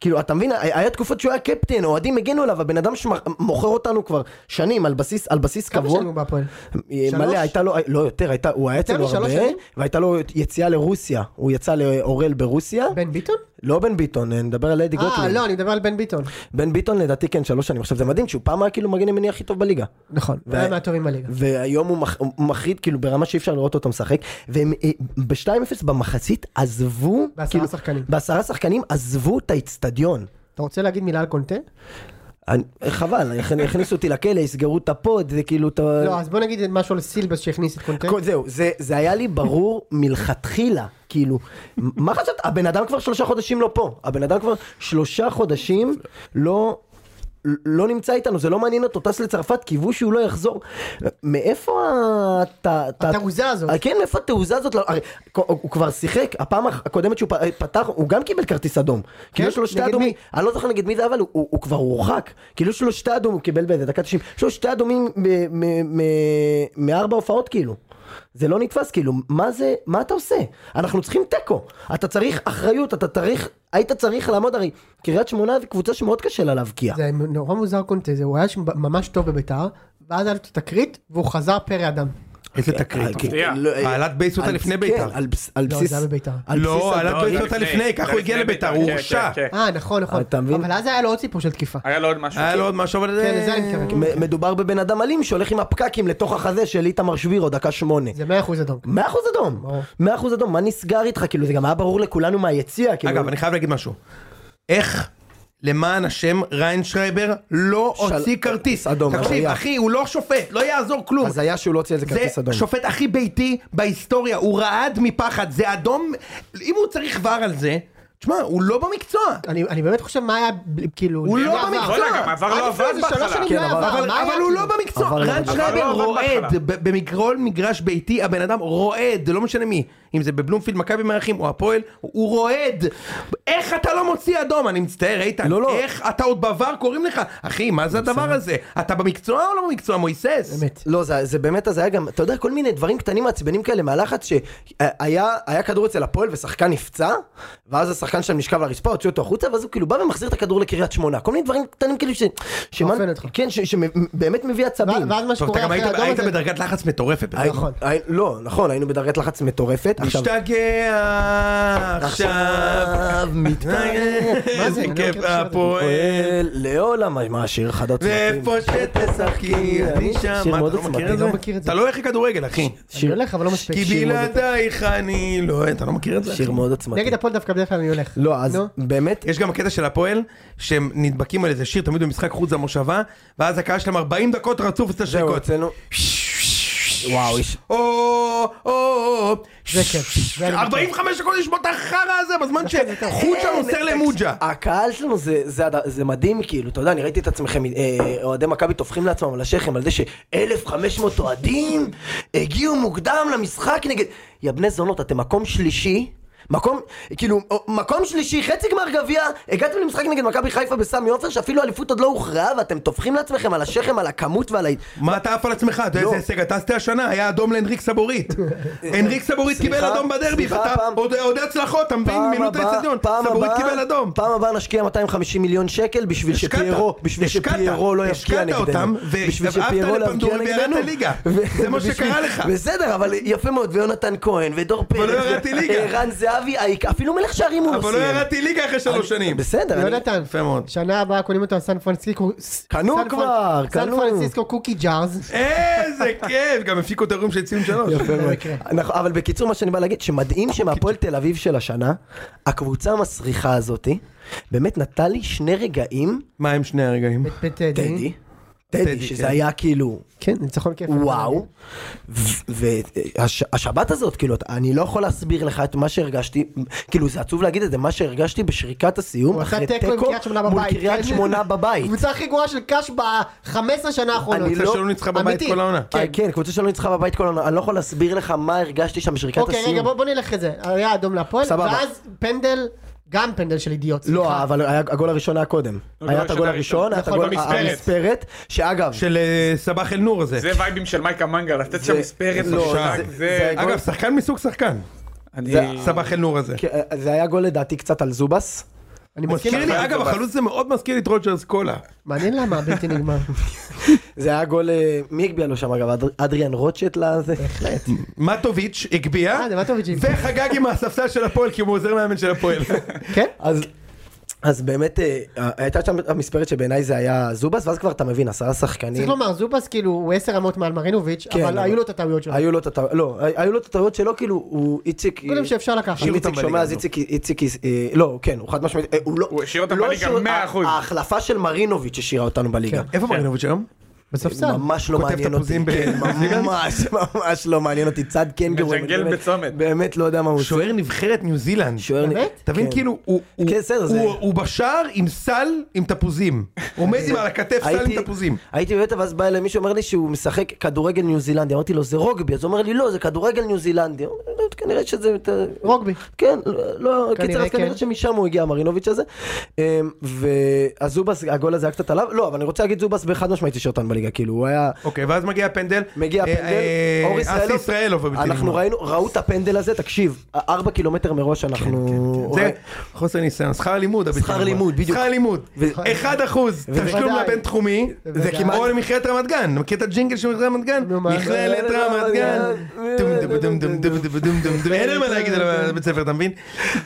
Speaker 5: כאילו, אתה מבין, היה היה תקופות שהוא היה קפטן, אוהדים הגנו אליו, הבן אדם שמוכר אותנו כבר שנים על בסיס, על בסיס
Speaker 2: כמה
Speaker 5: קבוע.
Speaker 2: שנים הוא בהפועל?
Speaker 5: אה,
Speaker 2: שלוש?
Speaker 5: מלא, הייתה לו, לא יותר, הייתה, הוא היה
Speaker 2: יותר
Speaker 5: אצלנו
Speaker 2: משלוש
Speaker 5: הרבה,
Speaker 2: שנים?
Speaker 5: והייתה לו יציאה לרוסיה, הוא יצא לאורל ברוסיה,
Speaker 2: בן ביטון?
Speaker 5: *laughs* לא בן ביטון, אה, נדבר על אדי גוטליב.
Speaker 2: אה, לא, אני מדבר על בן ביטון.
Speaker 5: בן ביטון לדעתי כן שלוש שנים, עכשיו זה מדהים שהוא פעם היה כאילו מגן ימיני הכי טוב בליגה.
Speaker 2: נכון, הוא
Speaker 5: ו-
Speaker 2: היה מהטובים בליגה.
Speaker 5: והיום הוא מח- הוא מחריד כאילו ברמה שאי אפשר לראות אותו משחק והם אה, ב-2-0 במחצית עזבו
Speaker 2: בעשרה
Speaker 5: כאילו,
Speaker 2: שחקנים.
Speaker 5: בעשרה שחקנים עזבו את האיצטדיון.
Speaker 2: אתה רוצה להגיד מילה על קונטה?
Speaker 5: אה. אני- חבל, יכ- יכניסו אותי לכלא, יסגרו את הפוד, זה כאילו... את ה-
Speaker 2: לא, אז בוא נגיד משהו על סילבס שהכניס את קונטה.
Speaker 5: כל- זהו, זה- זה היה לי ברור מלכתחילה, כאילו, מה חשבת? הבן אדם כבר שלושה חודשים לא פה, הבן אדם כבר שלושה חודשים לא... לא נמצא איתנו, זה לא מעניין אותו, טס לצרפת, קיוו שהוא לא יחזור. מאיפה הת- הת-
Speaker 2: התעוזה הזאת.
Speaker 5: כן, מאיפה התעוזה הזאת? לא, הרי, הוא הוא כבר שיחק, הפעם הכ- הקודמת שהוא פ- פתח, הוא גם קיבל כרטיס אדום. כאילו יש לו שתי
Speaker 2: כן, נגד
Speaker 5: אדומים,
Speaker 2: מי?
Speaker 5: אני לא זוכר נגד מי זה, אבל הוא- הוא הוא כבר הורחק. כאילו יש לו שתי אדומים, הוא קיבל באיזה דקה 90, יש לו שתי אדומים מ- מ- מ- מארבע הופעות כאילו. זה לא נתפס, כאילו, מה זה, מה אתה עושה? אנחנו צריכים תיקו. אתה צריך אחריות, אתה צריך, היית צריך לעמוד, הרי קריית שמונה זו קבוצה שמאוד קשה לה להבקיע.
Speaker 2: זה נורא מוזר קונטה, זה- הוא היה שם ממש טוב בביתר, ואז היה לו תקרית, והוא חזר פרא אדם.
Speaker 3: איזה תקרית.
Speaker 5: אה, כן,
Speaker 1: מפתיע.
Speaker 5: לא, אה,
Speaker 3: העלת בייס אותה
Speaker 5: על-
Speaker 3: לפני
Speaker 5: כן,
Speaker 3: בית"ר.
Speaker 5: על בס- על
Speaker 2: לא,
Speaker 5: בסיס...
Speaker 2: זה היה בבית"ר.
Speaker 5: על
Speaker 3: לא,
Speaker 5: בסיס
Speaker 3: העלת
Speaker 5: הדבר.
Speaker 3: בייס אותה לפני, ככה הוא הגיע
Speaker 1: לפני
Speaker 3: לבית"ר,
Speaker 1: בית"ר,
Speaker 3: הוא
Speaker 1: כן,
Speaker 3: הורשע.
Speaker 1: כן, כן.
Speaker 2: אה, נכון, נכון.
Speaker 5: אתה מבין? אה.
Speaker 2: אבל אז היה לו עוד סיפור של תקיפה.
Speaker 1: היה לו עוד משהו.
Speaker 3: היה
Speaker 1: כן.
Speaker 3: לו עוד משהו, אבל
Speaker 2: כן, לזה אני מתכוון.
Speaker 5: מ- מדובר בבן אדם אלים שהולך עם הפקקים לתוך החזה של איתמר שבירו, דקה שמונה.
Speaker 2: זה 100% אדום.
Speaker 5: מאה אחוז אדום,
Speaker 2: ברור.
Speaker 5: מאה אחוז אדום, מה נסגר איתך? כאילו זה גם היה ברור לכולנו מהיציע, כאילו.
Speaker 3: אגב, אני חייב להגיד משהו. איך... למען השם, ריין שרייבר לא
Speaker 5: של-
Speaker 3: הוציא כרטיס.
Speaker 5: אדום,
Speaker 3: תקשיב,
Speaker 5: הזיה.
Speaker 3: אחי, הוא לא שופט, לא יעזור כלום.
Speaker 5: הזיה שהוא לא הוציא על זה כרטיס
Speaker 3: זה
Speaker 5: אדום.
Speaker 3: שופט הכי ביתי בהיסטוריה, הוא רעד מפחד, זה אדום, אם הוא צריך ור על זה, תשמע, הוא לא במקצוע.
Speaker 2: אני אני באמת חושב מה היה, ב- כאילו...
Speaker 3: הוא לא
Speaker 2: מה עבר.
Speaker 3: במקצוע.
Speaker 1: וואלה, גם עבר לא
Speaker 2: עד לפני
Speaker 1: עבד
Speaker 2: איזה שלוש
Speaker 1: בהתחלה.
Speaker 2: שנים
Speaker 5: כן,
Speaker 2: לא
Speaker 5: אבל-
Speaker 2: עבר.
Speaker 3: אבל,
Speaker 2: מה היה
Speaker 3: אבל הוא
Speaker 2: כאילו?
Speaker 3: לא במקצוע,
Speaker 5: אבל לא
Speaker 3: רן
Speaker 5: במקצוע.
Speaker 1: אבל
Speaker 3: שרייבר
Speaker 1: לא עבד
Speaker 3: רועד
Speaker 1: בהתחלה.
Speaker 3: ב- במגרול מגרש ביתי, הבן אדם רועד, לא משנה מי, אם זה בבלומפילד, מכבי מארחים או הפועל, הוא רועד. איך אתה לא מוציא אדום? אני מצטער, איתן,
Speaker 5: לא, לא.
Speaker 3: איך אתה עוד בעבר קוראים לך? אחי, מה זה הדבר הזה? אתה במקצוע או לא במקצוע, מויסס?
Speaker 2: באמת.
Speaker 5: לא, זה, זה באמת הזיה גם, אתה יודע, כל מיני דברים קטנים מעצבנים כאלה מהלחץ, שהיה היה כדור אצל הפועל ושחקן נפצע, ואז השחקן שם נשכב לרצפה, הוציאו אותו החוצה, ואז הוא כאילו בא ומחזיר את הכדור לקריית שמונה. כל מיני דברים קטנים כאילו ש... שמה-
Speaker 2: מעפן אותך.
Speaker 5: כן, שבאמת מביא עצבים.
Speaker 2: ו- ואז מה
Speaker 3: טוב, אתה
Speaker 2: שקורה
Speaker 3: גם
Speaker 2: אחרי
Speaker 3: היית-
Speaker 2: האדום
Speaker 3: היית
Speaker 2: הזה...
Speaker 3: בדרגת לחץ מטורפת.
Speaker 5: הי-
Speaker 2: נכון.
Speaker 5: הי- לא, נכון, היינו בדרגת לחץ מטורפת. עכשיו-
Speaker 3: משתגע עכשיו,
Speaker 2: מה זה?
Speaker 3: איזה
Speaker 2: אני לא
Speaker 3: כיף
Speaker 2: מכיר את השיר הזה.
Speaker 3: הפועל.
Speaker 5: פועל לעולם עם השיר אחד הצמתים.
Speaker 3: ואיפה שתשחקי, אני שם.
Speaker 5: שיר
Speaker 3: מה,
Speaker 5: מאוד
Speaker 3: אתה לא
Speaker 5: עוצמתי.
Speaker 3: מכיר את
Speaker 2: אני
Speaker 3: זה?
Speaker 2: לא מכיר את זה.
Speaker 3: אתה לא הולך לכדוררגל, אחי.
Speaker 2: אני הולך, אבל לא מספיק.
Speaker 3: כי
Speaker 2: שיר מאוד טוב.
Speaker 3: בלעדייך אני לא... אתה לא מכיר את זה?
Speaker 5: שיר
Speaker 3: אחי?
Speaker 5: מאוד עצמתי.
Speaker 2: נגד הפועל דווקא בדרך כלל אני הולך.
Speaker 5: לא, אז
Speaker 2: נו.
Speaker 5: באמת,
Speaker 3: יש גם הקטע של הפועל, שהם נדבקים על איזה שיר תמיד במשחק חוץ למושבה, ואז הקהל שלהם 40 דקות רצוף את
Speaker 5: זהו,
Speaker 3: השריקות.
Speaker 5: אצלנו. וואו, איש.
Speaker 3: או, או, או,
Speaker 2: זה כיף, זה אני מכיר.
Speaker 3: 45 דקות לשמוע את החרא הזה בזמן
Speaker 2: כן,
Speaker 3: שחוצ'ה מוסר למוג'ה.
Speaker 5: כן, הקהל שלנו זה, זה, הד- זה מדהים כאילו, אתה יודע, אני ראיתי את עצמכם, אה, אוהדי מכבי טופחים לעצמם על השכם על זה ש-1500 אוהדים הגיעו מוקדם למשחק נגד... יא בני זונות, אתם מקום שלישי. מקום, כאילו, או- מקום שלישי, חצי גמר גביע, הגעתם למשחק נגד מכבי חיפה בסמי עופר, שאפילו האליפות עוד לא הוכרעה, ואתם טופחים לעצמכם על השכם, על הכמות ועל ה...
Speaker 3: מה אתה עף על עצמך? אתה יודע
Speaker 5: לא.
Speaker 3: איזה הישג אתה עשית השנה? היה אדום לאנריק סבורית. אנריק סבורית
Speaker 5: סליחה,
Speaker 3: קיבל אדום בדרבי,
Speaker 5: סליחה,
Speaker 3: ואתה
Speaker 5: פעם-
Speaker 3: עוד עוד הצלחות, אתה מבין?
Speaker 5: פעם
Speaker 3: מינו את
Speaker 5: הבאה-
Speaker 3: האצטדיון.
Speaker 5: פעם
Speaker 3: סבורית
Speaker 5: הבאה-
Speaker 3: קיבל אדום.
Speaker 5: פעם הבאה נשקיע 250 מיליון שקל בשביל
Speaker 3: השקעת,
Speaker 5: שפיירו, בשביל
Speaker 3: השקעת,
Speaker 5: שפיירו לא יבקיע
Speaker 3: השקעת
Speaker 5: נגדנו.
Speaker 3: אותם,
Speaker 5: בשביל
Speaker 3: והתאבדת
Speaker 5: שפיירו לא יבקיע
Speaker 3: לפנדורי וירדת
Speaker 5: נגדנו.
Speaker 3: ליגה.
Speaker 5: ו-
Speaker 3: זה מה
Speaker 5: ובשביל-
Speaker 3: שקרה לך.
Speaker 5: בסדר, אבל יפה מאוד, ויונתן כהן, ודור פרץ,
Speaker 3: לא ירדתי ליגה.
Speaker 5: ערן זהבי, האיק- אפילו מלך שערים הוא לא
Speaker 3: אבל
Speaker 5: סיים.
Speaker 3: לא ירדתי ליגה אחרי שלוש
Speaker 5: אני-
Speaker 3: שנים.
Speaker 5: בסדר, אני- *laughs*
Speaker 2: יונתן,
Speaker 3: יפה מאוד.
Speaker 2: שנה הבאה קונים אותו על סן פרנסיסקו,
Speaker 5: קנו
Speaker 2: סן פרנ-
Speaker 5: כבר, קנו.
Speaker 2: סן פרנסיסקו קוקי ג'ארז,
Speaker 3: איזה
Speaker 5: *laughs*
Speaker 3: כיף, גם הפיקו את האירועים של 23.
Speaker 5: יפה מאוד.
Speaker 2: יקרה.
Speaker 5: נכון, אבל בקיצור, מה שאני בא להגיד, שמדהים שמהפועל תל אביב של השנה, הקבוצה המסריחה הזאתי, באמת נתן לי שני רגעים,
Speaker 3: מה הם שני הרגעים?
Speaker 5: לא.
Speaker 2: בטדי,
Speaker 5: טדי, טדי,
Speaker 3: טדי,
Speaker 5: שזה
Speaker 3: כן.
Speaker 5: היה כאילו,
Speaker 2: כן ניצחון כיף,
Speaker 5: וואו, והשבת הזאת, כאילו, אתה- אני לא יכול להסביר לך את מה שהרגשתי, כאילו, זה עצוב להגיד את זה, מה שהרגשתי בשריקת הסיום,
Speaker 2: הוא עשה
Speaker 5: אחרי
Speaker 2: תיקו עם
Speaker 5: תיקו,
Speaker 2: קריית שמונה
Speaker 5: מול
Speaker 2: בבית,
Speaker 5: קריית
Speaker 2: כן?
Speaker 5: שמונה
Speaker 2: *laughs*
Speaker 5: בבית.
Speaker 2: קבוצה הכי גרועה של קאש ב-15 שנה האחרונות,
Speaker 5: אני לא-
Speaker 3: קבוצה שלא ניצחה בבית
Speaker 2: אמיתי.
Speaker 3: כל העונה.
Speaker 5: אה, כן, קבוצה שלא ניצחה בבית כל העונה, אני לא יכול להסביר לך מה הרגשתי שם בשריקת
Speaker 2: אוקיי רגע
Speaker 5: הסיום.
Speaker 2: בוא בוא נלך את זה, היה אדום להפועל,
Speaker 5: סבבה.
Speaker 2: ואז פנדל, גם פנדל של אידיוט,
Speaker 5: לא,
Speaker 2: סליחה.
Speaker 5: אבל היה- הגול הראשון היה קודם.
Speaker 1: הגול
Speaker 5: היה את הגול
Speaker 1: הראשון
Speaker 5: הראשון, היה את
Speaker 1: נכון,
Speaker 5: הגול
Speaker 1: במספרת.
Speaker 5: המספרת, שאגב,
Speaker 3: של אה, סבח אל נור הזה.
Speaker 1: זה וייבים של מייק המנגה, לתת שם
Speaker 5: זה-
Speaker 1: מספרת,
Speaker 5: לא,
Speaker 1: במשחק,
Speaker 5: זה-
Speaker 1: זה...
Speaker 5: זה-
Speaker 3: אגב, שחקן מסוג שחקן.
Speaker 1: אני-
Speaker 3: סבח אל נור הזה.
Speaker 5: כן, זה היה גול לדעתי קצת על זובס.
Speaker 2: אני מסכים,
Speaker 3: מזכיר
Speaker 2: איתך.
Speaker 3: לי, אגב, החלוץ הזה מאוד מזכיר לי את רוג'רס קולה.
Speaker 2: מעניין למה בלתי נגמר,
Speaker 5: זה היה גול, אה, מי הגביע לו שם אגב? אדר- אדריאן רוטשט לזה?
Speaker 2: בהחלט,
Speaker 3: מטוביץ' הגביה,
Speaker 2: אה, זה מטוביץ' הגביה.
Speaker 3: וחגג עם הספסל של הפועל כי הוא עוזר מאמן של הפועל.
Speaker 2: כן,
Speaker 5: אז... אז באמת אה, הייתה שם המספרת שבעיניי זה היה זובס ואז כבר אתה מבין עשרה שחקנים
Speaker 2: צריך לומר זובס כאילו הוא 10 רמות מעל מרינוביץ',
Speaker 5: כן,
Speaker 2: אבל
Speaker 5: אבל-
Speaker 2: היו לו את הטעויות שלו,
Speaker 5: היו לו את הטעויות, לא, היו לו את הטעויות שלו, כאילו, הוא איציק... אה,
Speaker 2: גולים שאפשר לקחת.
Speaker 5: אם
Speaker 3: השאיר אותם
Speaker 5: איציק
Speaker 3: בליגה
Speaker 5: שומע, אז
Speaker 3: הזו.
Speaker 5: איציק, איציק, אה, לא, כן, הוא חד משמעית, אה, הוא לא...
Speaker 1: הוא השאיר אותם
Speaker 5: לא
Speaker 1: בליגה
Speaker 5: השאיר-
Speaker 1: 100%.
Speaker 5: ההחלפה של מרינוביץ' השאירה אותנו בליגה.
Speaker 2: כן.
Speaker 3: איפה מרינוביץ' היום?
Speaker 2: בספסל,
Speaker 5: ממש לא
Speaker 3: כותב
Speaker 5: מעניין אותי,
Speaker 3: תפוזים ב-
Speaker 5: כן, ממש ממש לא מעניין אותי, צד קנגורו, אני
Speaker 1: מג'נגל
Speaker 5: באמת-
Speaker 1: בצומת.
Speaker 5: באמת לא יודע מה הוא עושה,
Speaker 3: שוער נבחרת ניו זילנד.
Speaker 5: שוער-
Speaker 2: באמת?
Speaker 3: תבין
Speaker 5: כן.
Speaker 3: כאילו, הוא- הוא-
Speaker 5: כן, בסדר, זה-
Speaker 3: הוא- הוא בשער עם סל עם
Speaker 5: *laughs*
Speaker 3: תפוזים. הוא עומד עם על הכתף סל
Speaker 5: הייתי-
Speaker 3: עם תפוזים.
Speaker 5: הייתי בבית ואז בא אליי מישהו אומר לי שהוא משחק כדורגל ניו זילנדי, אמרתי לו זה רוגבי, אז הוא אומר לי לא זה כדורגל ניו זילנדי, הוא אומר, "לא, כנראה שזה, אתה-
Speaker 2: רוגבי.
Speaker 5: כן, לא,
Speaker 2: כנראה
Speaker 5: קיצר אז
Speaker 2: כן.
Speaker 5: כנראה שמשם הוא הגיע המרינוביץ' הזה, אמ, והזובס, הגול הזה היה קצת עליו, לא אבל אני רוצה להגיד זובס בחד משמעית השאיר אותנו בליגה, כאילו הוא היה,
Speaker 3: אוקיי, ואז מגיע הפנדל.
Speaker 5: מגיע
Speaker 3: אה,
Speaker 5: הפנדל,
Speaker 3: אה,
Speaker 5: אור
Speaker 3: אסי
Speaker 5: ישראלוף,
Speaker 3: ישראלוף. הבלתי
Speaker 5: אנחנו
Speaker 3: נגמר.
Speaker 5: ראינו, ראו את הפנדל הזה, תקשיב, ארבע קילומטר
Speaker 3: כן,
Speaker 5: מראש אנחנו,
Speaker 3: זה חוסר ניסיון, שכר לימוד. הבלתי
Speaker 5: שכר
Speaker 3: נגמר.
Speaker 5: לימוד, בדיוק.
Speaker 3: שכר לימוד.
Speaker 5: ו-
Speaker 3: 1 אחוז תשלום
Speaker 2: בוודאי.
Speaker 3: לבין תחומי.
Speaker 2: בוודאי.
Speaker 3: או למכללת רמת גן. מכיר את הג'ינגל של מכללת רמת גן?
Speaker 2: נו, מה?
Speaker 3: מכללת רמת גן. דום דום דום דום דום דום דום דום דום. אין להם מה להגיד על הבית ספר, אתה מבין?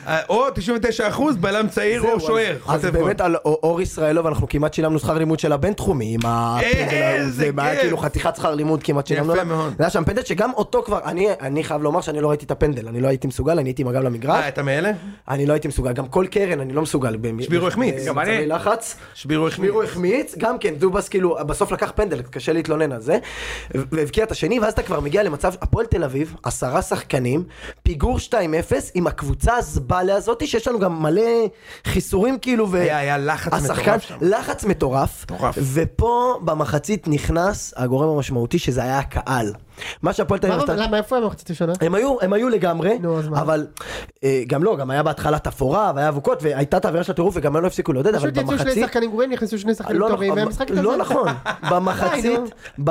Speaker 3: אה, או 99 אחוז בלם צעיר או שוער.
Speaker 5: אז
Speaker 3: חוטף גול.
Speaker 5: באמת על אור ישראלוב אנחנו כמעט שילמנו שכר לימוד של הבינתחומי עם הפנדל
Speaker 3: כן,
Speaker 5: זה,
Speaker 3: זה
Speaker 5: היה
Speaker 3: כיף.
Speaker 5: כאילו חתיכת שכר לימוד כמעט
Speaker 3: יפה
Speaker 5: שילמנו עליו.
Speaker 3: מאוד.
Speaker 5: זה היה שם פנדל שגם אותו כבר, אני, אני חייב לומר שאני לא ראיתי את הפנדל, אני לא הייתי מסוגל, אני הייתי עם הגב למגרש,
Speaker 3: אה, אתה מאלה?
Speaker 5: אני לא הייתי מסוגל, גם כל קרן אני לא מסוגל. במ-
Speaker 3: שבירו החמיץ.
Speaker 5: אה,
Speaker 1: גם אני.
Speaker 5: מצבי לחץ.
Speaker 3: שבירו החמירו.
Speaker 5: שמירו החמיץ, גם כן, דובס כאילו, בסוף לקח פנדל, קשה להתלונן על זה, והבקיע את השני, ואז אתה כבר מגיע למצב, הפועל תל אביב, עשרה שחקנים, פיגור 2-0, עם הקבוצה הזבאלה הזאתי, שיש לנו גם מלא חיסורים כאילו, ו...
Speaker 3: היה- היה לחץ
Speaker 5: השחקן,
Speaker 3: מטורף שם.
Speaker 5: לחץ מטורף,
Speaker 3: מטורף.
Speaker 5: ופה במחצית נכנס הגורם המשמעותי, שזה היה הקהל. מה שהפועל תל אביב...
Speaker 2: למה-
Speaker 5: עשתה-
Speaker 2: למה, איפה הם במחצית ראשונה?
Speaker 5: הם היו, הם היו לגמרי,
Speaker 2: נו, אז מה?
Speaker 5: אבל אה, גם לא, גם היה בהתחלה תפאורה, והיה אבוקות, והייתה את האווירה של הטירוף, וגם לא הפסיקו לעודד, אבל
Speaker 2: פשוט יצאו
Speaker 5: במחצית...
Speaker 2: שני שחקנים גרועים, נכנסו שני שחקנים
Speaker 5: לא
Speaker 2: טובים,
Speaker 5: נכון,
Speaker 2: והמשחק
Speaker 5: לא
Speaker 2: התאזן. *laughs*
Speaker 5: נכון,
Speaker 2: די,
Speaker 5: במחצית,
Speaker 2: נו.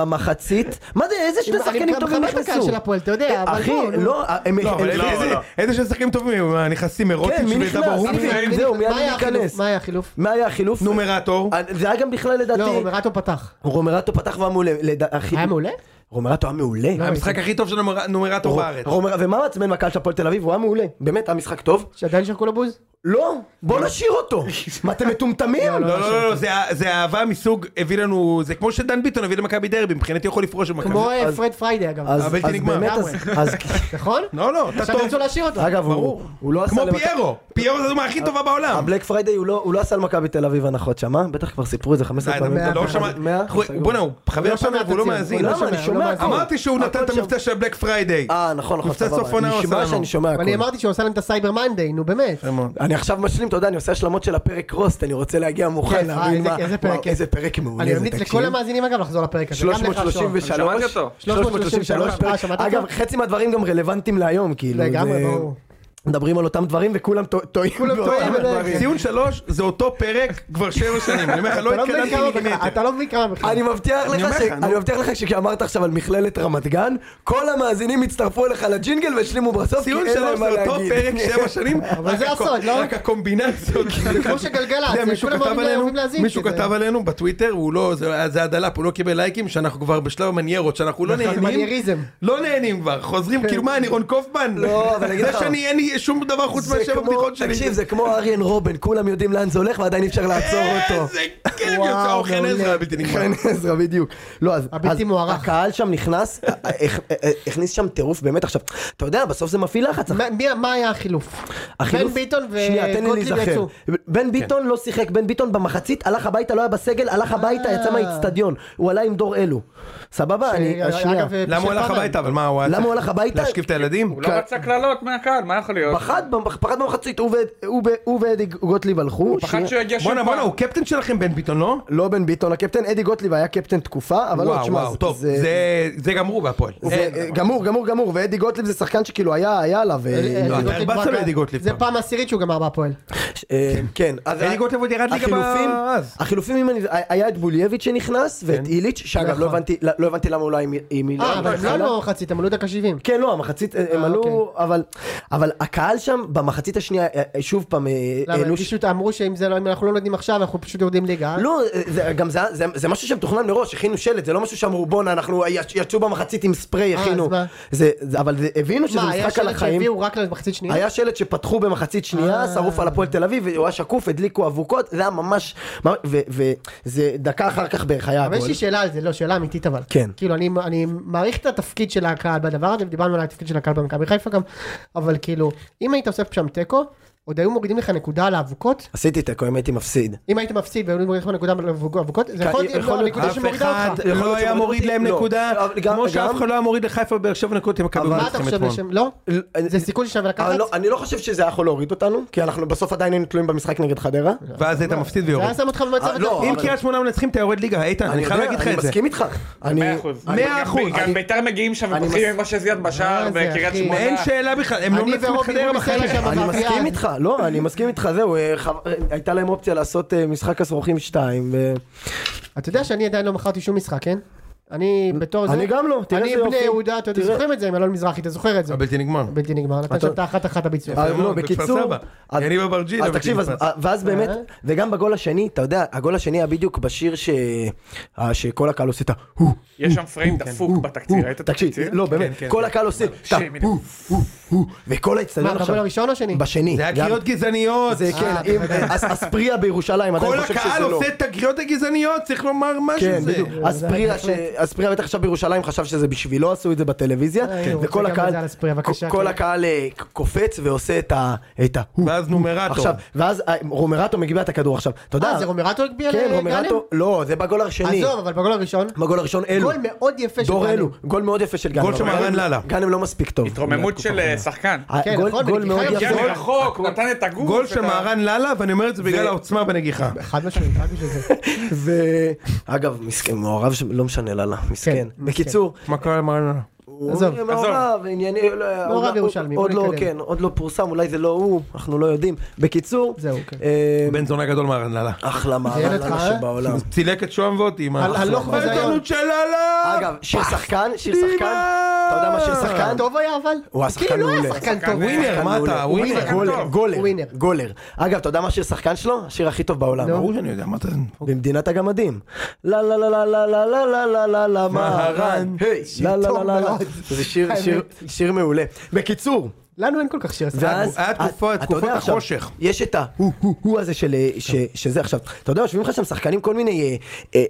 Speaker 5: במחצית, מה זה, איזה שני
Speaker 2: אני
Speaker 5: שחקנים
Speaker 2: גם
Speaker 5: טובים
Speaker 2: חמש דקה
Speaker 5: נכנסו?
Speaker 2: של הפועל, אתה יודע, אבל
Speaker 5: אחי,
Speaker 2: בוא, נו.
Speaker 5: לא, הם...
Speaker 3: לא, אבל
Speaker 5: הם-
Speaker 1: לא,
Speaker 3: איזה-
Speaker 1: לא.
Speaker 3: איזה שני שחקנים טובים, הם נכנסים
Speaker 5: כן,
Speaker 3: מרוטינש
Speaker 5: מי
Speaker 3: ודבר
Speaker 5: נכנס?
Speaker 3: רומי.
Speaker 1: אוקיי.
Speaker 5: זהו, מי
Speaker 2: מה היה
Speaker 5: היה
Speaker 2: החילוף?
Speaker 5: להיכנס?
Speaker 2: מה היה החילוף?
Speaker 5: מה היה החילוף?
Speaker 3: נומרטור.
Speaker 5: אה, זה היה גם בכלל
Speaker 2: לא,
Speaker 5: לדעתי,
Speaker 2: רומרטו פתח.
Speaker 5: רומרטו פתח והיה מעולה, לדע- אחי-
Speaker 2: היה לא, מעולה?
Speaker 5: רומרטו היה מעולה,
Speaker 3: המשחק הכי טוב של נומר- נומרטור בארץ.
Speaker 5: רומר- ומה מעצבן מהקהל של הפועל תל אביב? הוא היה מעולה, באמת, היה משחק טוב,
Speaker 2: שעדיין שרקו לו בוז?
Speaker 5: לא, בוא נשאיר
Speaker 3: *laughs*
Speaker 5: אותו. מה, אתם מטומטמים?
Speaker 3: לא, לא, לא, לא, זה ה- זה אהבה מסוג, הביא לנו, זה כמו שדן ביטון הביא למכבי דרבי, מבחינתי הוא יכול לפרוש במכבי.
Speaker 2: כמו אה,
Speaker 5: אז-
Speaker 2: פרד פריידי אגב.
Speaker 5: אז
Speaker 3: הבלתי
Speaker 5: אז
Speaker 3: נגמר.
Speaker 5: באמת, אז- אז...
Speaker 2: נכון?
Speaker 3: לא, לא, אתה
Speaker 2: עכשיו
Speaker 3: טוב.
Speaker 2: רצו להשאיר אותו.
Speaker 5: אגב, הוא
Speaker 3: ברור.
Speaker 5: הוא לא עשה...
Speaker 3: כמו
Speaker 5: למכבי-
Speaker 3: פיירו, פיירו זה הדוגמה הכי טובה בעולם.
Speaker 5: הבלק פריידיי הוא לא הוא לא עשה למכבי תל אביב הנחות שם, אה? בטח כבר סיפרו את זה 15
Speaker 3: די,
Speaker 5: פעמים.
Speaker 3: אתה לא
Speaker 5: מאה,
Speaker 3: שמע,
Speaker 5: מאה?
Speaker 3: אחי, בואנה הוא חבר
Speaker 2: לא
Speaker 3: שלנו
Speaker 2: שומע את
Speaker 3: והוא לא
Speaker 2: הציון,
Speaker 3: מאזין.
Speaker 2: הוא לא
Speaker 5: למה? אני
Speaker 2: שומע,
Speaker 5: שומע,
Speaker 2: לא מאזין.
Speaker 3: אמרתי שהוא נתן את
Speaker 5: הכל
Speaker 3: המבצע של בלק פריידיי.
Speaker 5: אה, נכון, נכון,
Speaker 3: מבצע סוף עונה הוא עשה
Speaker 5: נשמע
Speaker 3: לא לנו.
Speaker 5: שאני שומע
Speaker 2: אני
Speaker 5: הכול.
Speaker 2: אמרתי שהוא עשה להם את הסייבר מיינדיי, נו באמת.
Speaker 5: אני עכשיו משלים, אתה יודע, אני עושה השלמות של הפרק רוסט, אני רוצה להגיע
Speaker 2: כן,
Speaker 5: מוכן
Speaker 2: אה,
Speaker 5: להבין
Speaker 2: איזה-
Speaker 5: מה...
Speaker 2: איזה פרק
Speaker 5: וואו,
Speaker 2: כיף.
Speaker 5: איזה פרק מעולה
Speaker 2: אני
Speaker 5: זה,
Speaker 2: ממליץ
Speaker 5: תקשיב.
Speaker 2: לכל המאזינים אגב לחזור לפרק הזה. גם לך, שון.
Speaker 5: 333,
Speaker 1: שמעתי אותו.
Speaker 5: 333
Speaker 2: אה,
Speaker 5: פרק,
Speaker 2: שמעת
Speaker 5: אגב
Speaker 2: אותו?
Speaker 5: חצי מהדברים גם רלוונטיים להיום, כאילו,
Speaker 2: לגמרי,
Speaker 5: זה-
Speaker 2: ברור.
Speaker 5: מדברים על אותם דברים וכולם טוע- טועים באותם
Speaker 2: טועים, בדיוק.
Speaker 5: דברים.
Speaker 3: ציון שלוש זה אותו פרק כבר שבע שנים, אני אומר לך, לא
Speaker 2: אתה לא מבין כמה
Speaker 3: התקדמתי
Speaker 2: בכלל,
Speaker 3: מילימטר.
Speaker 2: אתה לא מבין כמה בכלל.
Speaker 5: אני מבטיח
Speaker 3: אני
Speaker 5: לך,
Speaker 3: אומר
Speaker 5: ש...
Speaker 3: לך, נו.
Speaker 5: אני מבטיח לך שכשאמרת עכשיו על מכללת רמת גן, כל המאזינים יצטרפו אליך לג'ינגל והשלימו בסוף, כי
Speaker 3: ציון
Speaker 5: אין
Speaker 3: שלוש
Speaker 5: להם מה
Speaker 3: זה אותו
Speaker 5: להגיד.
Speaker 3: פרק
Speaker 5: *laughs*
Speaker 3: שבע שנים,
Speaker 2: אבל
Speaker 3: רק
Speaker 2: זה
Speaker 3: הקו-
Speaker 2: הסוד, לא?
Speaker 3: רק
Speaker 2: *laughs*
Speaker 3: הקומבינציות.
Speaker 2: זה כמו שגלגלצ,
Speaker 3: אתה יודע, מישהו
Speaker 2: כולם
Speaker 3: כתב
Speaker 2: אוהבים-
Speaker 3: עלינו-
Speaker 2: אוהבים להזין,
Speaker 3: מישהו
Speaker 2: כי זה-
Speaker 3: כתב עלינו בטוויטר, הוא לא, זה זה הדלאפ, הוא לא קיבל לייקים, שאנחנו כבר בשלב המניירות, שאנחנו לא
Speaker 2: אנחנו
Speaker 3: נהנים.
Speaker 2: במנייריזם.
Speaker 3: לא נהנים כבר, חוזרים, כאילו מה, אני רון קופמן?
Speaker 5: לא, אבל אני אגיד לך-
Speaker 3: זה שאני, אין לי שום דבר חוץ
Speaker 5: זה
Speaker 3: מהשבע
Speaker 5: כמו-
Speaker 3: בדיחות שלי.
Speaker 5: תקשיב, זה כמו אריאן רובן, כולם יודעים לאן זה הולך ועדיין אי אפשר לעצור אותו. כן.
Speaker 3: איזה כיף
Speaker 2: וואו,
Speaker 3: יוצא, או חן
Speaker 2: מעולה.
Speaker 3: עזרא הבלתי נגמר.
Speaker 5: חן עזרא בדיוק. לא, אז,
Speaker 2: הבלתי
Speaker 5: אז
Speaker 2: מוערך.
Speaker 5: הקהל שם נכנס, אה, אה, אה, אה, הכניס שם טירוף באמת עכשיו, אתה יודע, בסוף זה מפעיל לחץ.
Speaker 2: מה- מי- מה היה החילוף?
Speaker 5: החילוף-
Speaker 2: בן ביטון
Speaker 5: שנייה, תן לי
Speaker 2: וגוטליב
Speaker 5: להיזכר.
Speaker 2: יצאו.
Speaker 5: בן ביטון לא שיחק, בן ביטון במחצית הלך הביתה, לא היה בסגל,
Speaker 2: אה.
Speaker 5: הלך הביתה, יצא מהאיצטדיון. הוא עלה עם דור אלו. סבבה? אני...
Speaker 2: שאגב,
Speaker 5: שנייה.
Speaker 2: אה,
Speaker 3: למה הוא
Speaker 2: שפרמן.
Speaker 3: הלך הביתה? אבל מה, הוא היה
Speaker 5: למה
Speaker 3: צריך
Speaker 5: הוא הלך הביתה?
Speaker 3: להשכיב את הילדים?
Speaker 1: הוא לא רצה קללות מהקהל, מה יכול להיות?
Speaker 5: פחד במח- פחד במחצית, הוא ואת- הוא ו- הוא ואדי גוטליב הלכו.
Speaker 1: פחד
Speaker 5: שנייה.
Speaker 1: שהוא יגיע שוב
Speaker 3: בואנה, בואנה,
Speaker 1: פעם.
Speaker 3: הוא קפטן שלכם בן ביטון, לא?
Speaker 5: לא בן ביטון הקפטן, אדי גוטליב היה קפטן תקופה, אבל לא,
Speaker 3: וואו,
Speaker 5: תשמע,
Speaker 3: וואו, טוב,
Speaker 5: זה-
Speaker 3: זה- זה גמרו בהפועל.
Speaker 5: זה- גמור, גמור, גמור, ואדי גוטליב זה שחקן שכאילו היה, היה עליו. אה,
Speaker 2: אה,
Speaker 3: לא, אתה
Speaker 2: גוטליב
Speaker 3: הרבצת
Speaker 2: כבר-
Speaker 3: לאדי גוטליב
Speaker 2: זה
Speaker 3: פעם.
Speaker 2: פעם עשירית שהוא גמר בהפועל.
Speaker 5: אה, כן. אז
Speaker 3: אלי גוטליב עוד ירד ליגה
Speaker 5: החילופים-
Speaker 3: באז.
Speaker 5: החילופים, אם אני... היה את בולייביץ' שנכנס, ואת איליץ', שאגב,
Speaker 2: נכון.
Speaker 5: לא הבנתי- לא הבנתי למה אולי עם מילה.
Speaker 2: אה, אבל הם לא עלו במחצית, הם עלו דקה 70.
Speaker 5: כן, לא, המחצית, אה, הם
Speaker 2: אה,
Speaker 5: עלו, אבל... אבל הקהל שם, במחצית השנייה, אה, אה, שוב פעם, אה,
Speaker 2: למה, לא, הם
Speaker 5: העלו... ש-
Speaker 2: פשוט אמרו שאם זה לא- אם אנחנו לא נותנים עכשיו, אנחנו פשוט יורדים ליגה. אה?
Speaker 5: לא, אה, זה, גם זה, זה, זה משהו שמתוכנן מראש, הכינו שלט, זה לא משהו שאמרו בואנה, אנחנו יצ- יצאו במחצית עם ספרי,
Speaker 2: אה,
Speaker 5: הכינו.
Speaker 2: אז מה?
Speaker 5: זה, זה, אבל זה, הבינו שזה
Speaker 2: אה? מה, היה
Speaker 5: משחק על
Speaker 2: שלט
Speaker 5: החיים.
Speaker 2: שהביאו רק למחצית שנייה?
Speaker 5: היה שלט שפתחו במחצית שנייה,
Speaker 2: אה.
Speaker 5: שרוף על הפועל תל אביב, והוא היה שקוף, הדליקו אבוקות, זה היה ממש, וזה דקה אחר כך בערך היה
Speaker 2: אבל
Speaker 5: הגול.
Speaker 2: יש לי שאלה על זה, לא, שאלה אמיתית אבל.
Speaker 5: כן.
Speaker 2: כאילו, אני, אני מעריך את התפקיד של הקהל בדבר הזה, ודיברנו על התפקיד של הקהל במכבי חיפה גם, אבל כאילו, אם היית עושה שם תיקו, עוד היו מורידים לך נקודה על האבוקות,
Speaker 5: עשיתי תיקו, אם הייתי מפסיד.
Speaker 2: אם היית מפסיד והיו מורידים לך נקודה על האבוקות, זה יכול להיות
Speaker 5: יכול
Speaker 2: לא,
Speaker 5: להיות-
Speaker 2: הנקודה
Speaker 3: אף
Speaker 2: שמורידה
Speaker 3: אחד
Speaker 2: אותך.
Speaker 5: יכול
Speaker 3: לא
Speaker 5: להיות
Speaker 3: היה
Speaker 5: שמוריד
Speaker 3: מוריד
Speaker 5: אותי?
Speaker 3: להם
Speaker 5: לא.
Speaker 3: נקודה,
Speaker 5: אבל גם-
Speaker 3: כמו שאף
Speaker 5: גם-
Speaker 3: אחד לא היה מוריד לחיפה באר שבע נקודות עם מכבי
Speaker 2: מה אתה
Speaker 3: מלחמת
Speaker 2: חושב
Speaker 3: אתמול.
Speaker 2: בשם, לא?
Speaker 5: אני-
Speaker 2: זה סיכון ששווה לקחת?
Speaker 5: אני אה, לא- אני לא חושב שזה היה יכול להוריד אותנו, כי אנחנו בסוף עדיין היינו תלויים במשחק נגד חדרה.
Speaker 3: ואז היית מפסיד
Speaker 2: זה
Speaker 3: ויורד.
Speaker 2: היה שם אותך במצב
Speaker 5: אה,
Speaker 2: הזה.
Speaker 5: לא,
Speaker 3: אם
Speaker 5: אבל-
Speaker 3: קריית שמונה מנצחים אתה יורד ליגה, איתן, אני חייב
Speaker 5: יודע,
Speaker 3: להגיד לך
Speaker 5: אני
Speaker 3: את זה.
Speaker 5: מסכים איתך. אני-
Speaker 1: מאה אחוז.
Speaker 3: מאה
Speaker 1: גם-
Speaker 3: אחוז.
Speaker 1: גם
Speaker 3: אני-
Speaker 1: ביתר מגיעים שם ופותחים עם משה זיאד בשער
Speaker 2: מה זה,
Speaker 1: וקריית
Speaker 2: אחי?
Speaker 1: שמונה.
Speaker 3: אין שאלה בכלל, הם לא
Speaker 2: אני
Speaker 3: מנצחים את
Speaker 2: ורובי
Speaker 3: חדרה
Speaker 2: רובי סלע
Speaker 3: בחיים.
Speaker 2: שם
Speaker 5: אני
Speaker 2: בבעיה.
Speaker 5: מסכים איתך, לא, אני מסכים איתך, זהו, אה, חב- אה, הייתה להם אופציה לעשות אה, משחק הסרוכים 2,
Speaker 2: אתה יודע שאני עדיין לא מכרתי שום משחק, כן? אני בתור זה...
Speaker 5: אני גם לא, תראה
Speaker 2: אני
Speaker 5: איזה
Speaker 2: בני
Speaker 5: יופי.
Speaker 2: יהודה, אתה יודע,
Speaker 5: תראה.
Speaker 2: זוכרים את זה עם אלון מזרחי, אתה זוכר את זה.
Speaker 3: הבלתי נגמר.
Speaker 2: בלתי נגמר, נתן שם את האחת אחת הביצוע.
Speaker 5: אה,
Speaker 3: מאוד,
Speaker 5: לא,
Speaker 3: בכפר
Speaker 5: בקיצור,
Speaker 3: סבא.
Speaker 5: אז-
Speaker 3: יניב אברג'יל,
Speaker 5: אז
Speaker 3: אבל
Speaker 5: תקשיב, אז-
Speaker 3: שנכנס.
Speaker 5: אה, ואז באמת,
Speaker 2: אה.
Speaker 5: וגם בגול השני, אתה יודע, הגול השני היה בדיוק בשיר ש- אה, שכל הקהל עושה את ה... "הו,
Speaker 1: יש שם פריים
Speaker 5: כן,
Speaker 1: דפוק
Speaker 5: הוא,
Speaker 1: בתקציר,
Speaker 5: הוא,
Speaker 1: ראית את
Speaker 5: תקשיב,
Speaker 1: התקציר?
Speaker 5: לא, באמת,
Speaker 3: כן, כן,
Speaker 5: כל
Speaker 3: כן.
Speaker 5: הקהל עושה, טה,
Speaker 1: שימי
Speaker 5: הוא, הוא, הוא, וכל
Speaker 2: מה,
Speaker 5: האצטדיון
Speaker 2: בגול
Speaker 5: עכשיו,
Speaker 2: הראשון או שני?
Speaker 5: בשני,
Speaker 3: זה היה
Speaker 5: גם-
Speaker 3: קריאות גזעניות.
Speaker 5: זה כן,
Speaker 2: אה,
Speaker 5: אם- אז אז פריה בירושלים,
Speaker 3: כל
Speaker 5: עדיין חושב שזה
Speaker 3: הקהל
Speaker 5: לא,
Speaker 3: עושה את הקריאות הגזעניות, צריך לומר משהו
Speaker 5: כן,
Speaker 3: זה.
Speaker 5: בדיוק, אז
Speaker 2: זה
Speaker 5: פריה
Speaker 2: בהחלט.
Speaker 5: ש- אז פריה בטח עכשיו בירושלים חשב שזה בשבילו עשו את זה בטלוויזיה,
Speaker 2: אה, הוא רוצה
Speaker 5: וכל
Speaker 2: גם
Speaker 5: הקהל,
Speaker 2: את זה על הספריה, בבקשה,
Speaker 5: כל
Speaker 2: כן.
Speaker 5: הקהל אה, קופץ ועושה את ה, את ה, "הו,
Speaker 3: ואז
Speaker 5: הו".
Speaker 3: נומרטור.
Speaker 5: עכשיו, ואז אה, רומרטו מגיע את הכדור עכשיו, אתה יודע,
Speaker 2: אה, זה רומרטו הגביע
Speaker 5: כן,
Speaker 2: לגאנם?
Speaker 5: רומרטו, לא, זה בגול השני,
Speaker 2: עזוב, אבל בגול הראשון,
Speaker 5: בגול הראשון אלו,
Speaker 2: גול מאוד יפה של
Speaker 5: דור
Speaker 2: גאנם.
Speaker 5: אלו, גול מאוד יפה של גאנם,
Speaker 3: גול של
Speaker 5: אבל
Speaker 3: מהרן
Speaker 5: גאנם-
Speaker 3: לאלה.
Speaker 5: גאנם לא מספיק טוב,
Speaker 1: התרוממות של אה, שחקן.
Speaker 5: אה,
Speaker 2: כן,
Speaker 5: גול-
Speaker 2: נכון,
Speaker 5: גול
Speaker 2: בנגיחה
Speaker 5: מאוד
Speaker 2: גם
Speaker 5: יפה,
Speaker 1: הגיע
Speaker 2: גול-
Speaker 1: מרחוק, הוא נתן את הגוף.
Speaker 3: גול
Speaker 1: את
Speaker 3: של
Speaker 5: אה,
Speaker 1: ה-
Speaker 3: מהרן לאללה, ואני אומר את זה בגלל העוצמה בנגיחה.
Speaker 2: חד משמעית, רק בשביל זה.
Speaker 5: ואגב, מסכן, מעורב, ש- לא משנה לאללה, מסכן,
Speaker 2: כן, מסכן.
Speaker 5: בקיצור,
Speaker 3: מה קרה למהרן לאללה?
Speaker 5: הוא
Speaker 2: עזוב.
Speaker 5: מעורב, ענייני, לא-
Speaker 2: מעורב
Speaker 5: עוד-
Speaker 2: ירושלמי, בוא
Speaker 5: עוד לא,
Speaker 2: נתקדם.
Speaker 5: כן, עוד לא פורסם, אולי זה לא הוא, אנחנו לא יודעים, בקיצור,
Speaker 2: זהו, כן.
Speaker 5: אה,
Speaker 3: בן זונה גדול מהרן לאללה.
Speaker 5: אחלה
Speaker 2: ילד
Speaker 5: מהרן לאללה
Speaker 2: חי. *laughs*
Speaker 5: שבעולם,
Speaker 3: הוא צילק את שוהם ואותי, מה?
Speaker 2: הל- הלוך
Speaker 3: מה
Speaker 2: וזיון.
Speaker 3: ההזדמנות של לאללה?
Speaker 5: אגב, שיר שחקן, שיר
Speaker 3: פנימה!
Speaker 5: שחקן, אתה יודע מה שיר *laughs* שחקן?
Speaker 2: שחקן אה, טוב היה אבל?
Speaker 5: הוא היה שחקן
Speaker 2: כאילו לא היה
Speaker 5: מעולה.
Speaker 2: שחקן טוב.
Speaker 1: ווינר.
Speaker 3: ווינר, מה אתה? ווינר.
Speaker 1: שחקן
Speaker 5: גולר,
Speaker 1: טוב.
Speaker 5: גולר,
Speaker 2: ווינר.
Speaker 5: גולר. אגב, אתה יודע מה השיר שחקן שלו? השיר הכי טוב בעולם.
Speaker 3: ברור שאני יודע, מה אתה...
Speaker 5: במדינת הגמדים. לה לה לה לה לה לה לה לה לה לה לה מהרן.
Speaker 3: מהרן.
Speaker 5: היי,
Speaker 2: שיר
Speaker 5: לה לה
Speaker 2: טוב
Speaker 5: לה לה לה.
Speaker 2: מאוד.
Speaker 5: זה שיר- שיר- שיר מעולה. בקיצור,
Speaker 2: לנו אין כל כך שיר שחקן.
Speaker 5: ואז...
Speaker 3: היה תקופה-
Speaker 5: אתה
Speaker 3: תקופת
Speaker 5: יודע עכשיו,
Speaker 3: החושך.
Speaker 5: יש את ה-הו-הו-הו הזה של... אה, ש- שזה עכשיו. אתה יודע, יושבים לך שם שחקנים כל מיני... אה, אה,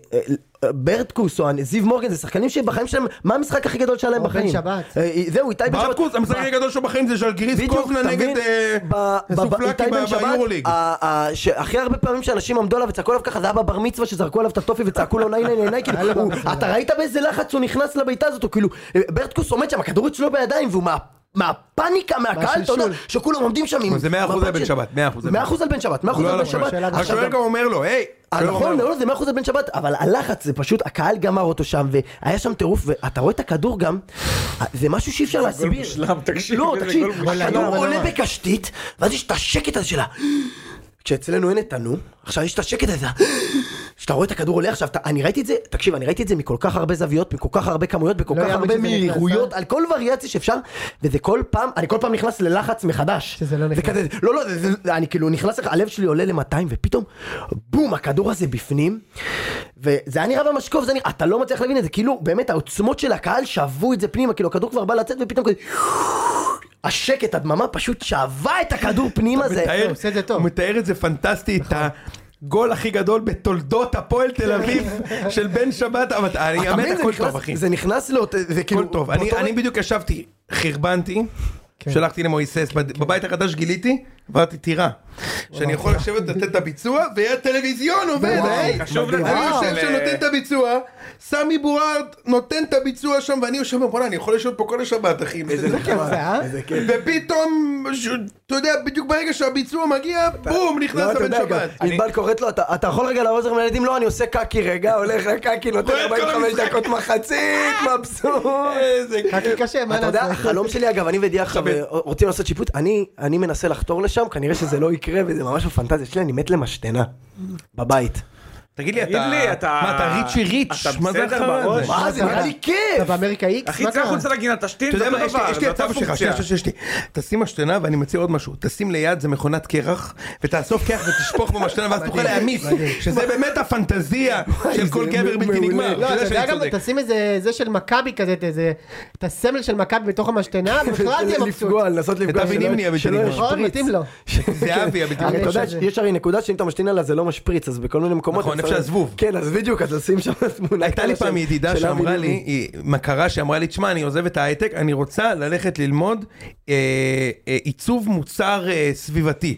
Speaker 5: אה, ברטקוס או זיו מורגן זה שחקנים שבחיים שלהם מה המשחק הכי גדול שלהם
Speaker 2: או בן
Speaker 5: בחיים?
Speaker 2: שבת.
Speaker 5: אה, אה, זהו איתי בן שבת.
Speaker 3: ברקוס, המשחק הכי גדול שלו בחיים זה של גריס
Speaker 5: בדיוק,
Speaker 3: קובנה
Speaker 5: אתה
Speaker 3: נגד
Speaker 5: מבין?
Speaker 3: אה,
Speaker 5: ב- ב- ב-
Speaker 3: סופלקי
Speaker 5: איתי בן
Speaker 3: ב- ביורוליג.
Speaker 5: שבת, אה, ה- ה- שהכי הרבה פעמים שאנשים עמדו עליו וצעקו עליו ככה, זה היה בבר מצווה שזרקו עליו את הטופי וצעקו לו
Speaker 3: *laughs*
Speaker 5: ניין ניין ניין, כאילו,
Speaker 2: היה לו
Speaker 5: הוא-
Speaker 2: בר מצווה.
Speaker 5: אתה ראית באיזה לחץ הוא נכנס לבעיטה הזאת, הוא כאילו, אה, ברטקוס עומד שם, הכדור אצלו בידיים, והוא מה... מהפאניקה, מהקהל, אתה יודע,
Speaker 2: מהשלשול.
Speaker 5: שכולם עומדים שם עם...
Speaker 3: זה מאה אחוז
Speaker 5: מבט
Speaker 3: על בן
Speaker 5: של-
Speaker 3: שבת, מאה אחוז על בן
Speaker 5: מאה אחוז על בן שבת, מאה אחוז
Speaker 3: לא,
Speaker 5: על
Speaker 3: לא,
Speaker 5: בן שבת.
Speaker 2: השאלה-
Speaker 5: עכשיו
Speaker 3: השוער
Speaker 5: גם-
Speaker 3: גם אומר לו, היי!
Speaker 5: אה,
Speaker 1: כן,
Speaker 3: השוער אומר
Speaker 5: נכון,
Speaker 3: לו,
Speaker 5: לא, זה 100% בן שבת, אבל הלחץ זה פשוט, הקהל גמר אותו שם, והיה שם טירוף, ואתה רואה את הכדור גם, אה, זה משהו שאי אפשר
Speaker 1: גול
Speaker 5: להסביר.
Speaker 1: מושלם, תקשיב,
Speaker 5: לא,
Speaker 1: איזה
Speaker 5: תקשיב,
Speaker 1: גול מושלם.
Speaker 5: הכדור
Speaker 2: אבל
Speaker 5: עולה
Speaker 2: למה?
Speaker 5: בקשתית, ואז יש את השקט הזה שלה. כשאצלנו אין את הנו, עכשיו יש את השקט הזה. שאתה רואה את הכדור עולה עכשיו, אתה, אני ראיתי את זה, תקשיב, אני ראיתי את זה מכל כך הרבה זוויות, מכל כך הרבה כמויות, בכל
Speaker 2: לא
Speaker 5: כך
Speaker 2: יאמן
Speaker 5: הרבה
Speaker 2: שזה נכנס,
Speaker 5: מהירויות,
Speaker 2: אה?
Speaker 5: על כל וריאציה שאפשר, וזה כל פעם, אני כל פעם נכנס ללחץ מחדש.
Speaker 2: שזה לא
Speaker 5: זה
Speaker 2: נכנס.
Speaker 5: כזה, לא, לא, זה, זה, זה, אני כאילו נכנס, לך, הלב שלי עולה ל-200, ופתאום, בום, הכדור הזה בפנים, וזה היה נראה במשקוף, זה נראה, אתה לא מצליח להבין את זה, כאילו, באמת, העוצמות של הקהל שאבו את זה פנימה, כאילו, הכדור כבר בא לצאת, ופתאום כזה, השקט, הדממה פשוט שאבה את הכדור פנימה, זה... נכון.
Speaker 3: מתאר-
Speaker 2: הוא עושה את זה טוב.
Speaker 3: הוא מתאר את זה פנטסטי, את הגול הכי גדול בתולדות הפועל תל
Speaker 5: *laughs*
Speaker 3: אביב של בן שבת, אבל אני
Speaker 5: אתה מבין,
Speaker 3: אאמן
Speaker 5: זה
Speaker 3: הכל
Speaker 5: נכנס-
Speaker 3: טוב אחי,
Speaker 5: זה נכנס לאותו, זה כאילו,
Speaker 3: הכל טוב, אני-
Speaker 5: באותו
Speaker 3: אני בדיוק ישבתי, חרבנתי. שלחתי למויסס, בד- בבית החדש גיליתי, עברתי טירה, שאני יכול לשבת לתת את הביצוע, והטלוויזיון עובד,
Speaker 2: וואו,
Speaker 3: היי.
Speaker 1: חשוב
Speaker 3: אני
Speaker 1: לדעת
Speaker 3: יושב
Speaker 1: ל-
Speaker 3: שם נותן את הביצוע, סמי בורארד נותן את הביצוע שם, ואני יושב ואומר, בוא'נה, אני יכול לשבת פה כל השבת, אחי. *laughs* זה כיף.
Speaker 2: זה, אה?
Speaker 5: כן.
Speaker 3: ופתאום, ש- אתה יודע, בדיוק ברגע שהביצוע מגיע, בום,
Speaker 5: לא,
Speaker 3: נכנס
Speaker 5: אתה
Speaker 3: הבן
Speaker 5: יודע, גם,
Speaker 3: שבת.
Speaker 5: ענבל קוראת לו, "אתה- אתה יכול רגע לעוזר מהילדים? לא, אני עושה קקי רגע, הולך לקקי, נותן
Speaker 3: רואה את כל
Speaker 5: 45
Speaker 3: המשחק. אה!
Speaker 5: דקות מחצית,
Speaker 3: *laughs*
Speaker 5: מבסוט.
Speaker 3: איזה
Speaker 2: חכי קשה, מה
Speaker 5: אתה יודע,
Speaker 2: לעשות?
Speaker 5: החלום שלי אגב, אני ודיה עכשיו
Speaker 3: תכבד.
Speaker 5: אה, רוצים לעשות שיפוט, אני אני מנסה לחתור לשם, כנראה שזה לא יקרה וזה ממש בפנטזיה שלי, אני מת למשתנה. בבית.
Speaker 3: תגיד לי,
Speaker 1: תגיד לי, אתה...
Speaker 3: מה, אתה ריצ'י ריץ'?
Speaker 1: אתה
Speaker 3: מה זה
Speaker 1: בסדר
Speaker 3: החרא
Speaker 1: בראש?
Speaker 3: הזה?
Speaker 5: מה, זה נראה
Speaker 2: אתה-
Speaker 5: לי כיף!
Speaker 2: אתה באמריקה איקס?
Speaker 1: אחי,
Speaker 2: מה
Speaker 1: צא
Speaker 2: קרה?
Speaker 1: החוצה לגינה, תשתין,
Speaker 3: אתה
Speaker 1: זה אותו
Speaker 3: יודע מה, יש
Speaker 1: דבר,
Speaker 3: לי- יש לי
Speaker 1: זה אותה
Speaker 3: הצעה בשבילך,
Speaker 1: פונקציה.
Speaker 3: שנייה, שנייה, שנייה, שנייה. תשים משתנה ואני מציע עוד משהו, תשים ליד זה מכונת קרח, ותאסוף קרח ותשפוך במשתנה ואז תוכל להעמיס, שזה באמת הפנטזיה של כל גבר בלתי נגמר.
Speaker 2: לא, אתה
Speaker 3: אתה
Speaker 2: יודע
Speaker 3: שאני
Speaker 2: גם,
Speaker 3: צודק.
Speaker 2: תשים איזה, זה של מכבי כזה, את איזה, את הסמל של מכבי בתוך המשתנה, ובכלל תהיה מבסוט.
Speaker 5: לפגוע, לנסות לפגוע,
Speaker 3: אבי
Speaker 5: שלא-
Speaker 3: נימני, אבי
Speaker 5: שלא
Speaker 3: נימני.
Speaker 5: ישפריץ.
Speaker 2: נכון, מתאים
Speaker 5: *laughs*
Speaker 2: לו.
Speaker 3: זהבי הבלתי
Speaker 5: הרי
Speaker 3: נגמר.
Speaker 5: אתה יודע,
Speaker 2: שזה-
Speaker 5: יש הרי נקודה שאם אתה משתין עליה זה לא משפריץ, אז בכל מיני מקומות...
Speaker 3: נכון,
Speaker 5: אתה
Speaker 3: איפה
Speaker 5: שם-
Speaker 3: שהזבוב.
Speaker 5: כן, אז בדיוק, אז לשים שם תמונה.
Speaker 3: הייתה לי
Speaker 5: כאלה
Speaker 3: פעם
Speaker 5: של-
Speaker 3: ידידה
Speaker 5: של
Speaker 3: שאמרה
Speaker 5: אבי
Speaker 3: לי,
Speaker 5: נימני.
Speaker 3: היא מכרה שאמרה לי, תשמע, אני עוזב את ההייטק, אני רוצה ללכת ללמוד אה, אה, עיצוב מוצר אה, סביבתי.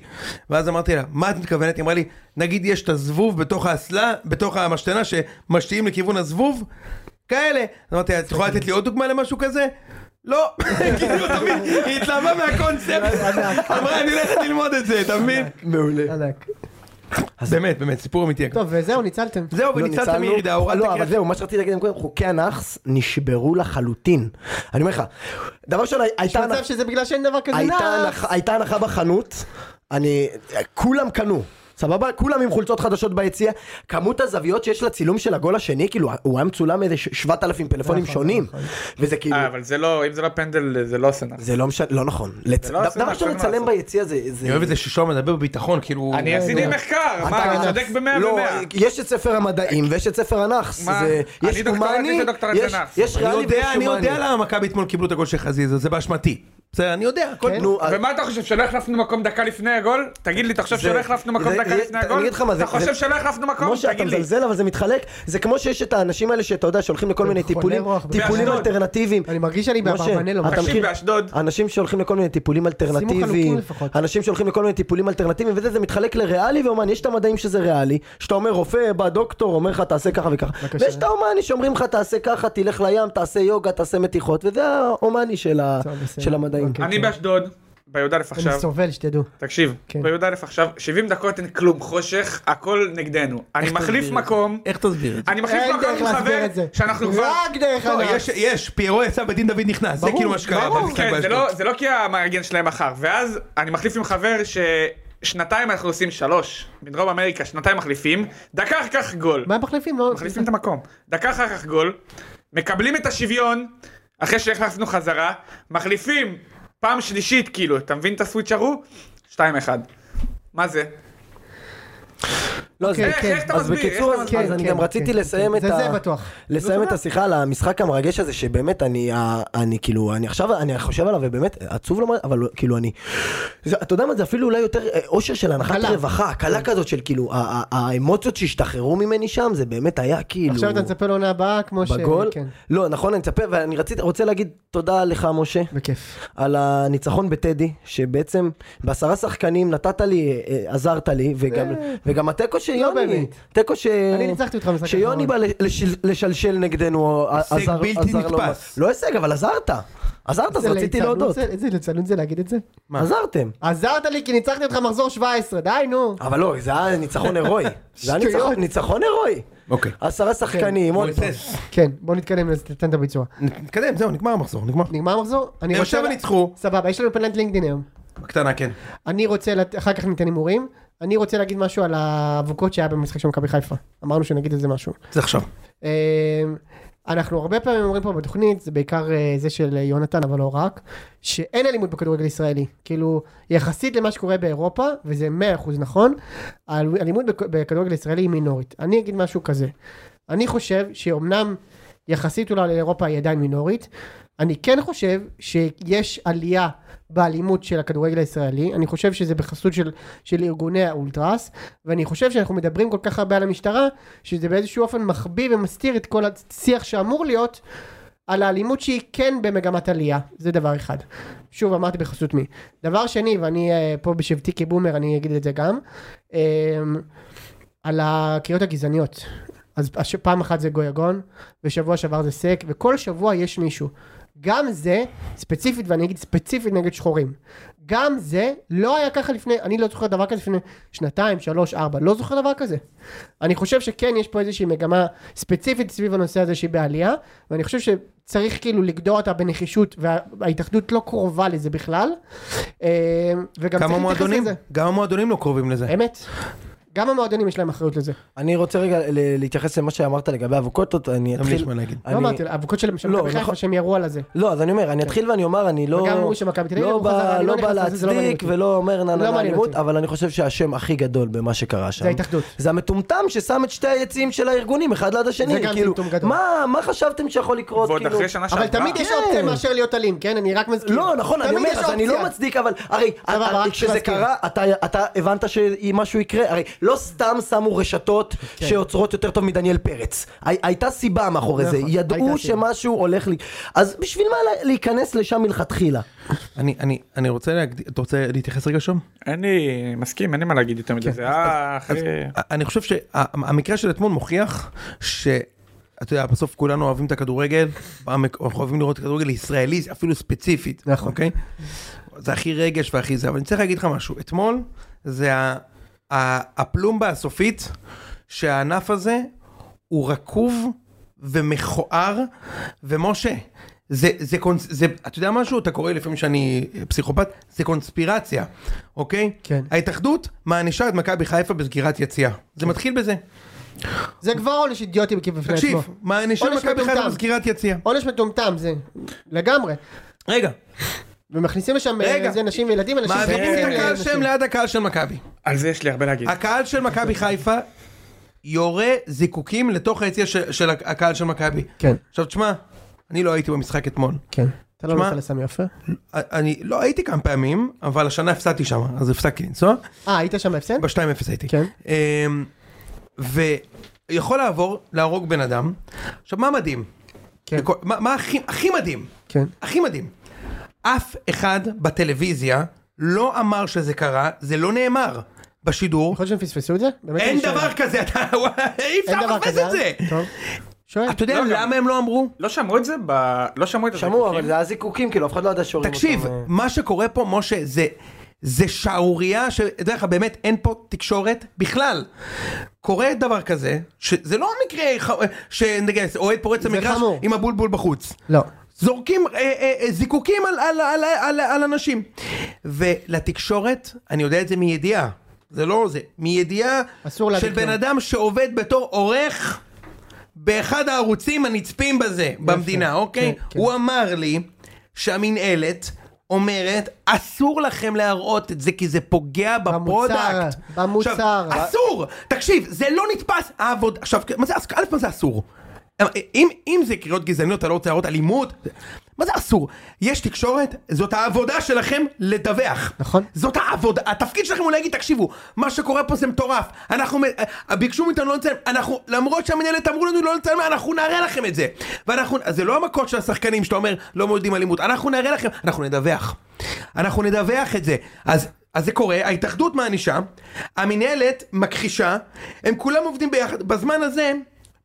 Speaker 3: ואז אמרתי לה, מה את מתכוונת? היא אמרה לי, נגיד יש את הזבוב בתוך האסלה, בתוך המשתנה, שמשתיעים לכיוון הזבוב, כאלה. אז אמרתי לה, את יכולה לתת לי עוד דוגמה למשהו כזה? לא, *laughs* כאילו, אתה מבין, היא התלהבה
Speaker 5: *laughs*
Speaker 3: מהקונספט, אמרה, אני הולכת ללמוד את זה, אתה מבין?
Speaker 5: מעולה.
Speaker 2: ענק.
Speaker 3: באמת, באמת, סיפור אמיתי.
Speaker 2: טוב, וזהו, ניצלתם.
Speaker 3: זהו,
Speaker 5: לא,
Speaker 3: וניצלת
Speaker 5: ניצלנו.
Speaker 3: מירידה, הורדת
Speaker 5: לא, אבל
Speaker 3: קריאה-
Speaker 5: זהו, מה שרציתי להגיד קודם, חוקי הנאחס נשברו לחלוטין. אני אומר לך, דבר ראשון,
Speaker 2: יש
Speaker 5: הייתה הנח-
Speaker 2: מצב שזה בגלל שאין דבר כזה לא.
Speaker 5: הייתה
Speaker 2: נע.
Speaker 5: הנחה- הייתה הנחה בחנות, אני, כולם קנו. סבבה? כולם עם חולצות חדשות ביציע. כמות הזוויות שיש לצילום של הגול השני, כאילו, הוא היה מצולם איזה ש- 7,000 פלאפונים
Speaker 2: נכון,
Speaker 5: שונים.
Speaker 2: נכון.
Speaker 5: וזה כאילו...
Speaker 1: אה, אבל זה לא, אם זה לא פנדל, זה לא עושה נחת.
Speaker 5: זה לא משנה, לא נכון. לצ-
Speaker 1: זה לא
Speaker 5: ד-
Speaker 1: עושה
Speaker 5: דבר
Speaker 1: משהו, אין מה
Speaker 5: שלצלם
Speaker 1: לעשות.
Speaker 5: ביציע זה... זה-
Speaker 3: אני אוהב את זה ששון מדבר בביטחון, כאילו...
Speaker 1: אני עשיתי מחקר, מה, אני צודק במאה
Speaker 5: לא,
Speaker 1: במאה.
Speaker 5: יש את ספר המדעים ויש את ספר הנאחס.
Speaker 1: מה?
Speaker 5: זה-
Speaker 1: אני
Speaker 5: יש
Speaker 1: דוקטורט,
Speaker 5: הומני,
Speaker 1: יש לי דוקטורט
Speaker 5: יש-
Speaker 1: בנאחס.
Speaker 5: יש
Speaker 3: אני
Speaker 5: ריאלי
Speaker 3: יודע, אני
Speaker 5: ויש
Speaker 3: יודע
Speaker 5: הומני.
Speaker 3: למה מכבי אתמול קיבלו את הגול של חזיזה, זה באשמתי. בסדר, אני יודע, הכל...
Speaker 5: נו, אז-
Speaker 1: ומה אתה חושב, שלא החלפנו מקום דקה לפני הגול? תגיד לי, אתה חושב
Speaker 5: אה, זה-
Speaker 1: שלא החלפנו מקום
Speaker 5: זה-
Speaker 1: דקה
Speaker 5: זה-
Speaker 1: לפני
Speaker 5: אני
Speaker 1: הגול?
Speaker 5: אגיד לך מה,
Speaker 1: אתה
Speaker 5: זה- זה-
Speaker 1: חושב שלא החלפנו מקום?
Speaker 5: משה, אתה
Speaker 1: תגיד לי.
Speaker 5: מזלזל, אבל זה מתחלק. זה כמו שיש את האנשים האלה שאתה יודע, שהולכים
Speaker 3: כן,
Speaker 5: לכל מיני
Speaker 3: נכון,
Speaker 2: חולי
Speaker 5: טיפולים,
Speaker 2: רוח,
Speaker 5: טיפולים
Speaker 1: באשדוד.
Speaker 5: אלטרנטיביים.
Speaker 2: אני מרגיש שאני
Speaker 5: משה,
Speaker 2: באברבנל,
Speaker 5: אתה
Speaker 2: אבל-
Speaker 1: תקשיב,
Speaker 5: מכיר- אה,
Speaker 1: באשדוד.
Speaker 5: אנשים שהולכים לכל מיני טיפולים
Speaker 2: חלוקים
Speaker 5: אלטרנטיביים,
Speaker 2: לפחות.
Speaker 5: אנשים שהולכים לכל מיני טיפולים אלטרנטיביים וזה, זה מתחלק לריאלי ואומן, יש את המדעים שזה ריאלי, שאתה אומר רופא, בא דוקטור, אומר לך תעשה ככה וככה,
Speaker 2: בבקשה.
Speaker 5: ויש את ההומני שאומרים לך תעשה ככה, תלך לים, תעשה יוגה, תעשה מתיחות, וזה ההומני של ה-
Speaker 2: טוב, בסדר.
Speaker 5: של המדעים.
Speaker 2: אוקיי.
Speaker 1: אני באשדוד, בי"א
Speaker 2: אני
Speaker 1: עכשיו,
Speaker 2: סובל, שתדעו.
Speaker 1: תקשיב,
Speaker 2: כן.
Speaker 1: בי"א עכשיו, 70 דקות אין כלום, חושך, הכל נגדנו. אני מחליף מקום,
Speaker 3: איך תסביר את זה?
Speaker 1: אני מחליף
Speaker 2: אין
Speaker 1: מקום
Speaker 2: דרך
Speaker 1: עם
Speaker 2: להסביר
Speaker 1: חבר,
Speaker 2: את זה.
Speaker 1: שאנחנו כבר...
Speaker 2: רק דרך
Speaker 3: לא,
Speaker 2: הנאחס.
Speaker 3: יש- יש, פיירו יצא ודין דוד נכנס, זה
Speaker 2: ברור,
Speaker 3: כאילו מה שקרה
Speaker 2: ברור.
Speaker 3: במשחק
Speaker 1: כן, זה
Speaker 3: באשדוד.
Speaker 1: לא- זה לא כי המארגן שלהם מחר, ואז אני מחליף עם חבר ששנתיים אנחנו עושים שלוש, מדרום אמריקה, שנתיים מחליפים, דקה אחר כך גול.
Speaker 2: מה הם מחליפים? לא...
Speaker 1: מחליפים את המקום. דקה אחר כך גול, מקבלים את השוויון, אחרי שהחלפנו חזרה, מחליפים פעם שלישית, כאילו, אתה מבין את הסוויץ' ההוא? 2-1. מה זה?
Speaker 5: לא, אז-
Speaker 2: אוקיי,
Speaker 1: איך,
Speaker 2: כן.
Speaker 1: איך אתה
Speaker 5: אז
Speaker 1: מסביר?
Speaker 5: בקיצור,
Speaker 1: איך אתה
Speaker 5: אז
Speaker 1: מסביר?
Speaker 5: אז אני
Speaker 2: כן,
Speaker 5: גם
Speaker 2: כן,
Speaker 5: רציתי
Speaker 2: כן,
Speaker 5: לסיים
Speaker 2: כן.
Speaker 5: את
Speaker 2: זה-
Speaker 5: ה...
Speaker 2: זה בטוח.
Speaker 5: לסיים את השיחה על המשחק המרגש הזה, שבאמת אני, ה- אני כאילו, אני עכשיו, אני חושב עליו, ובאמת, עצוב לומר, אבל כאילו אני... זה, אתה יודע מה, זה אפילו אולי יותר אה, אושר של הנחת
Speaker 2: הקלה.
Speaker 5: רווחה, הקלה
Speaker 2: כן.
Speaker 5: כזאת של כאילו, ה- ה- האמוציות שהשתחררו ממני שם, זה באמת היה כאילו...
Speaker 2: עכשיו אתה מצפה לעונה הבאה, כמו ש...
Speaker 5: בגול?
Speaker 2: כן,
Speaker 5: לא, נכון, אני מצפה, ואני רציתי, רוצה להגיד תודה לך, משה.
Speaker 2: בכיף.
Speaker 5: על הניצחון בטדי, שבעצם בעשרה שחקנים נתת לי, אה, עזרת לי, וגם, וגם התיקו
Speaker 2: אה.
Speaker 5: שיוני,
Speaker 2: לא באמת.
Speaker 5: תיקו ש...
Speaker 2: אני ניצחתי אותך במשחק
Speaker 5: שיוני בא
Speaker 2: האחרון.
Speaker 5: לשל- לשלשל נגדנו, אה,
Speaker 3: הישג
Speaker 5: עזר,
Speaker 3: בלתי
Speaker 5: עזר לו.
Speaker 3: נתפס.
Speaker 5: לא הישג, אבל עזרת. עזרת, אז
Speaker 2: איזה
Speaker 5: רציתי
Speaker 2: ליצנות
Speaker 5: להודות.
Speaker 2: זה- איזה ליצנות זה להגיד את זה?
Speaker 5: עזרתם.
Speaker 2: עזרת לי כי ניצחתי אותך מחזור 17, די נו.
Speaker 5: אבל לא, זה היה
Speaker 2: *laughs*
Speaker 5: ניצחון הירואי. זה היה
Speaker 2: שטויות.
Speaker 5: ניצחון- ניצחון הירואי.
Speaker 3: אוקיי.
Speaker 5: עשרה שחקנים, עוד פעם.
Speaker 3: מויסס.
Speaker 2: כן, בוא נתקדם לזה, תתן את הביצוע.
Speaker 3: נתקדם, זהו, נגמר המחזור, נגמר.
Speaker 2: נגמר המחזור? אני
Speaker 3: באר
Speaker 2: רוצה...
Speaker 3: שבע ניצחו.
Speaker 2: סבבה, יש לנו פנלט לינקדאין היום.
Speaker 3: בקטנה, כן.
Speaker 2: אני רוצה, לת- אחר כך ניתן הימורים. אני רוצה להגיד משהו על האבוקות שהיה במשחק של מכבי חיפה. אמרנו שנגיד על זה משהו.
Speaker 3: זה עכשיו.
Speaker 2: אמ, אנחנו הרבה פעמים אומרים פה בתוכנית, זה בעיקר אה, זה של אה, יונתן, אבל לא רק, שאין אלימות בכדורגל ישראלי. כאילו, יחסית למה שקורה באירופה, וזה 100% נכון, האלימות בכ- בכדורגל ישראלי היא מינורית. אני אגיד משהו כזה. אני חושב שאומנם יחסית אולי לאירופה היא עדיין מינורית, אני כן חושב שיש עלייה באלימות של הכדורגל הישראלי, אני חושב שזה בחסות של, של ארגוני האולטרס, ואני חושב שאנחנו מדברים כל כך הרבה על המשטרה, שזה באיזשהו אופן מחביא ומסתיר את כל השיח שאמור להיות על האלימות שהיא כן במגמת עלייה, זה דבר אחד. שוב אמרתי בחסות מי. דבר שני, ואני אה, פה בשבתי כבומר אני אגיד את זה גם, אה, על הקריאות הגזעניות. אז הש- פעם אחת זה גויגון, ושבוע שעבר זה סק, וכל שבוע יש מישהו. גם זה, ספציפית, ואני אגיד ספציפית נגד שחורים, גם זה לא היה ככה לפני, אני לא זוכר דבר כזה לפני שנתיים, שלוש, ארבע, לא זוכר דבר כזה. אני חושב שכן יש פה איזושהי מגמה ספציפית סביב הנושא הזה שהיא בעלייה, ואני חושב שצריך כאילו לגדור אותה בנחישות, וההתאחדות לא קרובה לזה בכלל, אה, וגם צריך
Speaker 3: כמה
Speaker 2: להתייחס
Speaker 3: מועדונים?
Speaker 2: לזה.
Speaker 3: גם המועדונים לא קרובים לזה.
Speaker 2: אמת. גם המועדונים יש להם אחריות לזה. לא
Speaker 5: אני רוצה רגע ל- להתייחס למה שאמרת לגבי האבוקוטות, אני
Speaker 3: גם לי יש
Speaker 5: אתחיל...
Speaker 3: מה להגיד.
Speaker 2: לא
Speaker 5: אני-
Speaker 2: אמרתי, האבוקות של של
Speaker 5: לא,
Speaker 2: מכבי חיפה
Speaker 5: נכון.
Speaker 2: שהם ירו על הזה.
Speaker 5: לא, אז אני אומר, אני אתחיל ואני אומר, אני לא...
Speaker 2: כן. וגם אמרו שמכבי תל אביב
Speaker 5: לא
Speaker 2: אמרו חזרה,
Speaker 5: בא-
Speaker 2: אני לא
Speaker 5: לא בא
Speaker 2: נכנס לזה, זה לא מעניין
Speaker 5: להצדיק
Speaker 2: אותי.
Speaker 5: ולא אומר
Speaker 2: לא
Speaker 5: נה נה נה
Speaker 2: מעניין
Speaker 5: אלימות,
Speaker 2: אותי.
Speaker 5: אבל אני חושב שהשם הכי גדול במה שקרה שם.
Speaker 2: ההתאחדות.
Speaker 5: זה המטומטם ששם את שתי היציעים של הארגונים, אחד ליד השני.
Speaker 2: גם
Speaker 5: כאילו,
Speaker 2: טמטום גדול.
Speaker 5: מה- מה חשבתם שיכול לקרות?
Speaker 1: ועוד
Speaker 5: כאילו?
Speaker 1: אחרי שנה שעברה.
Speaker 2: אבל תמיד יש
Speaker 5: כן.
Speaker 2: אופציה מאשר להיות אלים, כן? אני רק מזכיר.
Speaker 5: לא, נכון, אני
Speaker 2: תמיד
Speaker 5: אומר,
Speaker 2: יש
Speaker 5: אז אני
Speaker 2: אופציה.
Speaker 5: לא מצדיק, אבל הרי,
Speaker 2: סבבה,
Speaker 5: הרי
Speaker 2: רק
Speaker 5: כשזה
Speaker 2: להזכיר.
Speaker 5: קרה, אתה- אתה הבנת שמשהו יקרה, הרי לא סתם שמו רשתות
Speaker 2: כן.
Speaker 5: שעוצרות יותר טוב מדניאל פרץ. הי- הייתה סיבה מאחורי זה,
Speaker 2: נכון, הייתה סיבה.
Speaker 5: ידעו שמשהו הולך ל... אז בשביל מה לה- להיכנס לשם מלכתחילה?
Speaker 3: אני- אני- אני רוצה להגדיל, אתה רוצה להתייחס רגע שום?
Speaker 1: אין לי, מסכים, אין לי מה להגיד יותר מזה, זה היה
Speaker 3: כן.
Speaker 1: אחרי...
Speaker 3: אני חושב שהמקרה של אתמול מוכיח ש... אתה יודע, בסוף כולנו אוהבים את הכדורגל, פעם אנחנו אוהבים לראות כדורגל ישראלי, אפילו ספציפית,
Speaker 2: נכון.
Speaker 3: אוקיי? זה הכי רגש והכי זה, אבל אני צריך להגיד לך משהו, אתמול זה ה- ה- הפלומבה הסופית שהענף הזה הוא רקוב ומכוער, ומשה, זה, זה, קונס, זה, אתה יודע משהו? אתה קורא לפעמים שאני פסיכופת, זה קונספירציה, אוקיי?
Speaker 2: כן.
Speaker 3: ההתאחדות מענישה את מכבי חיפה בסגירת יציאה. זה מתחיל בזה.
Speaker 2: זה כבר עונש אידיוטי בפני עצמו.
Speaker 3: תקשיב, מענישה
Speaker 2: עונש
Speaker 3: מכבי חיפה
Speaker 2: מטומטם.
Speaker 3: בסגירת יציאה.
Speaker 2: עונש מטומטם זה, לגמרי.
Speaker 3: רגע,
Speaker 2: ומכניסים לשם אה,
Speaker 3: רגע.
Speaker 2: זה נשים וילדים, אנשים
Speaker 3: מעבירים את
Speaker 2: שחורים
Speaker 3: הקהל
Speaker 2: לנשים.
Speaker 3: שלהם ליד הקהל של מכבי.
Speaker 1: על זה יש לי הרבה להגיד.
Speaker 3: הקהל של מכבי חיפה יורה זיקוקים לתוך היציאה של, של הקהל של מכבי.
Speaker 2: כן.
Speaker 3: עכשיו תשמע, אני לא הייתי במשחק אתמול.
Speaker 2: כן. אתה לא
Speaker 3: שמע-
Speaker 2: נוסע לסמי עופר?
Speaker 3: אני לא הייתי כמה פעמים, אבל השנה הפסדתי שם, אז הפסקתי לנסוע.
Speaker 2: אה, היית שם בהפסד?
Speaker 3: ב-2-0 הייתי.
Speaker 2: כן.
Speaker 3: אמ, ויכול לעבור, להרוג בן אדם. עכשיו, מה מדהים?
Speaker 2: כן.
Speaker 3: בכל- מה, מה הכי, הכי מדהים?
Speaker 2: כן.
Speaker 3: הכי מדהים. אף אחד בטלוויזיה לא אמר שזה קרה, זה לא נאמר בשידור.
Speaker 2: יכול להיות שהם פספסו את זה? באמת
Speaker 3: אין
Speaker 2: אני שואל.
Speaker 3: דבר כזה, אתה, *laughs* וואי, אי
Speaker 2: אה, אין
Speaker 3: אפשר
Speaker 2: דבר
Speaker 3: לחפש
Speaker 2: כזה,
Speaker 3: את זה.
Speaker 2: אה? טוב. שואל.
Speaker 3: אתה יודע
Speaker 1: לא, גם-
Speaker 3: למה הם לא אמרו?
Speaker 1: לא שמעו את זה ב... לא שמעו את זה.
Speaker 5: שמעו, אבל זה היה זיקוקים, כאילו, אף אחד לא ידע שהורים אותם.
Speaker 3: תקשיב, מה שקורה פה, משה, זה... זה שערורייה ש... דרך אגב, באמת, אין פה תקשורת בכלל. קורה דבר כזה, שזה לא מקרה ח... שנגייס, אוהד פורץ למגרש
Speaker 2: חמור.
Speaker 3: עם הבולבול בחוץ.
Speaker 2: לא.
Speaker 3: זורקים אה, אה, אה, זיקוקים על, על, על, על, על אנשים. ולתקשורת, אני יודע את זה מידיעה, זה לא זה, מידיעה
Speaker 2: אסור להגיד
Speaker 3: של בן
Speaker 2: כלום.
Speaker 3: אדם שעובד בתור עורך באחד הערוצים הנצפים בזה במדינה, אוקיי?
Speaker 2: כן, כן.
Speaker 3: הוא אמר לי שהמינהלת אומרת, אסור לכם להראות את זה כי זה פוגע בפרודקט.
Speaker 2: במוצר.
Speaker 3: עכשיו, אסור! תקשיב, זה לא נתפס העבוד... עכשיו, מה זה, א', מה זה אסור? אה, אם, אם זה קריאות גזעניות, אתה לא רוצה להראות אלימות, מה זה אסור? יש תקשורת, זאת העבודה שלכם לדווח.
Speaker 2: נכון.
Speaker 3: זאת העבודה, התפקיד שלכם הוא להגיד, תקשיבו, מה שקורה פה זה מטורף. אנחנו, מ- אה, ביקשו מאיתנו לא לצלם, אנחנו, למרות שהמנהלת אמרו לנו לא לצלם, אנחנו נראה לכם את זה. ואנחנו, אז זה לא המכות של השחקנים שאתה אומר, לא מודדים אלימות, אנחנו נראה לכם, אנחנו נדווח. אנחנו נדווח את זה. אז, אז זה קורה, ההתאחדות מענישה, המנהלת מכחישה, הם כולם עובדים ביחד, בזמן הזה,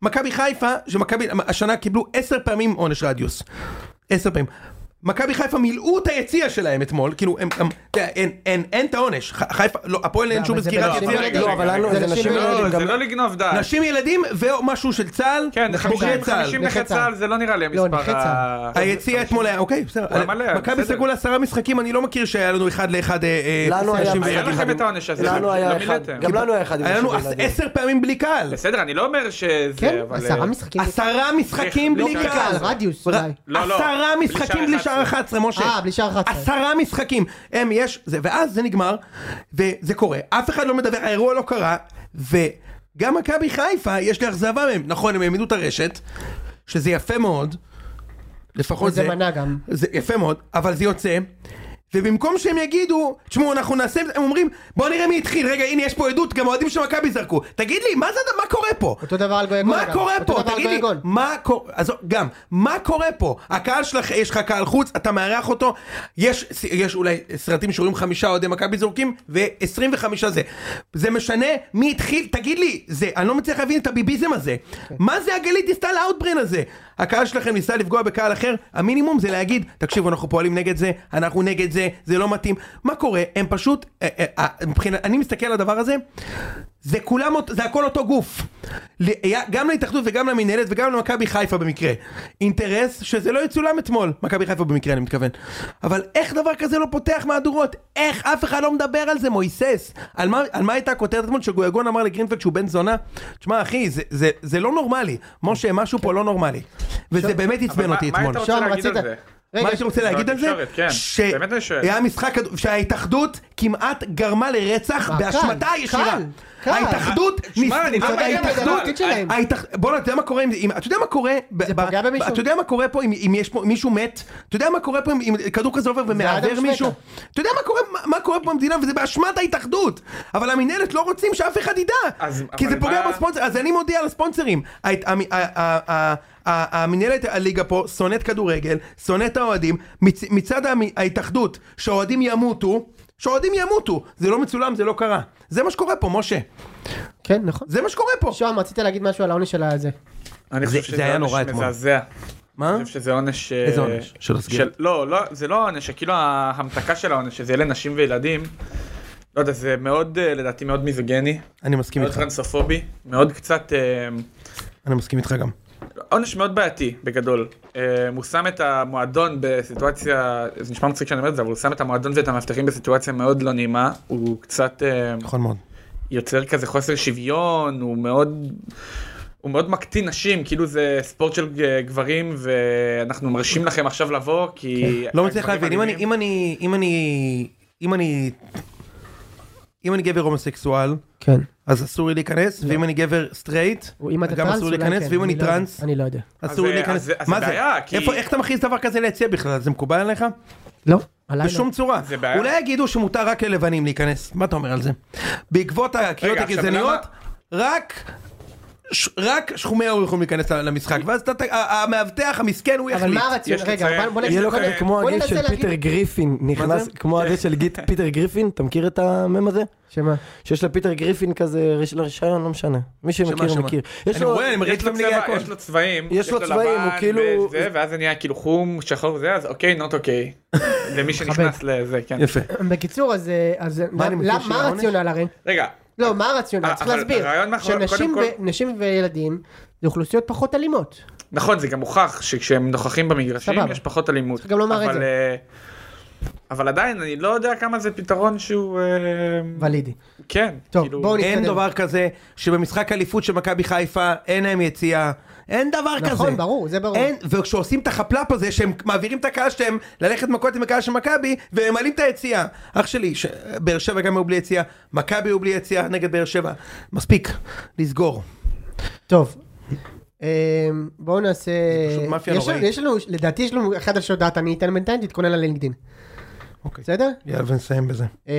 Speaker 3: מכבי חיפה, שמכבי, השנה קיבלו עשר פעמים עונש רדיוס. עשר פעמים. מכבי חיפה מילאו את היציע שלהם אתמול, כאילו, הם, הם, אתה יודע, אין, אין, אין את העונש, ח- חיפה, לא, הפועל אין
Speaker 2: לא,
Speaker 3: שום
Speaker 2: אבל זה
Speaker 3: סגירת
Speaker 2: בנשים
Speaker 1: רגע,
Speaker 3: יציע.
Speaker 1: רגע,
Speaker 5: לא, אבל לנו,
Speaker 2: זה
Speaker 5: זה
Speaker 2: נשים
Speaker 5: נשים
Speaker 1: לא,
Speaker 5: וילדים,
Speaker 1: זה
Speaker 5: גם
Speaker 1: לא לגנוב דעת.
Speaker 3: נשים ילדים ומשהו של צה"ל,
Speaker 1: כן,
Speaker 3: בוגרי
Speaker 1: 50
Speaker 3: צה"ל.
Speaker 1: 50 נכי
Speaker 2: נכי
Speaker 1: צה"ל זה לא נראה לי
Speaker 2: לא,
Speaker 1: המספר
Speaker 2: נכי
Speaker 1: ה...
Speaker 3: היציע אתמול היה, אוקיי, בסדר.
Speaker 1: היה מלא,
Speaker 3: מכבי
Speaker 1: בסדר.
Speaker 3: סגרו לעשרה משחקים, אני לא מכיר שהיה לנו אחד לאחד אה, אה,
Speaker 5: לנו היה
Speaker 3: נשים
Speaker 5: אחד.
Speaker 1: היה
Speaker 3: וילדים.
Speaker 1: לכם את העונש הזה.
Speaker 5: לנו
Speaker 1: לא
Speaker 5: היה אחד,
Speaker 1: מילאתם.
Speaker 5: גם לנו היה אחד עם
Speaker 3: היה לנו
Speaker 5: נשים וילדים.
Speaker 3: עשר פעמים בלי קהל.
Speaker 1: בסדר, אני לא אומר שזה,
Speaker 2: כן,
Speaker 1: אבל...
Speaker 2: עשרה
Speaker 1: אה,
Speaker 2: משחקים.
Speaker 3: עשרה משחקים
Speaker 1: לא
Speaker 3: בלי
Speaker 1: בלי
Speaker 3: קהל.
Speaker 2: קהל, רדיוס,
Speaker 3: ר-
Speaker 2: אולי.
Speaker 1: לא, לא.
Speaker 3: עשרה
Speaker 1: בלי
Speaker 3: משחקים
Speaker 1: שער
Speaker 3: בלי
Speaker 1: 11.
Speaker 3: שער 11, משה.
Speaker 2: אה, בלי שער 11.
Speaker 3: עשרה משחקים. הם, יש, זה, ואז זה נגמר, וזה קורה. אף אחד לא מדבר, האירוע לא קרה, וגם מכבי חיפה, יש לי אכזבה מהם. נכון, הם העמידו את הרשת, שזה יפה מאוד. לפחות
Speaker 2: זה
Speaker 3: זה.
Speaker 2: מנע גם.
Speaker 3: זה יפה מאוד, אבל זה יוצא. ובמקום שהם יגידו, תשמעו אנחנו נעשה, את זה", הם אומרים בוא נראה מי התחיל, רגע הנה יש פה עדות, גם אוהדים של מכבי זרקו, תגיד לי מה זה, הד- מה קורה פה?
Speaker 2: אותו דבר על גויגון.
Speaker 3: מה
Speaker 2: אגב.
Speaker 3: קורה
Speaker 2: אותו
Speaker 3: פה?
Speaker 2: דבר על
Speaker 3: תגיד לי,
Speaker 2: גויגון.
Speaker 3: מה קורה, אז גם, מה קורה פה? הקהל שלך, יש לך קהל חוץ, אתה מארח אותו, יש, יש אולי סרטים שרואים חמישה אוהדי מכבי זורקים, ו-25 זה. זה משנה מי התחיל, תגיד לי, זה, אני לא מצליח להבין את הביביזם הזה.
Speaker 2: כן.
Speaker 3: מה זה הגלית דיסטל האוטברן הזה? הקהל שלכם ניסה לפגוע בקהל אחר, המינימום זה להגיד, תקשיבו, אנחנו פועלים נגד זה, אנחנו נגד זה, זה לא מתאים. מה קורה? הם פשוט, אה, אה, אה, מבחינת, אני מסתכל על הדבר הזה, זה כולם, אות- זה הכל אותו גוף. ל- היה- גם להתאחדות וגם למינהלת וגם למכבי חיפה במקרה. אינטרס שזה לא יצולם אתמול, מכבי חיפה במקרה אני מתכוון. אבל איך דבר כזה לא פותח מהדורות? איך אף אחד לא מדבר על זה, מויסס? על מה, על מה הייתה הכותרת אתמול שגויגון אמר לגרינפלד שהוא בן זונה? תשמע אחי, זה, זה, זה לא נורמלי. משה, משהו פה לא נורמלי. וזה באמת
Speaker 1: אבל
Speaker 3: עצבן
Speaker 1: מה-
Speaker 3: אותי
Speaker 1: מה היית
Speaker 3: אתמול.
Speaker 1: רוצה
Speaker 2: שם,
Speaker 1: להגיד על
Speaker 2: רצית-
Speaker 1: זה?
Speaker 2: רגע,
Speaker 3: מה הייתי רוצה להגיד על זה?
Speaker 1: התקשורת, כן.
Speaker 3: ש-
Speaker 1: באמת אני שואל.
Speaker 3: היה משחק, כדור- שההתאחדות כמעט גרמה לרצח
Speaker 2: אה,
Speaker 3: באשמתה
Speaker 2: קל,
Speaker 3: הישירה.
Speaker 2: קל, קל. לא
Speaker 3: ההתאחדות,
Speaker 1: שמע,
Speaker 3: ניס-
Speaker 1: אני
Speaker 3: אבל
Speaker 1: גם מגן
Speaker 3: ההתאחדות,
Speaker 1: בגדול.
Speaker 2: שלהם.
Speaker 3: ההתאח... בוא'נה, אתה יודע מה קורה עם זה? אם- אתה יודע מה קורה? ב-
Speaker 2: זה
Speaker 3: ב-
Speaker 2: פוגע
Speaker 3: ב-
Speaker 2: במישהו.
Speaker 3: אתה יודע מה קורה פה אם, אם יש פה מישהו מת? אתה יודע מה קורה פה אם, אם כדור כזה עובר ומעוור
Speaker 2: אדם
Speaker 3: מישהו?
Speaker 2: שמטה.
Speaker 3: אתה יודע מה קורה, מה, מה קורה פה במדינה וזה באשמת ההתאחדות. אבל המינהלת לא רוצים שאף אחד ידע.
Speaker 1: אז-
Speaker 3: כי
Speaker 1: אבל
Speaker 3: זה פוגע
Speaker 1: מה-
Speaker 3: בספונסר, אז אני מודיע לספונסרים. ההת- המ- ה- ה- ה- ה- המינהלת הליגה פה שונאת כדורגל, שונאת האוהדים. מצ- מצד המ- ההתאחדות, שהאוהדים ימותו. שהאוהדים ימותו, זה לא מצולם, זה לא קרה. זה מה שקורה פה, משה.
Speaker 2: כן, נכון.
Speaker 3: זה מה שקורה פה.
Speaker 2: שוהם, רצית להגיד משהו על העונש של הזה.
Speaker 1: אני
Speaker 3: זה-
Speaker 1: חושב
Speaker 3: זה היה
Speaker 1: שזה
Speaker 3: נורא
Speaker 1: עונש
Speaker 3: אתמול.
Speaker 1: מזעזע.
Speaker 3: מה?
Speaker 1: אני חושב שזה עונש... אה,
Speaker 3: איזה עונש? של הסגירה?
Speaker 1: של- לא, לא, זה לא העונש, כאילו ההמתקה של העונש, שזה יהיה לנשים וילדים. לא יודע, זה מאוד, אה, לדעתי, מאוד מיזוגני,
Speaker 3: אני מסכים
Speaker 1: מאוד
Speaker 3: איתך,
Speaker 1: טרנסופובי, מאוד קצת... אה,
Speaker 3: אני מסכים איתך גם.
Speaker 1: עונש מאוד בעייתי, בגדול. אה, אה, הוא שם את המועדון בסיטואציה, זה נשמע מצחיק שאני אומר את זה, אבל הוא שם את המועדון ואת המאבטחים בסיטואציה מאוד לא נעימה, הוא קצת אה,
Speaker 3: נכון מאוד.
Speaker 1: יוצר כזה חוסר שוויון, הוא מאוד... הוא מאוד מקטין נשים, כאילו זה ספורט של אה, גברים ואנחנו מרשים לכם עכשיו לבוא כי...
Speaker 3: לא מצליח
Speaker 1: הגברים
Speaker 3: להבין, אם אני,
Speaker 1: אלימים.
Speaker 3: אם אני, אם אני, אם אני, אם אני גבר הומוסקסואל,
Speaker 2: כן.
Speaker 3: אז אסור לי להיכנס, ואם אני גבר סטרייט,
Speaker 2: לא. אם אתה
Speaker 3: גם
Speaker 2: טרנס,
Speaker 3: אסור
Speaker 2: אולי
Speaker 3: להיכנס,
Speaker 2: כן,
Speaker 3: ואם אני
Speaker 2: לא יודע.
Speaker 3: טרנס,
Speaker 2: אני לא יודע.
Speaker 3: אסור
Speaker 1: אז-
Speaker 3: לי להיכנס.
Speaker 1: אז- אז
Speaker 3: מה
Speaker 1: זה
Speaker 3: זה?
Speaker 1: בעיה, כי-
Speaker 3: איפה- איך אתה מכניס דבר כזה ליציע בכלל? זה מקובל עליך?
Speaker 2: לא, עליי לא.
Speaker 3: בשום צורה.
Speaker 1: זה בעיה.
Speaker 3: אולי יגידו שמותר רק ללבנים להיכנס, מה אתה אומר על זה? בעקבות הקריאות
Speaker 1: רגע, עכשיו
Speaker 3: הגזעניות, רק... ש- רק שחומי האור יכולים להיכנס למשחק, ואז אתה- ה- המאבטח המסכן הוא
Speaker 2: אבל
Speaker 3: יחליט.
Speaker 2: מה הרציונל?
Speaker 1: יש
Speaker 2: רגע,
Speaker 1: לציין-
Speaker 2: בוא- בוא
Speaker 1: יש
Speaker 5: יהיה לו
Speaker 1: לציין-
Speaker 2: ננסה-
Speaker 1: אוקיי.
Speaker 5: כזה כמו
Speaker 2: בוא
Speaker 5: הגיל
Speaker 2: ננסה
Speaker 5: של
Speaker 2: להגיד-
Speaker 5: פיטר גריפין נכנס,
Speaker 3: זה?
Speaker 5: כמו הגיל של
Speaker 3: *laughs*
Speaker 5: גיט- פיטר גריפין, אתה מכיר את המם הזה?
Speaker 2: שמה?
Speaker 5: שיש לפיטר גריפין כזה ריש- לרישיון, לא משנה. מי
Speaker 3: שמה?
Speaker 5: שמכיר מכיר. יש
Speaker 3: אני
Speaker 5: לו,
Speaker 3: רואה, אני מרגיש
Speaker 1: יש לו
Speaker 3: שאתם נגד
Speaker 1: צבע,
Speaker 3: הכל.
Speaker 1: יש לו צבעים,
Speaker 5: יש לו צבעים, הוא
Speaker 1: לבן
Speaker 5: כאילו-
Speaker 1: וזה, ואז זה נהיה כאילו חום, שחור וזה, אז אוקיי, נוט אוקיי. למי שנכנס לזה, כן.
Speaker 3: יפה.
Speaker 2: בקיצור, אז... אה, אז
Speaker 3: מה, אני מכיר
Speaker 2: למ-
Speaker 3: של
Speaker 2: מה
Speaker 3: העונש?
Speaker 2: הרציונל הרי?
Speaker 1: רגע,
Speaker 2: לא, מה הרציונל?
Speaker 1: אה,
Speaker 2: צריך
Speaker 1: אבל
Speaker 2: להסביר.
Speaker 1: הרעיון מאחורי- קודם
Speaker 2: שנשים
Speaker 1: כל-
Speaker 2: ו- נשים וילדים זה אוכלוסיות פחות אלימות.
Speaker 1: נכון, זה גם הוכח שכשהם נוכחים במגרשים
Speaker 2: סבבה.
Speaker 1: יש פחות אלימות.
Speaker 2: צריך גם לומר את
Speaker 1: אבל,
Speaker 2: זה.
Speaker 1: אה, אבל עדיין, אני לא יודע כמה זה פתרון שהוא... אה,
Speaker 2: ולידי.
Speaker 1: כן,
Speaker 2: טוב,
Speaker 1: כאילו-
Speaker 2: בואו נתקדם.
Speaker 3: אין דבר כזה שבמשחק אליפות של מכבי חיפה אין להם יציאה. אין דבר כזה.
Speaker 2: נכון, ברור, זה ברור.
Speaker 3: אין, וכשעושים את החפלאפ הזה שהם מעבירים את הקהל שלהם ללכת מכות עם הקהל של מכבי והם מעלים את היציאה. אח שלי, ש... באר שבע גם היו בלי יציאה, מכבי היו בלי יציאה נגד באר שבע. מספיק, לסגור.
Speaker 2: טוב. אמ, בואו נעשה...
Speaker 3: פשוט מאפיה
Speaker 2: יש לנו-
Speaker 3: נוראית.
Speaker 2: יש לנו, לדעתי יש לנו אחת השודעת, אני אתן בינתיים, תתכונן ללינקדין.
Speaker 3: אוקיי.
Speaker 2: בסדר?
Speaker 3: יאללה ונסיים בזה.
Speaker 2: אמ,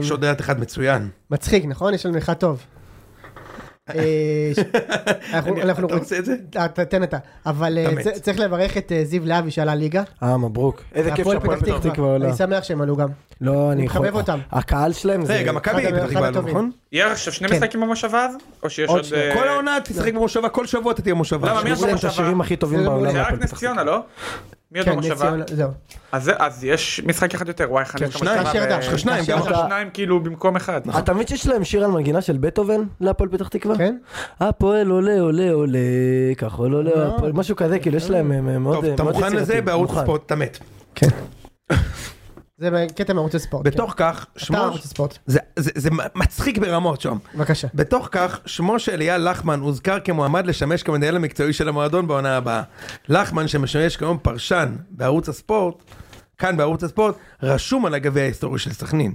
Speaker 3: יש עוד דעת אחד מצוין.
Speaker 2: מצחיק, נכון? יש לנו אחד טוב. אה, ש- אנחנו- אנחנו
Speaker 3: אתה
Speaker 2: רוצים... אה,
Speaker 3: עושה את זה?
Speaker 2: אתה- תן אתה. אבל אה,
Speaker 3: אתה מת.
Speaker 2: צ- צריך לברך את אה, זיו להבי שעלה ליגה.
Speaker 5: אה, מברוק. איזה כיף
Speaker 2: הפועל
Speaker 5: שהפועל פתח תקווה עולה.
Speaker 2: אני שמח שהם עלו גם.
Speaker 5: לא, אני
Speaker 2: אני מחבב
Speaker 5: יכול-
Speaker 2: אותם.
Speaker 5: הקהל שלהם זה...
Speaker 3: זה גם מכבי
Speaker 2: אחד
Speaker 3: פתח
Speaker 2: הטובים.
Speaker 3: תקווה, נכון?
Speaker 1: יהיה עכשיו שני
Speaker 2: כן.
Speaker 1: משחקים במושבה אז? או שיש
Speaker 2: עוד
Speaker 1: עוד...
Speaker 2: שני.
Speaker 1: אה,
Speaker 3: כל העונה תשחק במושבה, כל שבוע אתה תהיה במושבה.
Speaker 1: למה, מי
Speaker 5: יש להם את
Speaker 1: במושבה.
Speaker 5: השירים הכי טובים
Speaker 2: זה
Speaker 5: בעולם.
Speaker 2: מעולה.
Speaker 1: זה רק
Speaker 5: הפועל
Speaker 1: נס
Speaker 5: פתח
Speaker 1: ציונה, לא? מי עוד
Speaker 2: כן, נס
Speaker 1: במושבה?
Speaker 2: ציונה, זהו.
Speaker 1: אז זה- אז יש משחק אחד יותר, וואי, חנש
Speaker 3: שניים. יש לך שניים,
Speaker 1: אה, יש
Speaker 3: גם
Speaker 1: לך
Speaker 5: אתה-
Speaker 1: שניים כאילו במקום אחד.
Speaker 3: לא?
Speaker 5: תקווה. אתה מבין שיש להם שיר על מנגינה של בטהובן להפועל פתח תקווה?
Speaker 2: כן?
Speaker 5: הפועל עולה עולה עולה כחול עולה
Speaker 2: אה.
Speaker 5: הפועל משהו כזה כאילו יש להם הם, הם מאוד
Speaker 3: טוב, אתה
Speaker 5: מאוד
Speaker 3: מוכן לזה
Speaker 5: יצירתיים.
Speaker 3: בערוץ
Speaker 5: מוכן.
Speaker 3: ספורט, אתה מת.
Speaker 2: זה קטע מערוץ הספורט. כן.
Speaker 3: בתוך כך,
Speaker 2: אתה
Speaker 3: שמוש...
Speaker 2: ערוץ הספורט.
Speaker 3: זה, זה, זה מצחיק ברמות שם.
Speaker 2: בבקשה.
Speaker 3: בתוך כך, שמו של אייל לחמן הוזכר כמועמד לשמש כמנהל המקצועי של המועדון בעונה הבאה. לחמן, שמשמש כיום פרשן בערוץ הספורט, כאן בערוץ הספורט, רשום על הגביע ההיסטורי של סכנין.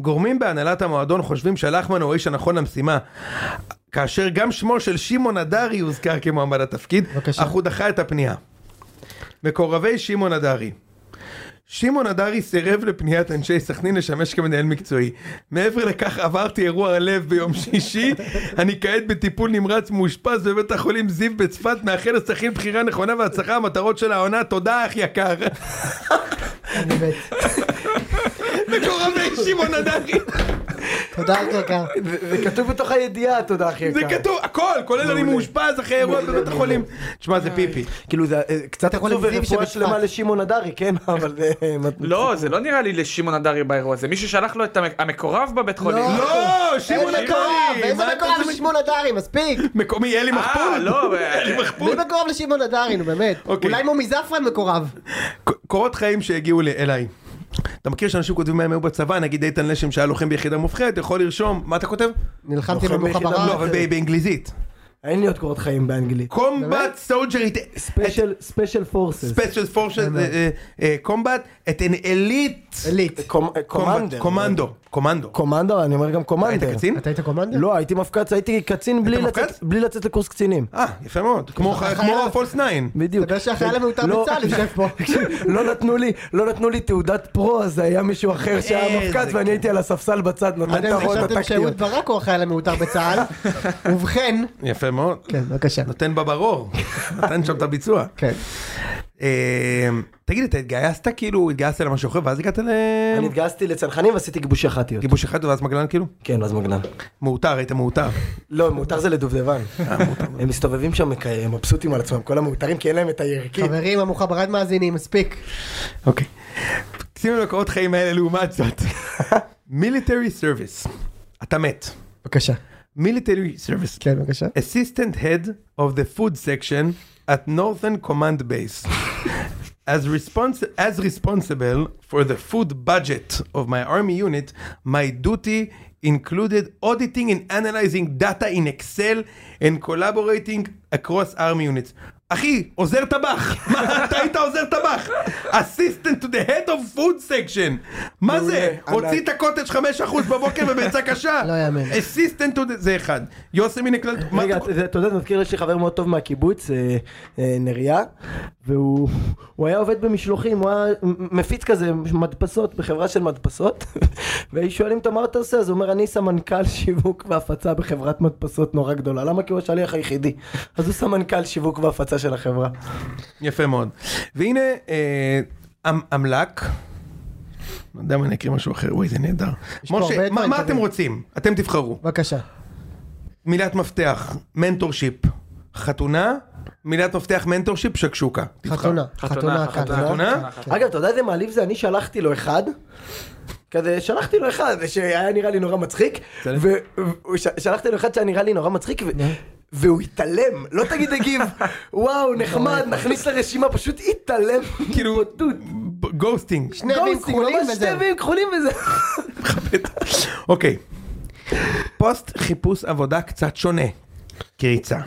Speaker 3: גורמים בהנהלת המועדון חושבים שלחמן הוא האיש הנכון למשימה. כאשר גם שמו של שמעון הדרי הוזכר כמועמד לתפקיד,
Speaker 2: בבקשה.
Speaker 3: אך הוא דחה את הפנייה. מקורבי שמעון הדרי שמעון הדרי סירב לפניית אנשי סכנין לשמש כמנהל מקצועי. מעבר לכך עברתי אירוע לב ביום שישי, אני כעת בטיפול נמרץ מאושפז בבית החולים זיו בצפת, מאחל לסכנין בחירה נכונה והצלחה המטרות של העונה, תודה אח יקר.
Speaker 2: אני מת.
Speaker 3: מקורבי שמעון הדרי,
Speaker 2: תודה יקר.
Speaker 5: זה זה כתוב בתוך הידיעה תודה אחי
Speaker 3: זה
Speaker 5: יקר.
Speaker 3: כתוב, הכל, כולל אני מאושפז אחרי אירוע בבית החולים. תשמע זה פיפי.
Speaker 5: כאילו זה אה, קצת
Speaker 2: אתה יכול
Speaker 5: עצוב
Speaker 2: להגזים
Speaker 5: ורפואה
Speaker 2: שבצפת.
Speaker 5: שלמה לשמעון הדרי כן *laughs* אבל זה
Speaker 1: לא, זה לא נראה לי לשמעון הדרי באירוע הזה, מישהו שלח לו את המק- המקורב בבית חולים.
Speaker 3: לא, שמעון
Speaker 2: איזה מקורב?
Speaker 3: הדרי!
Speaker 2: איזה
Speaker 3: מה אתה
Speaker 2: מקורב
Speaker 3: עושה?
Speaker 2: לשמעון הדרי?
Speaker 3: *laughs*
Speaker 2: מספיק.
Speaker 3: מקומי אלי
Speaker 1: אה,
Speaker 3: מחפול?
Speaker 1: לא,
Speaker 3: *laughs* אלי מחפול?
Speaker 2: מי מקורב לשמעון הדרי? נו באמת.
Speaker 3: אוקיי.
Speaker 2: אולי מומי זפרן מקורב.
Speaker 3: ק- קורות חיים שהגיעו ל- אליי. אתה מכיר שאנשים כותבים מה הם היו בצבא, נגיד איתן לשם שהיה לוחם ביחידה מובחרת, יכול לרשום, מה אתה כותב?
Speaker 2: נלחמתי
Speaker 5: לוחם
Speaker 2: במלוכה
Speaker 5: ביחידה
Speaker 3: לא,
Speaker 2: ברק.
Speaker 3: אבל ב- באנגליזית.
Speaker 5: אין לי עוד קורות חיים באנגלית.
Speaker 3: Combat Soldier,
Speaker 5: ספיישל ספיישל פורסס.
Speaker 3: Special Forces, אה, אה, אה, Combat, את an elite.
Speaker 2: עילית.
Speaker 5: אה, קומנדר.
Speaker 3: קומנדו, קומנדו.
Speaker 5: קומנדר אני אומר גם
Speaker 3: היית
Speaker 5: קומנדר.
Speaker 3: קצין?
Speaker 2: אתה היית קומנדר?
Speaker 5: לא הייתי מפקץ הייתי קצין בלי
Speaker 3: מפקד?
Speaker 5: לצאת- בלי לצאת לקורס קצינים.
Speaker 3: אה, יפה מאוד, כמו ח-
Speaker 2: חייל.
Speaker 3: כמו פולס 9.
Speaker 5: בדיוק.
Speaker 2: אתה יודע שהחייל המעוטר
Speaker 5: לא- *laughs*
Speaker 2: בצה"ל יושב פה. *laughs*
Speaker 5: לא נתנו לי, לא נתנו לי תעודת פרו, אז היה מישהו אחר שהיה
Speaker 3: איזה
Speaker 5: מפקד ואני הייתי על הספסל בצד, נותן את
Speaker 2: אתם
Speaker 5: ההוראות
Speaker 2: חשבתם שאהוד
Speaker 5: הטקטיות.
Speaker 2: ברק הוא החייל המעוטר *laughs* בצה"ל. ובכן.
Speaker 3: יפה מאוד.
Speaker 2: כן, בבקשה.
Speaker 3: נותן בברור, נתן שם את הביצוע.
Speaker 2: כן.
Speaker 3: אה, תגיד, אתה התגייסת כאילו, התגייסת למשהו אחר ואז הגעת
Speaker 5: אני התגייסתי לצנחנים ועשיתי גיבוש יח"טיות.
Speaker 3: לגיבוש אחד ואז מגלן כאילו?
Speaker 5: כן, אז מגנן.
Speaker 3: מעוטר, היית מעוטר.
Speaker 5: לא, מעוטר זה לדובדבן. הם מסתובבים שם כ- מבסוטים על עצמם, כל המעוטרים, כי אין להם את הירקים.
Speaker 2: חברים, המלוכה ברק מאזינים, מספיק.
Speaker 3: אוקיי. *laughs* שימו לקורות חיים האלה לעומת *laughs* זאת. מיליטרי סרוויס. אתה מת.
Speaker 2: בבקשה.
Speaker 3: מיליטרי סרוויס.
Speaker 2: כן, בבקשה.
Speaker 3: אסיסטנט הד of the food section at Northern Command Base. *laughs* As, respons- as responsible for the food budget of my army unit, my duty included auditing and analyzing data in Excel and collaborating across army units. אחי, עוזר *laughs* טבח! מה, אתה היית עוזר טבח! Assistant to the head of food section! מה זה?
Speaker 5: מעולה,
Speaker 3: הוציא את הקוטג' 5% בבוקר בביצה קשה!
Speaker 2: לא יאמן.
Speaker 3: Assistant to the... זה אחד. יוסי מן הכלל... מה
Speaker 5: רגע,
Speaker 3: אתה-
Speaker 5: אתה אתה יודע, זה מזכיר לי שיש לי חבר מאוד טוב מהקיבוץ, אה, אה, נריה, והוא הוא היה עובד במשלוחים, הוא היה מפיץ כזה מדפסות, בחברה של מדפסות, *laughs* והיו שואלים אותו מה אתה עושה, אז הוא אומר, אני סמנכ"ל שיווק והפצה בחברת מדפסות נורא גדולה, למה? כי הוא השליח היחידי. אז הוא סמנכ"ל שיווק והפצה של החברה.
Speaker 3: יפה מאוד. והנה אה, אמ- אמל"ק. לא יודע מה אני אקריא משהו אחר, וואי זה נהדר.
Speaker 2: פה הרבה
Speaker 3: משה, מה- מה
Speaker 2: דברים.
Speaker 3: אתם רוצים? אתם תבחרו.
Speaker 2: בבקשה.
Speaker 3: מילת מפתח, מנטורשיפ, חתונה, מילת מפתח מנטורשיפ, שקשוקה. תבחר.
Speaker 2: חתונה.
Speaker 1: חתונה,
Speaker 2: חתונה, חתונה.
Speaker 3: חתונה?
Speaker 5: כן. אגב, אתה יודע איזה מעליב זה? אני שלחתי לו אחד. כזה, שלחתי לו אחד שהיה נראה לי נורא מצחיק,
Speaker 3: בסדר.
Speaker 5: ושלחתי לו אחד שהיה נראה לי נורא מצחיק, ו- והוא התעלם, לא תגיד *laughs* הגיב, וואו, נחמד, נכניס לרשימה, פשוט התעלם.
Speaker 3: כאילו,
Speaker 5: בוטות.
Speaker 3: ב- גוסטינג.
Speaker 2: שני אבים
Speaker 5: גוסטינג,
Speaker 2: כחולים
Speaker 5: ממש שתי
Speaker 2: וזהו.
Speaker 5: אבים כחולים וזהו.
Speaker 3: אוקיי. פוסט חיפוש עבודה קצת שונה. קריצה.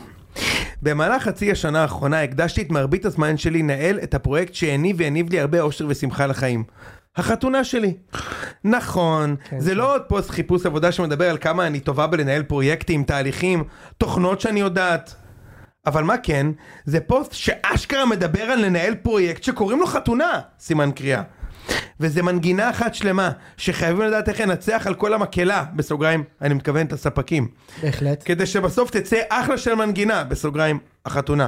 Speaker 3: במהלך חצי השנה האחרונה הקדשתי את מרבית הזמן שלי לנהל את הפרויקט שהניב והניב לי הרבה אושר ושמחה לחיים. החתונה שלי. נכון, זה לא עוד פוסט חיפוש עבודה שמדבר על כמה אני טובה בלנהל פרויקטים, תהליכים, תוכנות שאני יודעת. אבל מה כן, זה פוסט שאשכרה מדבר על לנהל פרויקט שקוראים לו חתונה, סימן קריאה. וזה מנגינה אחת שלמה, שחייבים לדעת איך לנצח על כל המקהלה, בסוגריים, אני מתכוון את הספקים.
Speaker 2: בהחלט.
Speaker 3: כדי שבסוף תצא אחלה של מנגינה, בסוגריים, החתונה.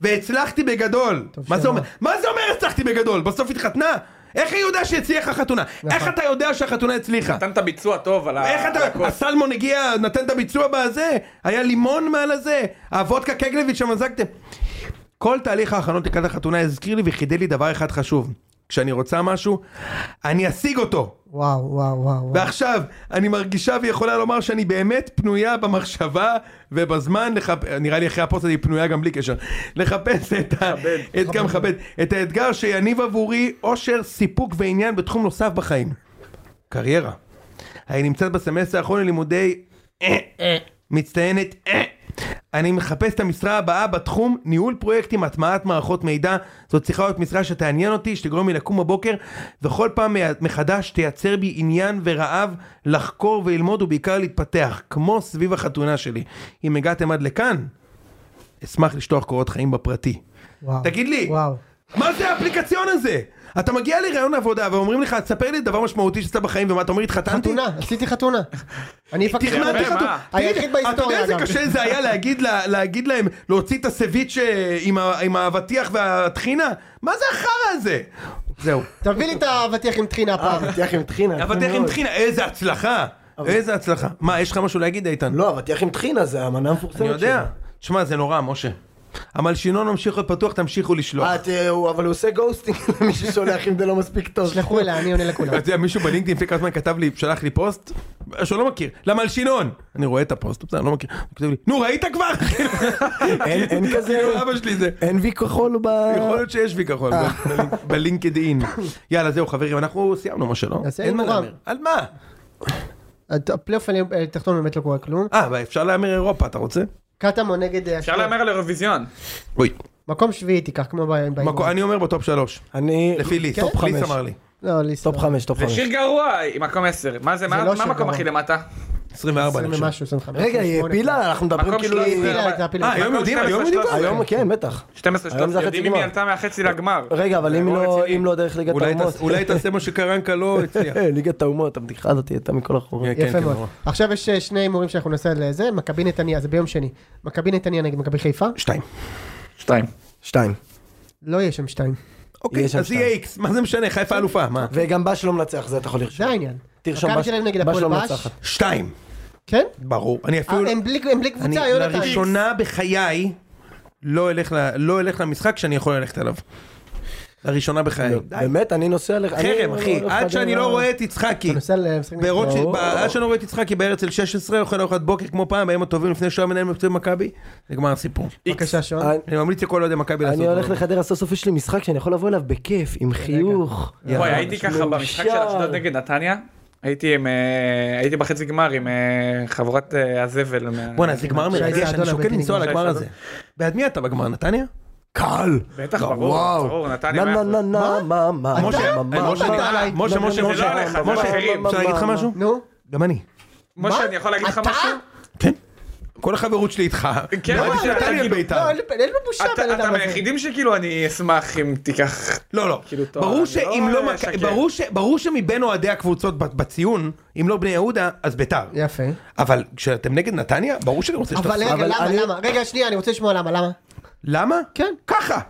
Speaker 3: והצלחתי בגדול. מה זה
Speaker 2: שאלה.
Speaker 3: אומר? מה זה אומר הצלחתי בגדול? בסוף התחתנה? איך היא יודעה שהצליח החתונה? איך אתה יודע שהחתונה הצליחה?
Speaker 1: נתן את הביצוע טוב על ה...
Speaker 3: איך
Speaker 1: על הכל.
Speaker 3: אתה, הסלמון הגיע, נתן את הביצוע בזה, היה לימון מעל הזה, הוודקה קגלביץ' שמזגתם. כל תהליך ההכנות לקראת החתונה הזכיר לי וחידד לי דבר אחד חשוב. כשאני רוצה משהו, אני אשיג אותו.
Speaker 2: וואו, וואו, וואו. וואו.
Speaker 3: ועכשיו, אני מרגישה ויכולה לומר שאני באמת פנויה במחשבה ובזמן, לחפ... נראה לי אחרי הפוסט אני פנויה גם בלי קשר, לחפש את, ה... את, גם מכבד, את האתגר שיניב עבורי אושר, סיפוק ועניין בתחום נוסף בחיים. קריירה. אני נמצאת בסמסטר האחרון ללימודי אה, אה, מצטיינת. אה. אני מחפש את המשרה הבאה בתחום ניהול פרויקטים, הטמעת מערכות מידע. זאת צריכה להיות משרה שתעניין אותי, שתגרום לי לקום בבוקר, וכל פעם מחדש תייצר בי עניין ורעב לחקור וללמוד ובעיקר להתפתח, כמו סביב החתונה שלי. אם הגעתם עד לכאן, אשמח לשלוח קורות חיים בפרטי.
Speaker 2: וואו.
Speaker 3: תגיד לי.
Speaker 2: וואו.
Speaker 3: מה זה האפליקציון הזה? אתה מגיע לראיון עבודה ואומרים לך, תספר לי דבר משמעותי שעשית בחיים, ומה אתה אומר, התחתנתי?
Speaker 2: חתונה, עשיתי חתונה. אני אפקח.
Speaker 3: תכננתי
Speaker 1: יפה,
Speaker 3: חתונה.
Speaker 1: מה?
Speaker 2: היחיד
Speaker 3: תגיד, אתה יודע
Speaker 2: בהיסטוריה
Speaker 3: איזה
Speaker 2: גם.
Speaker 3: קשה זה היה להגיד לה- להגיד להם, להוציא את הסביץ' אה, עם ה- עם האבטיח והטחינה? מה זה החרא הזה? זהו.
Speaker 2: תביא לי את האבטיח עם
Speaker 3: *laughs*
Speaker 2: טחינה פעם.
Speaker 5: אה, אבטיח עם טחינה.
Speaker 3: אבטיח עם טחינה, איזה הצלחה. איזה הצלחה. מה, יש לך משהו להגיד, איתן?
Speaker 5: לא, אבטיח עם טחינה זה המנה המפורסמת
Speaker 3: אני יודע.
Speaker 5: שלי.
Speaker 3: תשמע, זה נורא, משה. המלשינון ממשיך להיות פתוח, תמשיכו לשלוח.
Speaker 5: אה, תראה, הוא- אבל הוא עושה גוסטינג *laughs* למי ששולח אם זה לא מספיק טוב.
Speaker 2: שלחו אליה, אני עונה
Speaker 3: *laughs*
Speaker 2: לכולם.
Speaker 3: אתה
Speaker 5: אה.
Speaker 3: יודע, מישהו בלינקדאין לפני כמה זמן כתב לי, שלח לי פוסט, שהוא לא מכיר, למלשינון. אני רואה את הפוסט, בסדר, אני לא מכיר. הוא כותב לי, נו ראית כבר?
Speaker 5: *laughs* אין אין כזה,
Speaker 3: כאילו, *laughs* אבא שלי זה.
Speaker 5: אין וי כחול ב...
Speaker 3: יכול להיות שיש וי כחול ב- בלינקדאין. יאללה זהו חברים, אנחנו סיימנו משה, לא?
Speaker 2: אז
Speaker 3: אין מה
Speaker 2: אין מורם.
Speaker 3: להמר. על מה?
Speaker 2: הפלייאוף התחתון באמת לא קורה כלום.
Speaker 3: אה, אבל אפשר להמר אירופה, אתה רוצה?
Speaker 2: קטמון נגד אה,
Speaker 1: אפשר להמר על אירוויזיון.
Speaker 3: אוי.
Speaker 2: מקום שביעי תיקח, כמו ב... ב-
Speaker 3: מקו- אני אומר בטופ שלוש.
Speaker 5: אני...
Speaker 3: לפי ליס.
Speaker 5: טופ
Speaker 3: ליס
Speaker 5: כן, חמש.
Speaker 3: אמר לי.
Speaker 2: לא, ליסטופ.
Speaker 5: טופ חמש, טופ
Speaker 1: זה
Speaker 5: חמש.
Speaker 1: שיר גרוע עם מקום 10. מה זה, מה
Speaker 2: לא
Speaker 1: מה
Speaker 2: שיר
Speaker 1: המקום
Speaker 2: גרוע.
Speaker 1: הכי למטה?
Speaker 3: 24 אני חושב.
Speaker 2: ומשהו, 25.
Speaker 5: רגע, היא
Speaker 2: 28.
Speaker 5: הפילה, אנחנו מדברים
Speaker 1: מקום
Speaker 5: כאילו...
Speaker 1: שלוש
Speaker 5: היא-
Speaker 1: עשרה.
Speaker 2: הפילה את זה, הפילה.
Speaker 3: אה, היום יודעים, היום יודעים כבר.
Speaker 5: היום, כן, בטח.
Speaker 1: 12,
Speaker 5: היום
Speaker 1: 13,
Speaker 5: זה החצי
Speaker 1: יודעים אם
Speaker 5: גמר.
Speaker 1: היא עלתה מהחצי לגמר.
Speaker 5: רגע, אבל אם
Speaker 1: זה
Speaker 5: לא-
Speaker 1: רציני.
Speaker 5: אם לא דרך ליגת
Speaker 3: אולי
Speaker 5: האומות...
Speaker 3: תעשה- אולי תעשה מה שקרנקה לא הצליח.
Speaker 5: אה, *laughs* ליגת האומות, הבדיחה הזאת הייתה מכל החורים.
Speaker 3: כן,
Speaker 2: יפה
Speaker 3: כן,
Speaker 2: מאוד.
Speaker 3: נורא.
Speaker 2: עכשיו יש אה, שני הימורים שאנחנו נעשה לזה, מכבי נתניה, זה ביום שני. מכבי נתניה נגד מכבי חיפה,
Speaker 3: שתיים.
Speaker 1: שתיים.
Speaker 5: שתיים.
Speaker 2: לא יהיה שם שתיים.
Speaker 3: אוקיי,
Speaker 5: יש שם
Speaker 3: אז יהיה איקס, מה זה משנה, חיפה אלופה, מה?
Speaker 5: וגם בש לא מנצח, זה אתה יכול
Speaker 2: זה
Speaker 5: לרשום.
Speaker 2: העניין.
Speaker 5: תרשום,
Speaker 2: מכבי
Speaker 5: בש-
Speaker 2: שלהם נגד
Speaker 5: בש
Speaker 2: הפועל
Speaker 5: לא
Speaker 2: בש.
Speaker 5: מנצחת.
Speaker 3: שתיים.
Speaker 2: כן?
Speaker 3: ברור. אני אפילו... לא-
Speaker 2: אה, הם בלי הם בלי
Speaker 3: אני
Speaker 2: קבוצה, יונתן.
Speaker 3: לראשונה בחיי לא אלך ל- לא אלך למשחק שאני יכול ללכת אליו. לראשונה בחיי. די.
Speaker 5: באמת, אני נוסע לך...
Speaker 3: חרם, אחי, עד שאני לא רואה את יצחקי.
Speaker 2: אתה נוסע למשחק נגד
Speaker 3: ברוטשילד-
Speaker 2: באור.
Speaker 3: ב- עד שאני לא רואה את יצחקי בהרצל 16, אוכל ארוחת בוקר כמו פעם, בימים הטובים לפני שהוא היה מנהל מפצועי מכבי, נגמר הסיפור.
Speaker 2: בבקשה, שון.
Speaker 5: אני-
Speaker 3: אני ממליץ לכל אוהדי מכבי לעשות
Speaker 5: אני הולך
Speaker 3: דברים.
Speaker 5: לחדרה סוף סוף יש לי משחק שאני יכול לבוא אליו בכיף, עם חיוך.
Speaker 1: וואי, הייתי
Speaker 5: לא,
Speaker 1: ככה במשחק של אשדוד נגד נתניה. הייתי עם, אה, הייתי בחצי גמר עם אה, חבורת אה, הזבל. מה-
Speaker 3: בואנה, זה גמר
Speaker 2: שי
Speaker 3: מרגש,
Speaker 2: סעדון
Speaker 3: אני שוקל
Speaker 2: הבטני,
Speaker 3: לנסוע
Speaker 1: שי
Speaker 3: לגמר
Speaker 1: סעדון.
Speaker 3: הזה. בעד מי אתה בגמר, נתניה?
Speaker 5: קל.
Speaker 1: בטח,
Speaker 5: לא,
Speaker 1: ברור,
Speaker 5: וואו.
Speaker 1: ברור, נתניה.
Speaker 5: נה נה נה
Speaker 1: מאה
Speaker 5: נה מה מה
Speaker 2: משה,
Speaker 5: מה,
Speaker 3: אה,
Speaker 5: מה
Speaker 3: משה,
Speaker 5: מה,
Speaker 3: אתה-
Speaker 2: עליי.
Speaker 3: משה,
Speaker 2: לא,
Speaker 3: משה,
Speaker 1: לא,
Speaker 3: משה,
Speaker 1: לא עליך, זה
Speaker 3: משה,
Speaker 1: באחרים.
Speaker 3: אפשר להגיד לך משהו?
Speaker 2: נו,
Speaker 3: גם אני.
Speaker 1: משה, אני יכול להגיד לך
Speaker 2: אתה?
Speaker 1: משהו?
Speaker 3: כן. כל החברות שלי איתך.
Speaker 1: כן,
Speaker 3: לא,
Speaker 1: אבל
Speaker 3: נתניה
Speaker 1: אתה כאילו-
Speaker 3: בית"ר.
Speaker 2: לא, אין לי- אין לו בושה,
Speaker 1: אתה-
Speaker 2: הבן
Speaker 1: אתה
Speaker 2: אדם הזה.
Speaker 1: מהיחידים שכאילו אני אשמח אם תיקח...
Speaker 3: לא, לא.
Speaker 1: כאילו, טוב,
Speaker 3: ברור
Speaker 1: אני
Speaker 3: שאם
Speaker 1: לא
Speaker 3: לא... מכ-
Speaker 1: אשקר.
Speaker 3: ברור ש- ברור שמבין אוהדי הקבוצות ב- בציון, אם לא בני יהודה, אז ביתר.
Speaker 2: יפה. אבל
Speaker 3: אבל כשאתם נגד נתניה, ברור שאני רוצה
Speaker 2: אבל
Speaker 3: שתפסיד.
Speaker 2: רגע,
Speaker 5: אבל
Speaker 2: למה,
Speaker 5: אני-
Speaker 2: למה? רגע, שנייה, אני רוצה לשמוע למה, למה?
Speaker 3: למה?
Speaker 2: כן.
Speaker 3: ככה.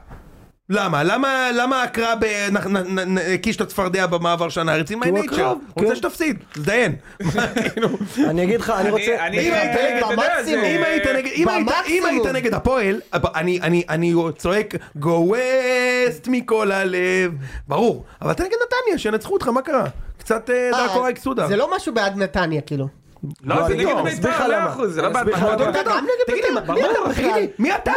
Speaker 3: למה? למה למה הקרב אה, נ- נ- נ- נ- קיש את הצפרדע במעבר של הנעריצים?
Speaker 5: הוא
Speaker 3: מהניצ'ר.
Speaker 5: הקרב, כן.
Speaker 3: רוצה שתפסיד, תזדיין. מה, כאילו?
Speaker 5: אני אגיד לך, אני רוצה...
Speaker 1: אני-
Speaker 3: אם היית
Speaker 1: אה,
Speaker 3: נגד,
Speaker 1: אתה יודע, זה-
Speaker 2: במקסימום.
Speaker 3: אם היית נגד, אם היית- אם
Speaker 2: במקסימום.
Speaker 3: היית נגד הפועל, הפ- אני- אני- אני צועק go west מכל הלב, ברור, אבל אתה נגד נתניה, שינצחו אותך, מה קרה? קצת אה,
Speaker 2: אה,
Speaker 3: דאקו רק סודה.
Speaker 2: זה לא משהו בעד נתניה, כאילו.
Speaker 1: לא, זה
Speaker 5: אני
Speaker 1: נגד
Speaker 5: לא, אסביר לך
Speaker 1: בית"ר, מאה
Speaker 5: למה.
Speaker 1: אחוז, זה לא
Speaker 5: אני אסביר לך
Speaker 1: בעד...
Speaker 5: למה.
Speaker 3: מועדון
Speaker 2: אתה
Speaker 3: גדול.
Speaker 2: גם נגד
Speaker 3: תגיד לי,
Speaker 2: בית"ר,
Speaker 3: מי
Speaker 2: ברור
Speaker 3: אתה?
Speaker 2: בכלל.
Speaker 3: תגיד לי, מי אתה?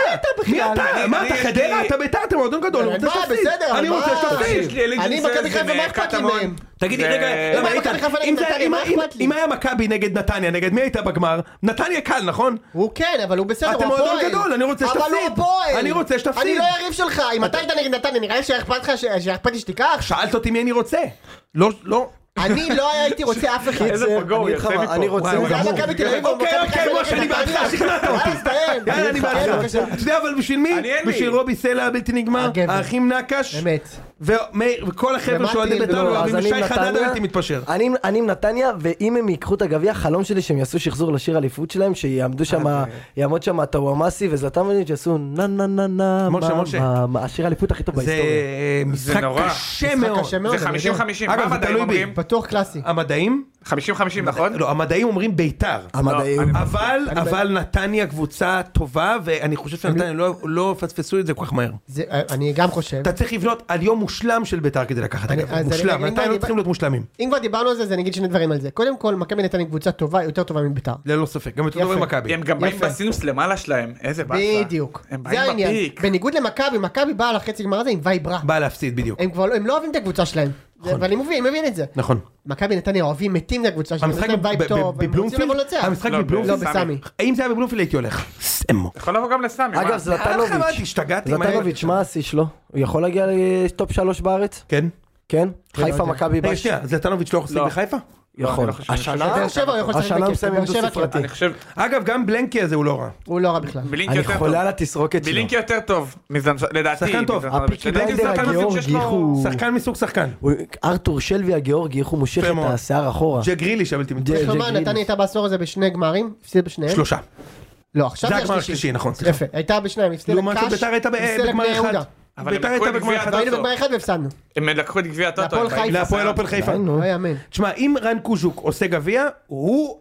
Speaker 3: מי
Speaker 2: בכלל?
Speaker 3: אתה? מה,
Speaker 1: אני-
Speaker 3: אתה
Speaker 1: אני-
Speaker 3: חדרה?
Speaker 1: אני-
Speaker 3: אתה בית"ר? לא אתה מועדון גדול, אני רוצה
Speaker 2: מה,
Speaker 3: שתפסיד.
Speaker 2: בסדר, אבל
Speaker 3: אני רוצה
Speaker 2: מה?
Speaker 3: שתפסיד.
Speaker 1: יש לי אליג'נסס
Speaker 2: אני מכבי חיפה,
Speaker 1: עם,
Speaker 2: מה
Speaker 1: אה,
Speaker 2: אכפת לי
Speaker 1: קטמון.
Speaker 2: מהם?
Speaker 3: תגידי
Speaker 1: ו-
Speaker 3: רגע, למה
Speaker 2: אם
Speaker 3: איתן,
Speaker 2: מכבי חיפה נגד
Speaker 3: אם זה-
Speaker 2: נתניה,
Speaker 3: אם-
Speaker 2: מה
Speaker 3: אם-
Speaker 2: אכפת לי?
Speaker 3: אם היה מכבי נגד נתניה, נגד מי הייתה בגמר? נתניה קל, נכון?
Speaker 2: הוא כן, אבל הוא בסדר,
Speaker 3: אתם
Speaker 2: הוא
Speaker 3: מועדון
Speaker 2: הפועל.
Speaker 3: גדול, אני רוצה
Speaker 2: אבל הוא
Speaker 3: שתפסיד.
Speaker 2: הפועל.
Speaker 3: אני רוצה שתפסיד.
Speaker 2: אני לא יריב שלך, אם אתה היית נגד נתניה, נראה לי שהיה אכפת לך, ש- שהיה אכפת לי שתיקח?
Speaker 3: שאלת אותי מי אני רוצה. לא, לא.
Speaker 2: אני לא הייתי רוצה אף אחד.
Speaker 1: איזה
Speaker 5: אני
Speaker 1: פגור,
Speaker 5: אגיד לך
Speaker 1: יוצא
Speaker 5: מה,
Speaker 1: מפה.
Speaker 5: אני רוצה...
Speaker 3: וואי,
Speaker 2: זה היה
Speaker 3: גמור.
Speaker 2: מכבי תל אביב, או
Speaker 3: אוקיי,
Speaker 2: מכבי
Speaker 3: אוקיי,
Speaker 2: חיפה
Speaker 3: משה,
Speaker 2: נגד
Speaker 3: אני בעדך,
Speaker 2: נתניה.
Speaker 3: שכנעת
Speaker 2: יאללה,
Speaker 3: אותי.
Speaker 2: הסתיים.
Speaker 3: יאללה, אני
Speaker 2: כן,
Speaker 3: בעדך.
Speaker 2: בבקשה.
Speaker 3: אתה יודע אבל בשביל מי?
Speaker 1: אני אין לי.
Speaker 3: בשביל רובי סלע הבלתי נגמר,
Speaker 2: הגבר.
Speaker 3: האחים נקש,
Speaker 2: באמת.
Speaker 3: ומאיר, וכל החבר'ה
Speaker 2: ומטיל,
Speaker 3: שאוהדי בית"ר
Speaker 5: לא, אז
Speaker 3: ואוהבים
Speaker 5: אני עם
Speaker 3: שי חדד
Speaker 5: נתניה- אה,
Speaker 3: הייתי מתפשר.
Speaker 5: אני עם- אני עם נתניה, ואם הם ייקחו את הגביע, החלום שלי שהם יעשו שחזור לשיר אליפות שלהם, שיעמדו
Speaker 3: אה,
Speaker 5: שם, יעמוד שם טוואמאסי וזלטן וליץ' שיעשו נה נה נה נה,
Speaker 3: משה,
Speaker 5: מה,
Speaker 3: משה.
Speaker 5: מה, מה, השיר האליפות הכי טוב
Speaker 3: זה לא,
Speaker 5: בהיסטוריה.
Speaker 3: משחק
Speaker 1: נורא.
Speaker 3: קשה
Speaker 2: משחק
Speaker 3: מאוד.
Speaker 2: קשה מאוד,
Speaker 1: זה
Speaker 2: אני יודע.
Speaker 1: 50-50,
Speaker 3: אגב,
Speaker 1: מה
Speaker 3: זה
Speaker 1: המדעים
Speaker 3: תלוי בי.
Speaker 1: אומרים?
Speaker 2: פתוח קלאסי.
Speaker 3: המדעים?
Speaker 1: 50-50 נכון?
Speaker 3: לא, המדעים אומרים בית"ר.
Speaker 5: המדעים.
Speaker 1: לא,
Speaker 3: אבל, אבל נתניה קבוצה טובה, ואני חושב שנתניה לא- לא פספסו את זה כל כך מהר.
Speaker 2: זה- אני גם חושב.
Speaker 3: אתה צריך לבנות על יום מושלם של בית"ר כדי לקחת,
Speaker 2: אני-
Speaker 3: אגב.
Speaker 2: אז אני-
Speaker 3: מושלם,
Speaker 2: אני-
Speaker 3: נתניה
Speaker 2: אני-
Speaker 3: לא צריכים להיות מושלמים.
Speaker 2: אם כבר דיברנו על זה, אז אני אגיד שני דברים על זה. קודם כל, מכבי נתניה היא קבוצה טובה, יותר טובה מביתר.
Speaker 3: ללא ספק, גם יותר
Speaker 2: יפה.
Speaker 3: טוב במכבי.
Speaker 1: הם גם באים
Speaker 2: יפה.
Speaker 1: בסינוס למעלה שלהם, איזה באסה.
Speaker 2: בדיוק.
Speaker 1: הם
Speaker 2: זה
Speaker 1: באים
Speaker 2: העניין.
Speaker 1: בפיק.
Speaker 2: בניגוד למכבי, מכבי באה לחצי גמר הזה עם וייברה.
Speaker 3: בא להפסיד בדיוק.
Speaker 2: הם כבר לא- הם לא אוהבים את הקבוצה שלהם. זה- ואני מבין, מבין את זה.
Speaker 3: נכון.
Speaker 2: מכבי נתניה אוהבים, מתים את הקבוצה שלהם.
Speaker 3: המשחק
Speaker 2: יש להם
Speaker 3: ב-
Speaker 2: וייב
Speaker 3: ב-
Speaker 2: טוב, הם רוצים
Speaker 3: בבלומפילד?
Speaker 2: לבוא לנצח.
Speaker 3: המשחק
Speaker 1: לא,
Speaker 2: לא,
Speaker 3: בבלומפילד?
Speaker 1: בסמי.
Speaker 2: בסמי.
Speaker 3: אם זה היה בבלומפילד הייתי הולך. סמו.
Speaker 1: יכול לבוא גם לסמי. מה?
Speaker 5: אגב,
Speaker 3: מה,
Speaker 5: זלטנוביץ'.
Speaker 3: השתגעתי? מה-
Speaker 5: זלטנוביץ', מה השיא שלו? הוא יכול להגיע לטופ שלוש בארץ?
Speaker 3: כן.
Speaker 5: כן? חיפה, מכבי,
Speaker 3: רגע,
Speaker 5: בש-
Speaker 3: שנייה, זלטנוביץ' לא יכול לשחק
Speaker 1: לא.
Speaker 3: בחיפה?
Speaker 1: לא, אני
Speaker 5: יכול.
Speaker 1: לא חושב-
Speaker 5: השנה?
Speaker 2: באר שבע הוא יכול לשחק
Speaker 5: השנה הוא
Speaker 2: בכיף,
Speaker 5: מסיים עם
Speaker 2: באר
Speaker 5: דו
Speaker 2: שבע כן.
Speaker 5: ספרתי.
Speaker 1: אני חושב,
Speaker 3: אגב, גם בלנקי הזה הוא לא רע.
Speaker 2: הוא לא רע בכלל.
Speaker 1: בלינק
Speaker 5: אני
Speaker 3: כן,
Speaker 1: יותר טוב.
Speaker 5: חולה על התסרוקת שלו.
Speaker 1: בלינק יותר טוב, מזנז- לדעתי.
Speaker 3: שחקן טוב.
Speaker 1: מזנזנוביץ'.
Speaker 5: הפיקי
Speaker 1: לדעתי
Speaker 5: בלנדר
Speaker 1: זלטנוביץ'
Speaker 5: הגיאורגי,
Speaker 1: יש לו-
Speaker 5: איך הוא-
Speaker 3: שחקן מסוג שחקן.
Speaker 2: אה.
Speaker 5: הוא- ארתור שלוי הגיאורגי, איך הוא מושך
Speaker 3: יפה
Speaker 5: את
Speaker 3: מאוד.
Speaker 5: השיער אחורה.
Speaker 3: ג'ק גריליש הבלתי מתפשר.
Speaker 5: ג'ק-
Speaker 2: כלומר,
Speaker 5: גריליש.
Speaker 2: נתניה הייתה בעשור הזה בשני גמרים, הפסיד בשניהם.
Speaker 3: שלושה.
Speaker 2: לא, עכשיו
Speaker 3: זה
Speaker 2: זה
Speaker 3: הגמר השלישי,
Speaker 2: השלישי.
Speaker 3: נכון, סליחה.
Speaker 2: יפה, הייתה בשניים, הפסיד
Speaker 3: לעומת
Speaker 2: לקאש,
Speaker 3: שביתר לא הייתה ב-
Speaker 2: הפסיד לבני
Speaker 3: בגמר אחד.
Speaker 2: יהודה.
Speaker 1: אבל
Speaker 3: ביתר
Speaker 1: הם לקחו
Speaker 3: הייתה
Speaker 1: את
Speaker 3: בגמר
Speaker 1: גביע
Speaker 3: אחד.
Speaker 1: הטוטו.
Speaker 2: היינו בגמר אחד והפסדנו.
Speaker 1: הם לקחו את גביע הטוטו.
Speaker 2: להפועל
Speaker 1: הם באים
Speaker 2: חיפה.
Speaker 3: להפועל הפועל חיפה.
Speaker 5: די, נו.
Speaker 2: לא יאמן.
Speaker 3: תשמע, אם רן קוז'וק עושה גביע, הוא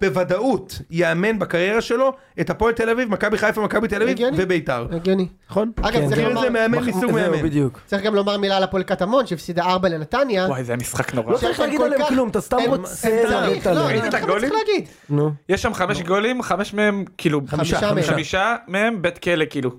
Speaker 3: בוודאות יאמן בקריירה שלו את הפועל תל אביב, מכבי חיפה, מכבי תל אביב
Speaker 2: הגיוני.
Speaker 3: וביתר.
Speaker 2: הגיוני.
Speaker 3: נכון?
Speaker 2: אגב,
Speaker 3: כן,
Speaker 2: צריך
Speaker 3: מכיר את
Speaker 2: לומר-
Speaker 3: זה מאמן
Speaker 5: מח-
Speaker 3: מסוג
Speaker 5: זהו,
Speaker 3: מאמן.
Speaker 5: בדיוק.
Speaker 2: צריך גם לומר מילה על הפועל קטמון, שהפסידה ארבע לנתניה.
Speaker 1: וואי, זה היה משחק נורא.
Speaker 5: לא צריך
Speaker 2: שהם
Speaker 5: להגיד
Speaker 2: כל
Speaker 5: עליהם
Speaker 2: כך-
Speaker 5: כלום, אתה סתם
Speaker 2: הם-
Speaker 5: רוצה
Speaker 2: הם
Speaker 5: להרים
Speaker 2: צריך,
Speaker 5: את
Speaker 2: לא,
Speaker 5: הלב.
Speaker 2: אני
Speaker 1: ראית
Speaker 2: לא
Speaker 1: את
Speaker 2: צריך
Speaker 1: הגולים?
Speaker 2: להגיד.
Speaker 5: נו.
Speaker 1: יש שם חמש גולים, חמישה מהם, כאילו,
Speaker 2: חמישה מהם.
Speaker 1: חמישה מהם בית כלא, כאילו.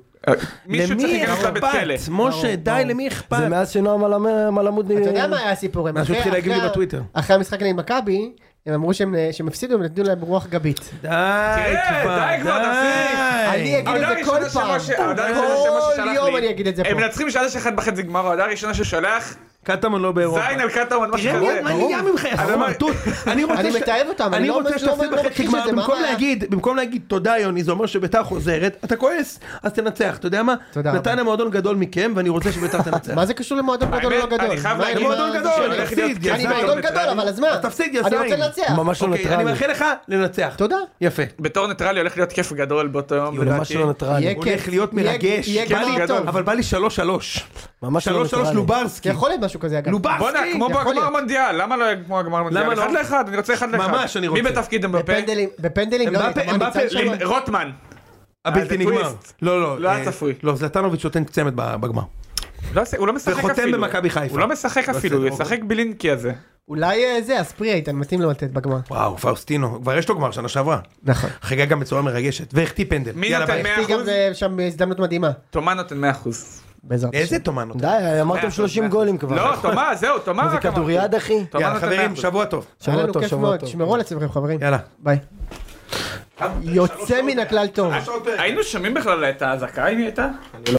Speaker 1: מישהו צריך
Speaker 3: למי
Speaker 1: להיכנס לבית כלא.
Speaker 3: אכפת? משה, די, למי אכפת?
Speaker 5: זה מאז שנועם על המ- על עמוד...
Speaker 2: אתה יודע מה היה הסיפור?
Speaker 3: אז
Speaker 2: הם
Speaker 3: הוא
Speaker 2: אחרי-
Speaker 3: אה, התחיל להגיב לי
Speaker 2: אחרי-
Speaker 3: בטוויטר.
Speaker 2: אחרי המשחק נגד מכבי, הם אמרו שהם אה, שהם הפסידו, הם נתנו להם רוח גבית.
Speaker 3: די
Speaker 1: תראה,
Speaker 3: כבר,
Speaker 1: די כבר, תפסיק.
Speaker 2: אני אגיד את
Speaker 1: ההודעה
Speaker 2: זה כל
Speaker 1: הראשונה
Speaker 2: פעם.
Speaker 1: שמה ש- ההודעה הראשונה שמה
Speaker 2: כל
Speaker 1: ששלח
Speaker 2: יום
Speaker 1: לי.
Speaker 2: אני אגיד את זה
Speaker 1: הם
Speaker 2: פה.
Speaker 1: מנצחים שלוש אחד בחצי גמר, ההודעה הראשונה ששלח,
Speaker 3: קטמון לא באירופה.
Speaker 1: זין על קטמון, משהו
Speaker 3: תראה מי-
Speaker 1: כזה.
Speaker 3: מה נהיה ממך, יא
Speaker 1: אבל-
Speaker 3: סמרטוט. אני רוצה
Speaker 2: אני
Speaker 3: ש-
Speaker 2: מתעב אותם, אני
Speaker 3: אני
Speaker 2: לא
Speaker 3: רוצה
Speaker 2: אומר- לא
Speaker 3: שתפסיד
Speaker 2: אומר- לא
Speaker 3: בחצי
Speaker 2: מכחיש את
Speaker 3: גמר,
Speaker 2: זה, מה
Speaker 3: במקום
Speaker 2: הבעיה?
Speaker 3: להגיד, במקום להגיד תודה יוני, זה אומר שביתר חוזרת, אתה כועס, אז תנצח, אתה יודע מה?
Speaker 2: תודה רבה.
Speaker 3: נתניה מועדון גדול מכם, ואני רוצה
Speaker 2: *laughs*
Speaker 3: שביתר תנצח.
Speaker 2: מה זה קשור למועדון גדול או לא
Speaker 1: האמת,
Speaker 2: גדול?
Speaker 1: אני חייב
Speaker 2: מה,
Speaker 1: להגיד-
Speaker 2: אני-
Speaker 3: מועדון
Speaker 2: מה-
Speaker 3: גדול,
Speaker 2: שאני-
Speaker 3: הולך להיות גזען
Speaker 2: אני מועדון
Speaker 1: יותר
Speaker 2: גדול,
Speaker 1: מדי.
Speaker 2: אבל אז מה?
Speaker 3: אז תפסיד,
Speaker 2: אני
Speaker 3: יזיים.
Speaker 2: רוצה לנצח.
Speaker 5: ממש לא
Speaker 3: אוקיי,
Speaker 5: ניטרלי.
Speaker 3: אני מאחל לך לנצח.
Speaker 2: תודה.
Speaker 3: יפה.
Speaker 1: בתור ניטרלי הולך להיות כיף גדול באותו יום,
Speaker 3: כאילו,
Speaker 5: הוא ממש לא ניטרלי.
Speaker 2: יהיה
Speaker 3: הולך
Speaker 2: כיף.
Speaker 3: להיות
Speaker 2: יהיה-
Speaker 3: מרגש.
Speaker 2: יהיה
Speaker 1: כי
Speaker 2: גמר
Speaker 1: אני גדול.
Speaker 2: טוב.
Speaker 3: אבל בא לי שלוש שלוש.
Speaker 5: ממש לא
Speaker 3: שלוש שלוש
Speaker 5: ניטרלי.
Speaker 3: לוברסקי.
Speaker 2: יכול להיות משהו כזה אגב.
Speaker 3: לוברסקי.
Speaker 1: בואנה, כמו
Speaker 2: יכול
Speaker 1: בגמר
Speaker 2: להיות.
Speaker 1: מונדיאל, למה לא היה כמו הגמר מונדיאל?
Speaker 3: לא?
Speaker 1: אחד לאחד, אני רוצה אחד לאחד.
Speaker 3: ממש, אני
Speaker 1: מי
Speaker 3: רוצה.
Speaker 1: בתפקיד אמבפה?
Speaker 2: בפנדלים, בפנדלים, לא,
Speaker 3: אמבפה-
Speaker 2: איתמר ניצן
Speaker 3: אמבפה-
Speaker 2: שם.
Speaker 1: ל- רוטמן.
Speaker 3: הבלתי
Speaker 1: אה, זה
Speaker 3: נגמר.
Speaker 1: טוויסט.
Speaker 3: לא, לא.
Speaker 1: לא היה
Speaker 3: אה,
Speaker 1: צפוי.
Speaker 3: לא, זלטנוביץ' נותן צמד ב- בגמר.
Speaker 1: לא עושה- הוא לא משחק אפילו.
Speaker 3: וחותם במכבי חיפה.
Speaker 1: הוא לא משחק אפילו, הוא
Speaker 3: בסדר,
Speaker 1: ישחק בלינקי הזה.
Speaker 2: אולי אה, זה, אספרי איתן, מתאים לו לתת בגמר.
Speaker 3: וואו, פאוסטינו, כבר יש לו גמר שנה שעברה.
Speaker 2: נכון.
Speaker 3: חגג גם בצורה מרגשת, והחטיא פנדל.
Speaker 1: מי
Speaker 3: יאללה,
Speaker 1: נותן
Speaker 3: ביי.
Speaker 1: מאה
Speaker 2: יש לי גם
Speaker 1: אחוז?
Speaker 2: אה, שם הזדמנות מדהימה.
Speaker 1: תומה נותן 100%.
Speaker 2: בעזרת השם.
Speaker 3: איזה תומן נותן.
Speaker 5: די,
Speaker 1: מאה
Speaker 5: אמרתם
Speaker 3: אה,
Speaker 1: אחוז,
Speaker 5: 30
Speaker 1: מאה
Speaker 5: גולים
Speaker 1: אחוז.
Speaker 5: כבר.
Speaker 1: לא, תומה, זהו, תומה.
Speaker 5: זה
Speaker 1: רק אמרתי.
Speaker 5: כדוריד, אחי.
Speaker 1: תומה
Speaker 3: יאללה
Speaker 1: נותן
Speaker 3: חברים,
Speaker 1: 100%.
Speaker 3: שבוע טוב.
Speaker 2: היה
Speaker 5: שבוע
Speaker 2: לנו
Speaker 5: טוב,
Speaker 2: כיף
Speaker 5: שבוע
Speaker 2: מאוד,
Speaker 5: טוב.
Speaker 2: תשמרו על עצמכם חברים.
Speaker 3: יאללה.
Speaker 2: ביי. יוצא מן הכלל טוב.
Speaker 1: היינו שומעים בכלל את האזעקה אם היא הייתה?